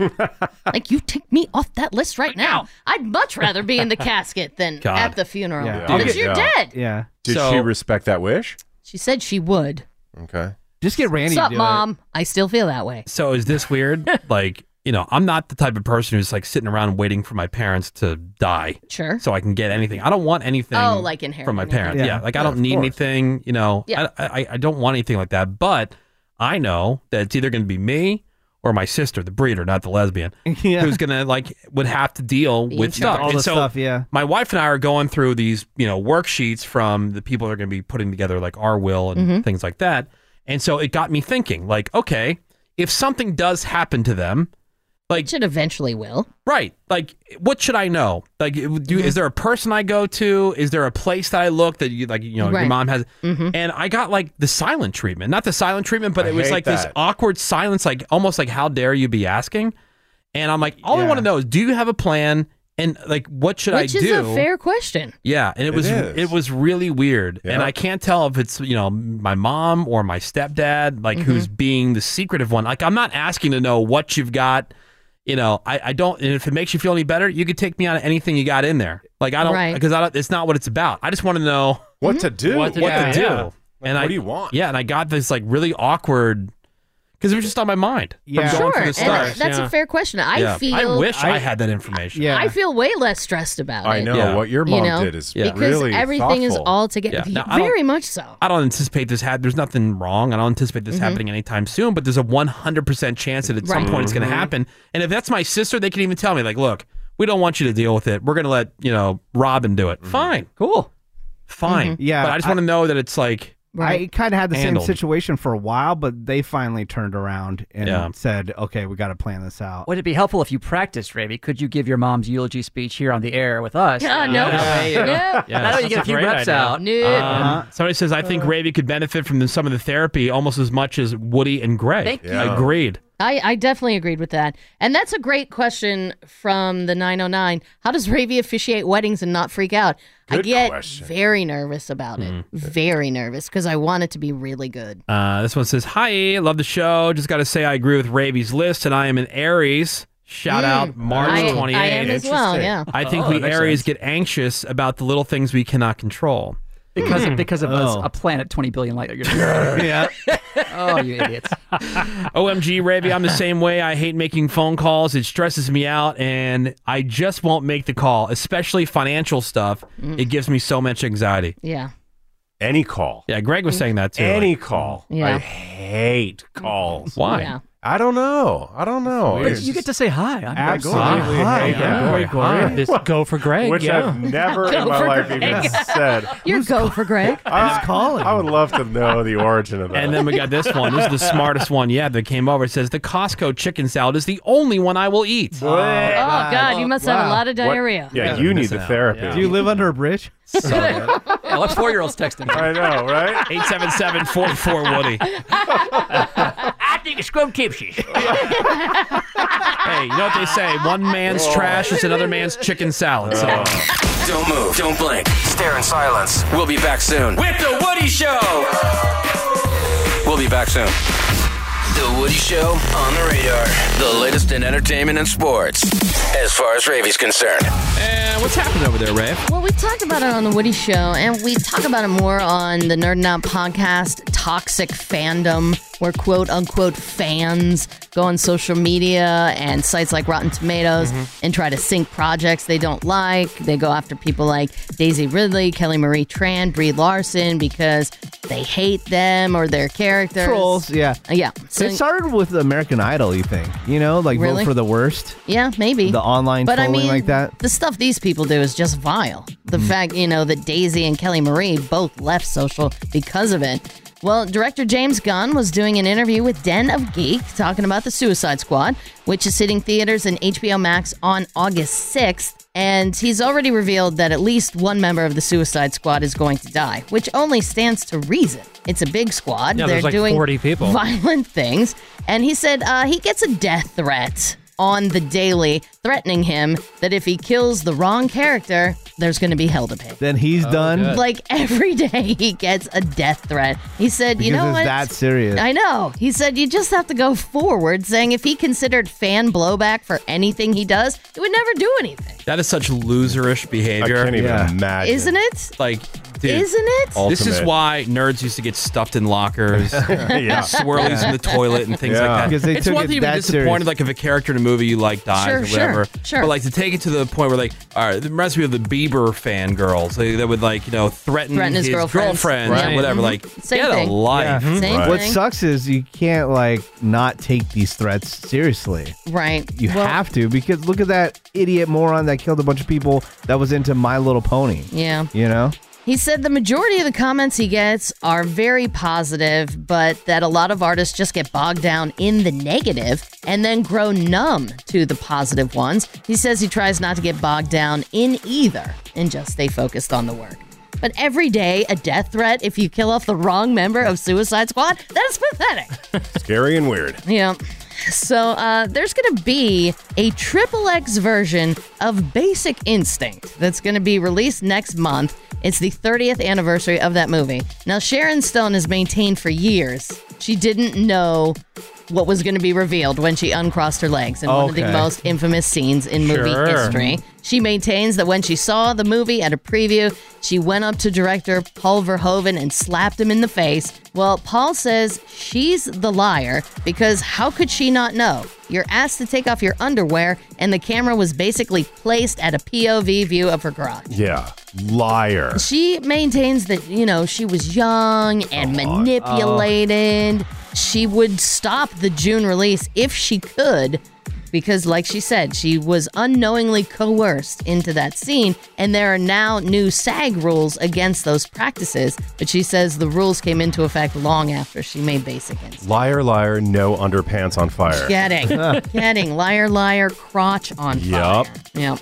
like you take me off that list right now. I'd much rather be in the casket than
God.
at the funeral
Yeah.
because
Did-
you're
yeah.
dead.
Yeah.
Did
So-
she respect that wish?
She said she would.
Okay.
Just get
What's up, mom? I still feel that way.
So is this weird? like, you know, I'm not the type of person who's like sitting around waiting for my parents to die.
Sure.
So I can get anything. I don't want anything.
Oh, like inherit
from my
anything.
parents. Yeah.
Yeah.
Like
Yeah,
I
of
don't need
course.
anything. You know.
Yeah.
I, I I don't want anything like that. But I know that it's either going to be me or my sister, the breeder, not the lesbian, who's going to like would have to deal
Be in
with
charge.
stuff.
All
and
the
so
stuff, yeah.
my wife and I are going through these, you know, worksheets from the people that are going to be putting together like our will and
Mm-hmm.
Mhm.
things like that. And so it got me thinking, like, okay, if something does happen to them, like,
it eventually will, Mm-hmm.
right? Like, what should I know? Like, it would- do is there a person I go to? Is there a place that I look that you like, you know,
Right.
your mom has?
Mm-hmm.
And I got like the silent treatment, not the silent treatment, but
I
it was
hate
like this
that.
awkward silence, like almost like, how dare you be asking? And I'm like, all I want to know is, do you have a plan? And like, what should
which
I
is
do?
a fair question.
Yeah, and it,
It
was
is.
it was really weird, and I can't tell if it's you know my mom or my stepdad,
Mm-hmm.
like who's being the secretive one. Like I'm not asking to know what you've got. You know, I, I don't. And if it makes you feel any better, you could take me out of anything you got in there. Like I don't
Right.
because I don't. It's not what it's about. I just want to know
What to do.
What to
Yeah,
do.
yeah. Like,
and
what
I,
do you want?
Yeah, and I got this like really awkward because it was just on my mind. from
Yeah.
going
Sure,
through the
and
stars.
that's a fair question. I
Yeah.
feel
I wish I, had that information.
I feel way less stressed about
I
it.
know, Yeah. what your
you
mom
know,
did is
because
really
everything is
thoughtful.
all together.
Yeah. Now, I don't-
Very much so.
I don't anticipate this had. There's nothing wrong. I don't anticipate this
Mhm.
happening anytime soon. But there's a 100 percent chance that at some
Right.
point it's going
Mhm.
to happen. And if that's my sister, they can even tell me like, look, we don't want you to deal with it. We're going to let you know Robin do it. Fine,
Mm-hmm. cool,
fine.
Mhm. Yeah,
but I just
I-
want to know that it's like
I kind of had the
handled.
same situation for a while, but they finally turned around and
Yeah.
said, "Okay, we got to plan this out."
Would it be helpful if you practiced, Ravi? Could you give your mom's eulogy speech here on the air with us?
Yeah, no.
That way, you know,
Yeah.
that way you get a few reps out.
Uh-huh.
Um, somebody says I
Uh-huh.
think Ravi could benefit from the, some of the therapy almost as much as Woody and Greg.
Thank you.
Agreed.
I, I definitely agreed with that. And that's a great question from the 909. How does Ravi officiate weddings and not freak out? I
Good
get
question.
very nervous about it.
Mm-hmm.
Very nervous because I want it to be really good.
Uh, this one says, "Hi, love the show. Just got to say I agree with Ravi's list, and I am an Aries." Shout
Mm.
out March
I- I am
28th.
as well, Interesting. yeah.
I think
Oh,
we
that makes
Aries get anxious about the little things we cannot control.
Because
Hmm.
Mm.
of, because of us-
Oh.
a planet 20 billion light years away.
yeah.
oh, you idiots.
OMG, Ravi, I'm the same way. I hate making phone calls. It stresses me out, and I just won't make the call, especially financial stuff.
Mm.
It gives me so much anxiety.
Yeah.
Any call. Yeah, Greg was saying that too.
Any
like-
call.
Yeah.
I hate calls.
Why?
Yeah.
I don't know. I don't know.
But
It's
you get to say hi. I'm
absolutely
Greg Gorey.
hate that.
I'm Greg Gorey.
Hi.
This-
What?
go for Greg.
Which
yeah.
I've never in
Go
my
for
life
Greg.
even said.
Your go for Greg.
I, I would love to know the origin of that.
And then we got this one. This is the smartest one yet that came over. It says the Costco chicken salad is the only one I will eat.
Oh, God, you must have a lot of diarrhea.
Do you live under a bridge?
Yeah, what four year olds texting?
I know, right?
877 44 Woody.
I think it's Scrum Tipsy.
Hey, you know what they say? One man's
Oh.
trash is another man's chicken salad. So.
Oh.
Don't move. Don't blink. Stare in silence. We'll be back soon with The Woody Show. We'll be back soon. The Woody Show on the radar. The latest in entertainment and sports, as far as Ravi's concerned.
And what's
Oh.
happening over there, Ray?
Well, we talked about it on the Woody Show, and we talk about it more on the Nerding Out podcast, Toxic Fandom, where quote unquote fans go on social media and sites like Rotten Tomatoes
Mm-hmm.
and try to sink projects they don't like. They go after people like Daisy Ridley, Kelly Marie Tran, Brie Larson because they hate them or their characters.
Trolls, yeah.
Yeah. So-
it started with American Idol. You think you know, like
Really?
vote for the worst.
Yeah, maybe.
The online
but I
trolling
mean,
like that? Hmm.
The stuff these people do is just vile. The fact, you know, that Daisy and Kelly Marie both left social because of it. Well, director James Gunn was doing an interview with Den of Geek talking about the Suicide Squad, which is hitting theaters and HBO Max on August 6th. And he's already revealed that at least one member of the Suicide Squad is going to die, which only stands to reason. It's a big squad.
Yeah,
They're
there's like
doing
40 people.
violent things. And he said uh, he gets a death threat on the daily, threatening him that if he kills the wrong character, there's going to be hell to pay.
Then he's done.
Like every day he gets a death threat. He said, you
Because
know
it's
what?
that serious.
I know. He said you just have to go forward saying if he considered fan blowback for anything he does, he would never do anything.
That is such loserish behavior. I can't
even
imagine.
Isn't it?
Like, dude,
Isn't it?
This is
Ultimate.
why nerds used to get stuffed in lockers,
Yeah.
swirlies in the toilet, and things
Yeah.
like that.
Because they
it's
took
one
it
thing to be
that
disappointed,
serious.
like if a character in a movie you like dies
Sure,
or
sure,
whatever.
sure.
But like to take it to the point where like, all right, it reminds me of the Bieber fangirls. They, they would like you know threaten,
Threaten his girlfriends.
girlfriend
Right.
or whatever.
Mhm.
Like,
Same
get
thing.
a life.
Yeah. Same
What
thing.
sucks is you can't like not take these threats seriously.
Right.
You have to because look at that idiot moron that killed a bunch of people that was into My Little Pony.
Yeah.
You know?
He said the majority of the comments he gets are very positive, but that a lot of artists just get bogged down in the negative and then grow numb to the positive ones. He says he tries not to get bogged down in either and just stay focused on the work. But every day, a death threat if you kill off the wrong member of Suicide Squad, that is pathetic.
Scary and weird.
Yeah. So uh, there's going to be a triple X version of Basic Instinct that's going to be released next month. It's the 30th anniversary of that movie. Now, Sharon Stone has maintained for years she didn't know what was going to be revealed when she uncrossed her legs in one of the
Okay.
most infamous scenes in movie
Sure.
history. She maintains that when she saw the movie at a preview, she went up to director Paul Verhoeven and slapped him in the face. Well, Paul says she's the liar because how could she not know? You're asked to take off your underwear, and the camera was basically placed at a POV view of her garage.
Yeah. Liar.
She maintains that, you know, she was young and manipulated. She would stop the June release if she could, because, like she said, she was unknowingly coerced into that scene. And there are now new SAG rules against those practices. But she says the rules came into effect long after she made Basic Instinct.
Liar, liar, no underpants on fire.
Getting, getting, liar, liar, crotch on fire.
Yup.
Yeah.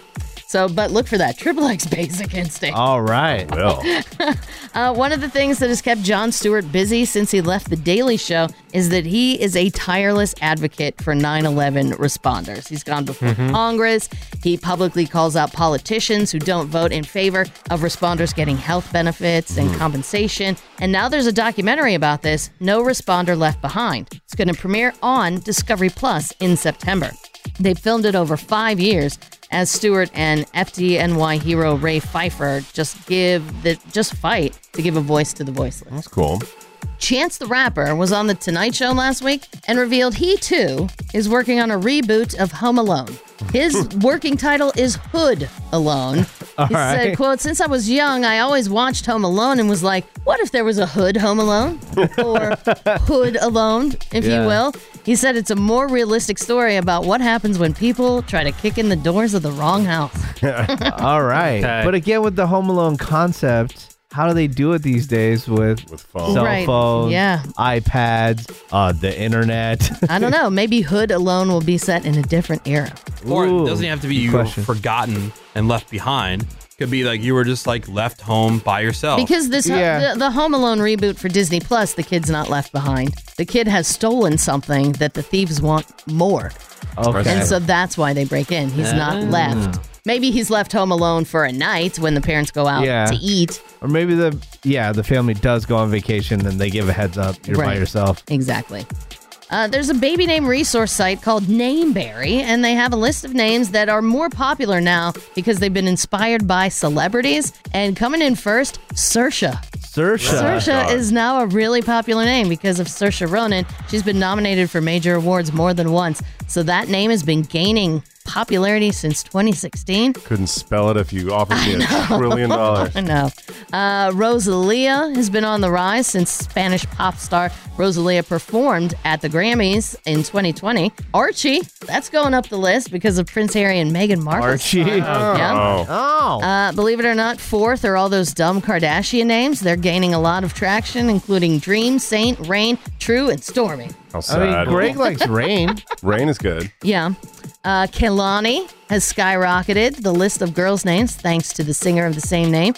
So, but look for that. Triple X Basic Instinct.
Oh,
All right.
Well.
Uh, one of the things that has kept Jon Stewart busy since he left The Daily Show is that he is a tireless advocate for 9 11 responders. He's gone before
Mhm.
Mm-hmm.
Um,
Congress. He publicly calls out politicians who don't vote in favor of responders getting health benefits and
Mhm.
compensation. And now there's a documentary about this No Responder Left Behind. It's going to premiere on Discovery Plus in September. They filmed it over five years as Stewart and FDNY hero Ray Pfeiffer just give the just fight to give a voice to the voiceless. That's
cool.
Chance the Rapper was on the Tonight Show last week and revealed he too is working on a reboot of Home Alone. His working title is Hood Alone.
Hmm. All
he said,
right.
quote, since I was young, I always watched Home Alone and was like, what if there was a Hood Home Alone? Or Hood Alone, if
Yeah.
you will. He said it's a more realistic story about what happens when people try to kick in the doors of the wrong house.
All right.
Okay.
But again, with the Home Alone concept, how do they do it these days with, with
phones.
cell
Right.
phones,
Yeah.
iPads, uh, the internet?
I don't know. Maybe Hood Alone will be set in a different era.
Or it doesn't have to be you were forgotten and left behind. Could be like you were just like left home by yourself.
Because this uh, the, the Home Alone reboot for Disney Plus, the kid's not left behind. The kid has stolen something that the thieves want more.
Okay.
And so that's why they break in. He's not
Ah.
left. Maybe he's left home alone for a night when the parents go out
yeah.
to eat.
Or maybe the yeah the family does go on vacation and they give a heads up. You're by
Right.
yourself.
Exactly. Uh, there's a baby name resource site called Nameberry, and they have a list of names that are more popular now because they've been inspired by celebrities. And coming in first, Sersha.
Sersha.
Saoirse is now a really popular name because of Saoirse Ronan. She's been nominated for major awards more than once, so that name has been gaining popularity since 2016.
Couldn't spell it if you offered me a trillion dollars.
I know. Uh, Rosalia has been on the rise since Spanish pop star Rosalia performed at the Grammys in 2020. Archie, that's going up the list because of Prince Harry and Meghan Markle.
Archie.
Yeah.
Oh.
Uh, believe it or not, fourth are all those dumb Kardashian names. They're gaining a lot of traction, including Dream, Saint, Rain, True, and Stormy.
How sad.
Greg likes rain.
Rain is good.
Yeah. Uh, Kehlani has skyrocketed the list of girls' names thanks to the singer of the same name.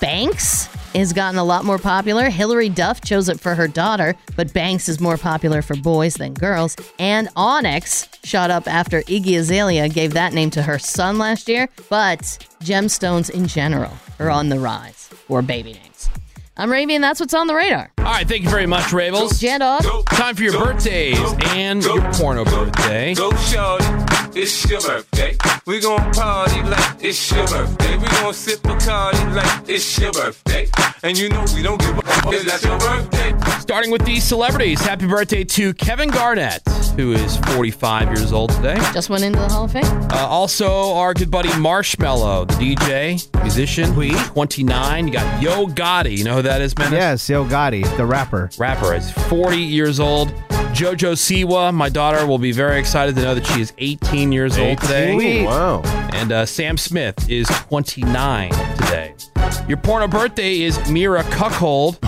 Banks has gotten a lot more popular. Hilary Duff chose it for her daughter, but Banks is more popular for boys than girls. And Onyx shot up after Iggy Azalea gave that name to her son last year, but gemstones in general are on the rise for baby names. I'm Ravi, and that's what's on the radar.
All right, thank you very much, Ravels.
Jet up.
Time for your birthdays and your porno birthday.
Go shorty, it's your birthday. We gon' party like it's your birthday. We gon' sip a party like it's your birthday. And you know we don't give a fuck if that's your birthday.
Starting with these celebrities, happy birthday to Kevin Garnett, who is 45 years old today.
Just went into the Hall of Fame.
Uh, also, our good buddy Marshmello, the DJ, musician, 29. You got Yo Gotti. You know who that is, man?
Yes, Yo Gotti, the rapper.
Rapper is 40 years old. Jojo Siwa, my daughter, will be very excited to know that she is 18 years old today.
18. Wow.
And uh, Sam Smith is 29 today. Your porno birthday is Mira Cuckold.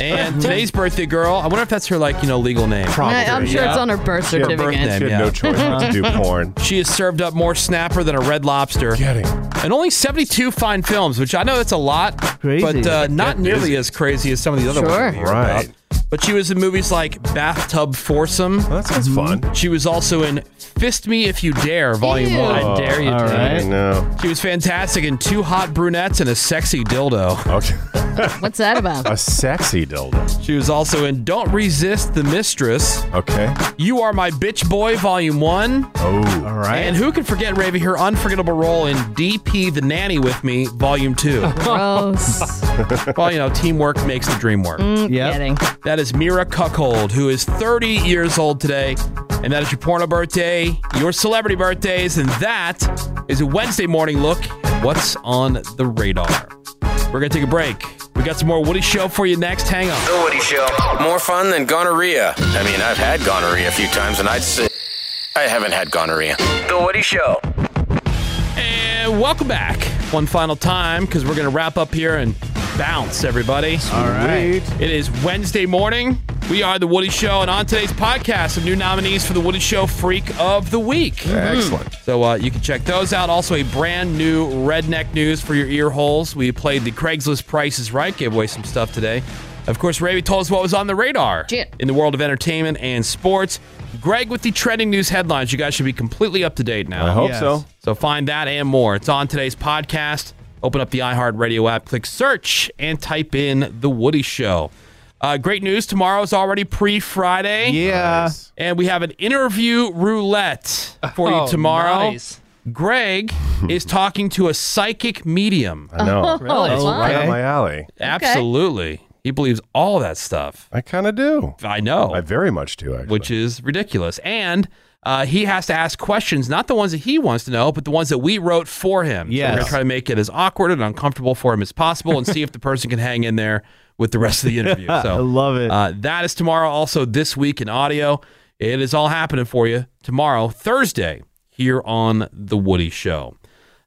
And today's birthday girl, I wonder if that's her like you know legal name.
Probably, I- I'm sure it's on her birth
Her
certificate.
birth name,
She had no choice but to do porn.
She has served up more snapper than a red lobster. And only 72 fine films, which I know that's a lot, but uh, not nearly as crazy as some of the other
Sure.
ones. we hear about.
Right.
But she was in movies like Bathtub Foursome. that sounds fun. She was also in Fist Me If You Dare, Volume
Mm-hmm. Ew.
1.
I dare you to. All right. No.
She was fantastic in Two Hot Brunettes and a Sexy Dildo.
Okay.
What's that about?
A sexy dildo.
She was also in Don't Resist the Mistress.
Okay.
You Are My Bitch Boy, Volume 1.
Oh. All
right. And who can forget, Ravi, her unforgettable role in DP The Nanny with Me, Volume 2.
Gross.
well, you know, teamwork makes the dream work.
Mm, Yep. kidding.
That is Mira Cuckold, who is 30 years old today. And that is your porno birthday, your celebrity birthdays, and that is a Wednesday morning look at what's on the radar. We're going to take a break. We got some more Woody Show for you next. Hang on.
The Woody Show. More fun than gonorrhea. I mean, I've had gonorrhea a few times, and I'd say I haven't had gonorrhea. The Woody Show.
And welcome back one final time because we're going to wrap up here and bounce, everybody. All
right.
It is Wednesday morning. We are The Woody Show, and on today's podcast, some new nominees for The Woody Show Freak of the Week.
Excellent.
So uh, you can check those out. Also, a brand new redneck news for your ear holes. We played the Craigslist Price is Right, gave away some stuff today. Of course, Ravy told us what was on the radar in the world of entertainment and sports. Greg with the trending news headlines. You guys should be completely up to date now.
I hope Yes. so.
So find that and more. It's on today's podcast. Open up the iHeartRadio app, click search, and type in The Woody Show. Uh, great news. Tomorrow is already pre Friday.
Yeah.
And we have an interview roulette for
Oh,
you tomorrow.
nice.
Greg is talking to a psychic medium.
I know.
Really?
That's
Why?
right up my alley.
Absolutely. He believes all that stuff.
I kind of do.
I know.
I very much do, actually.
Which is ridiculous. And uh, he has to ask questions, not the ones that he wants to know, but the ones that we wrote for him. Yeah, we're going
Yes.
to try to make it as awkward and uncomfortable for him as possible and see if the person can hang in there with the rest of the interview. So
I love it.
Uh, that is tomorrow. Also, this week in audio, it is all happening for you tomorrow, Thursday, here on The Woody Show.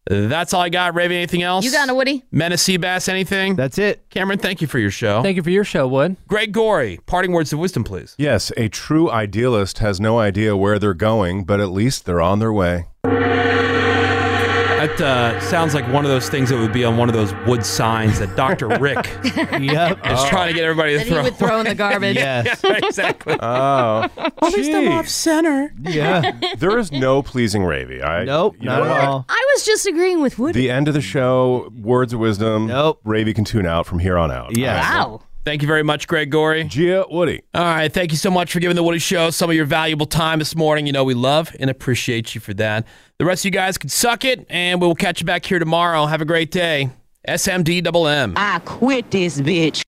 That's all I got. Raven, anything else?
You got it, Woody.
Menace Bass, anything?
That's it.
Cameron, thank you for your show.
Thank you for your show, Wood.
Greg Gorey, parting words of wisdom, please.
Yes, a true idealist has no idea where they're going, but at least they're on their way.
That uh, sounds like one of those things that would be on one of those wood signs that Dr. Rick
yep.
is trying to get everybody to
That he
throw.
would throw in the garbage.
Yes.
Yeah, exactly.
Oh.
At least I'm off center.
Yeah. there is no pleasing Ravy. I Nope,
not at all.
I was just agreeing with Woody.
The end of the show, words of wisdom. Nope. Ravy can tune out from here on out.
Yeah.
Oh.
Wow.
Thank you very much, Greg Gorey.
Gia Woody.
All right. Thank you so much for giving the Woody Show some of your valuable time this morning. You know, we love and appreciate you for that. The rest of you guys can suck it, and we'll catch you back here tomorrow. Have a great day. SMD double M.
I quit this bitch.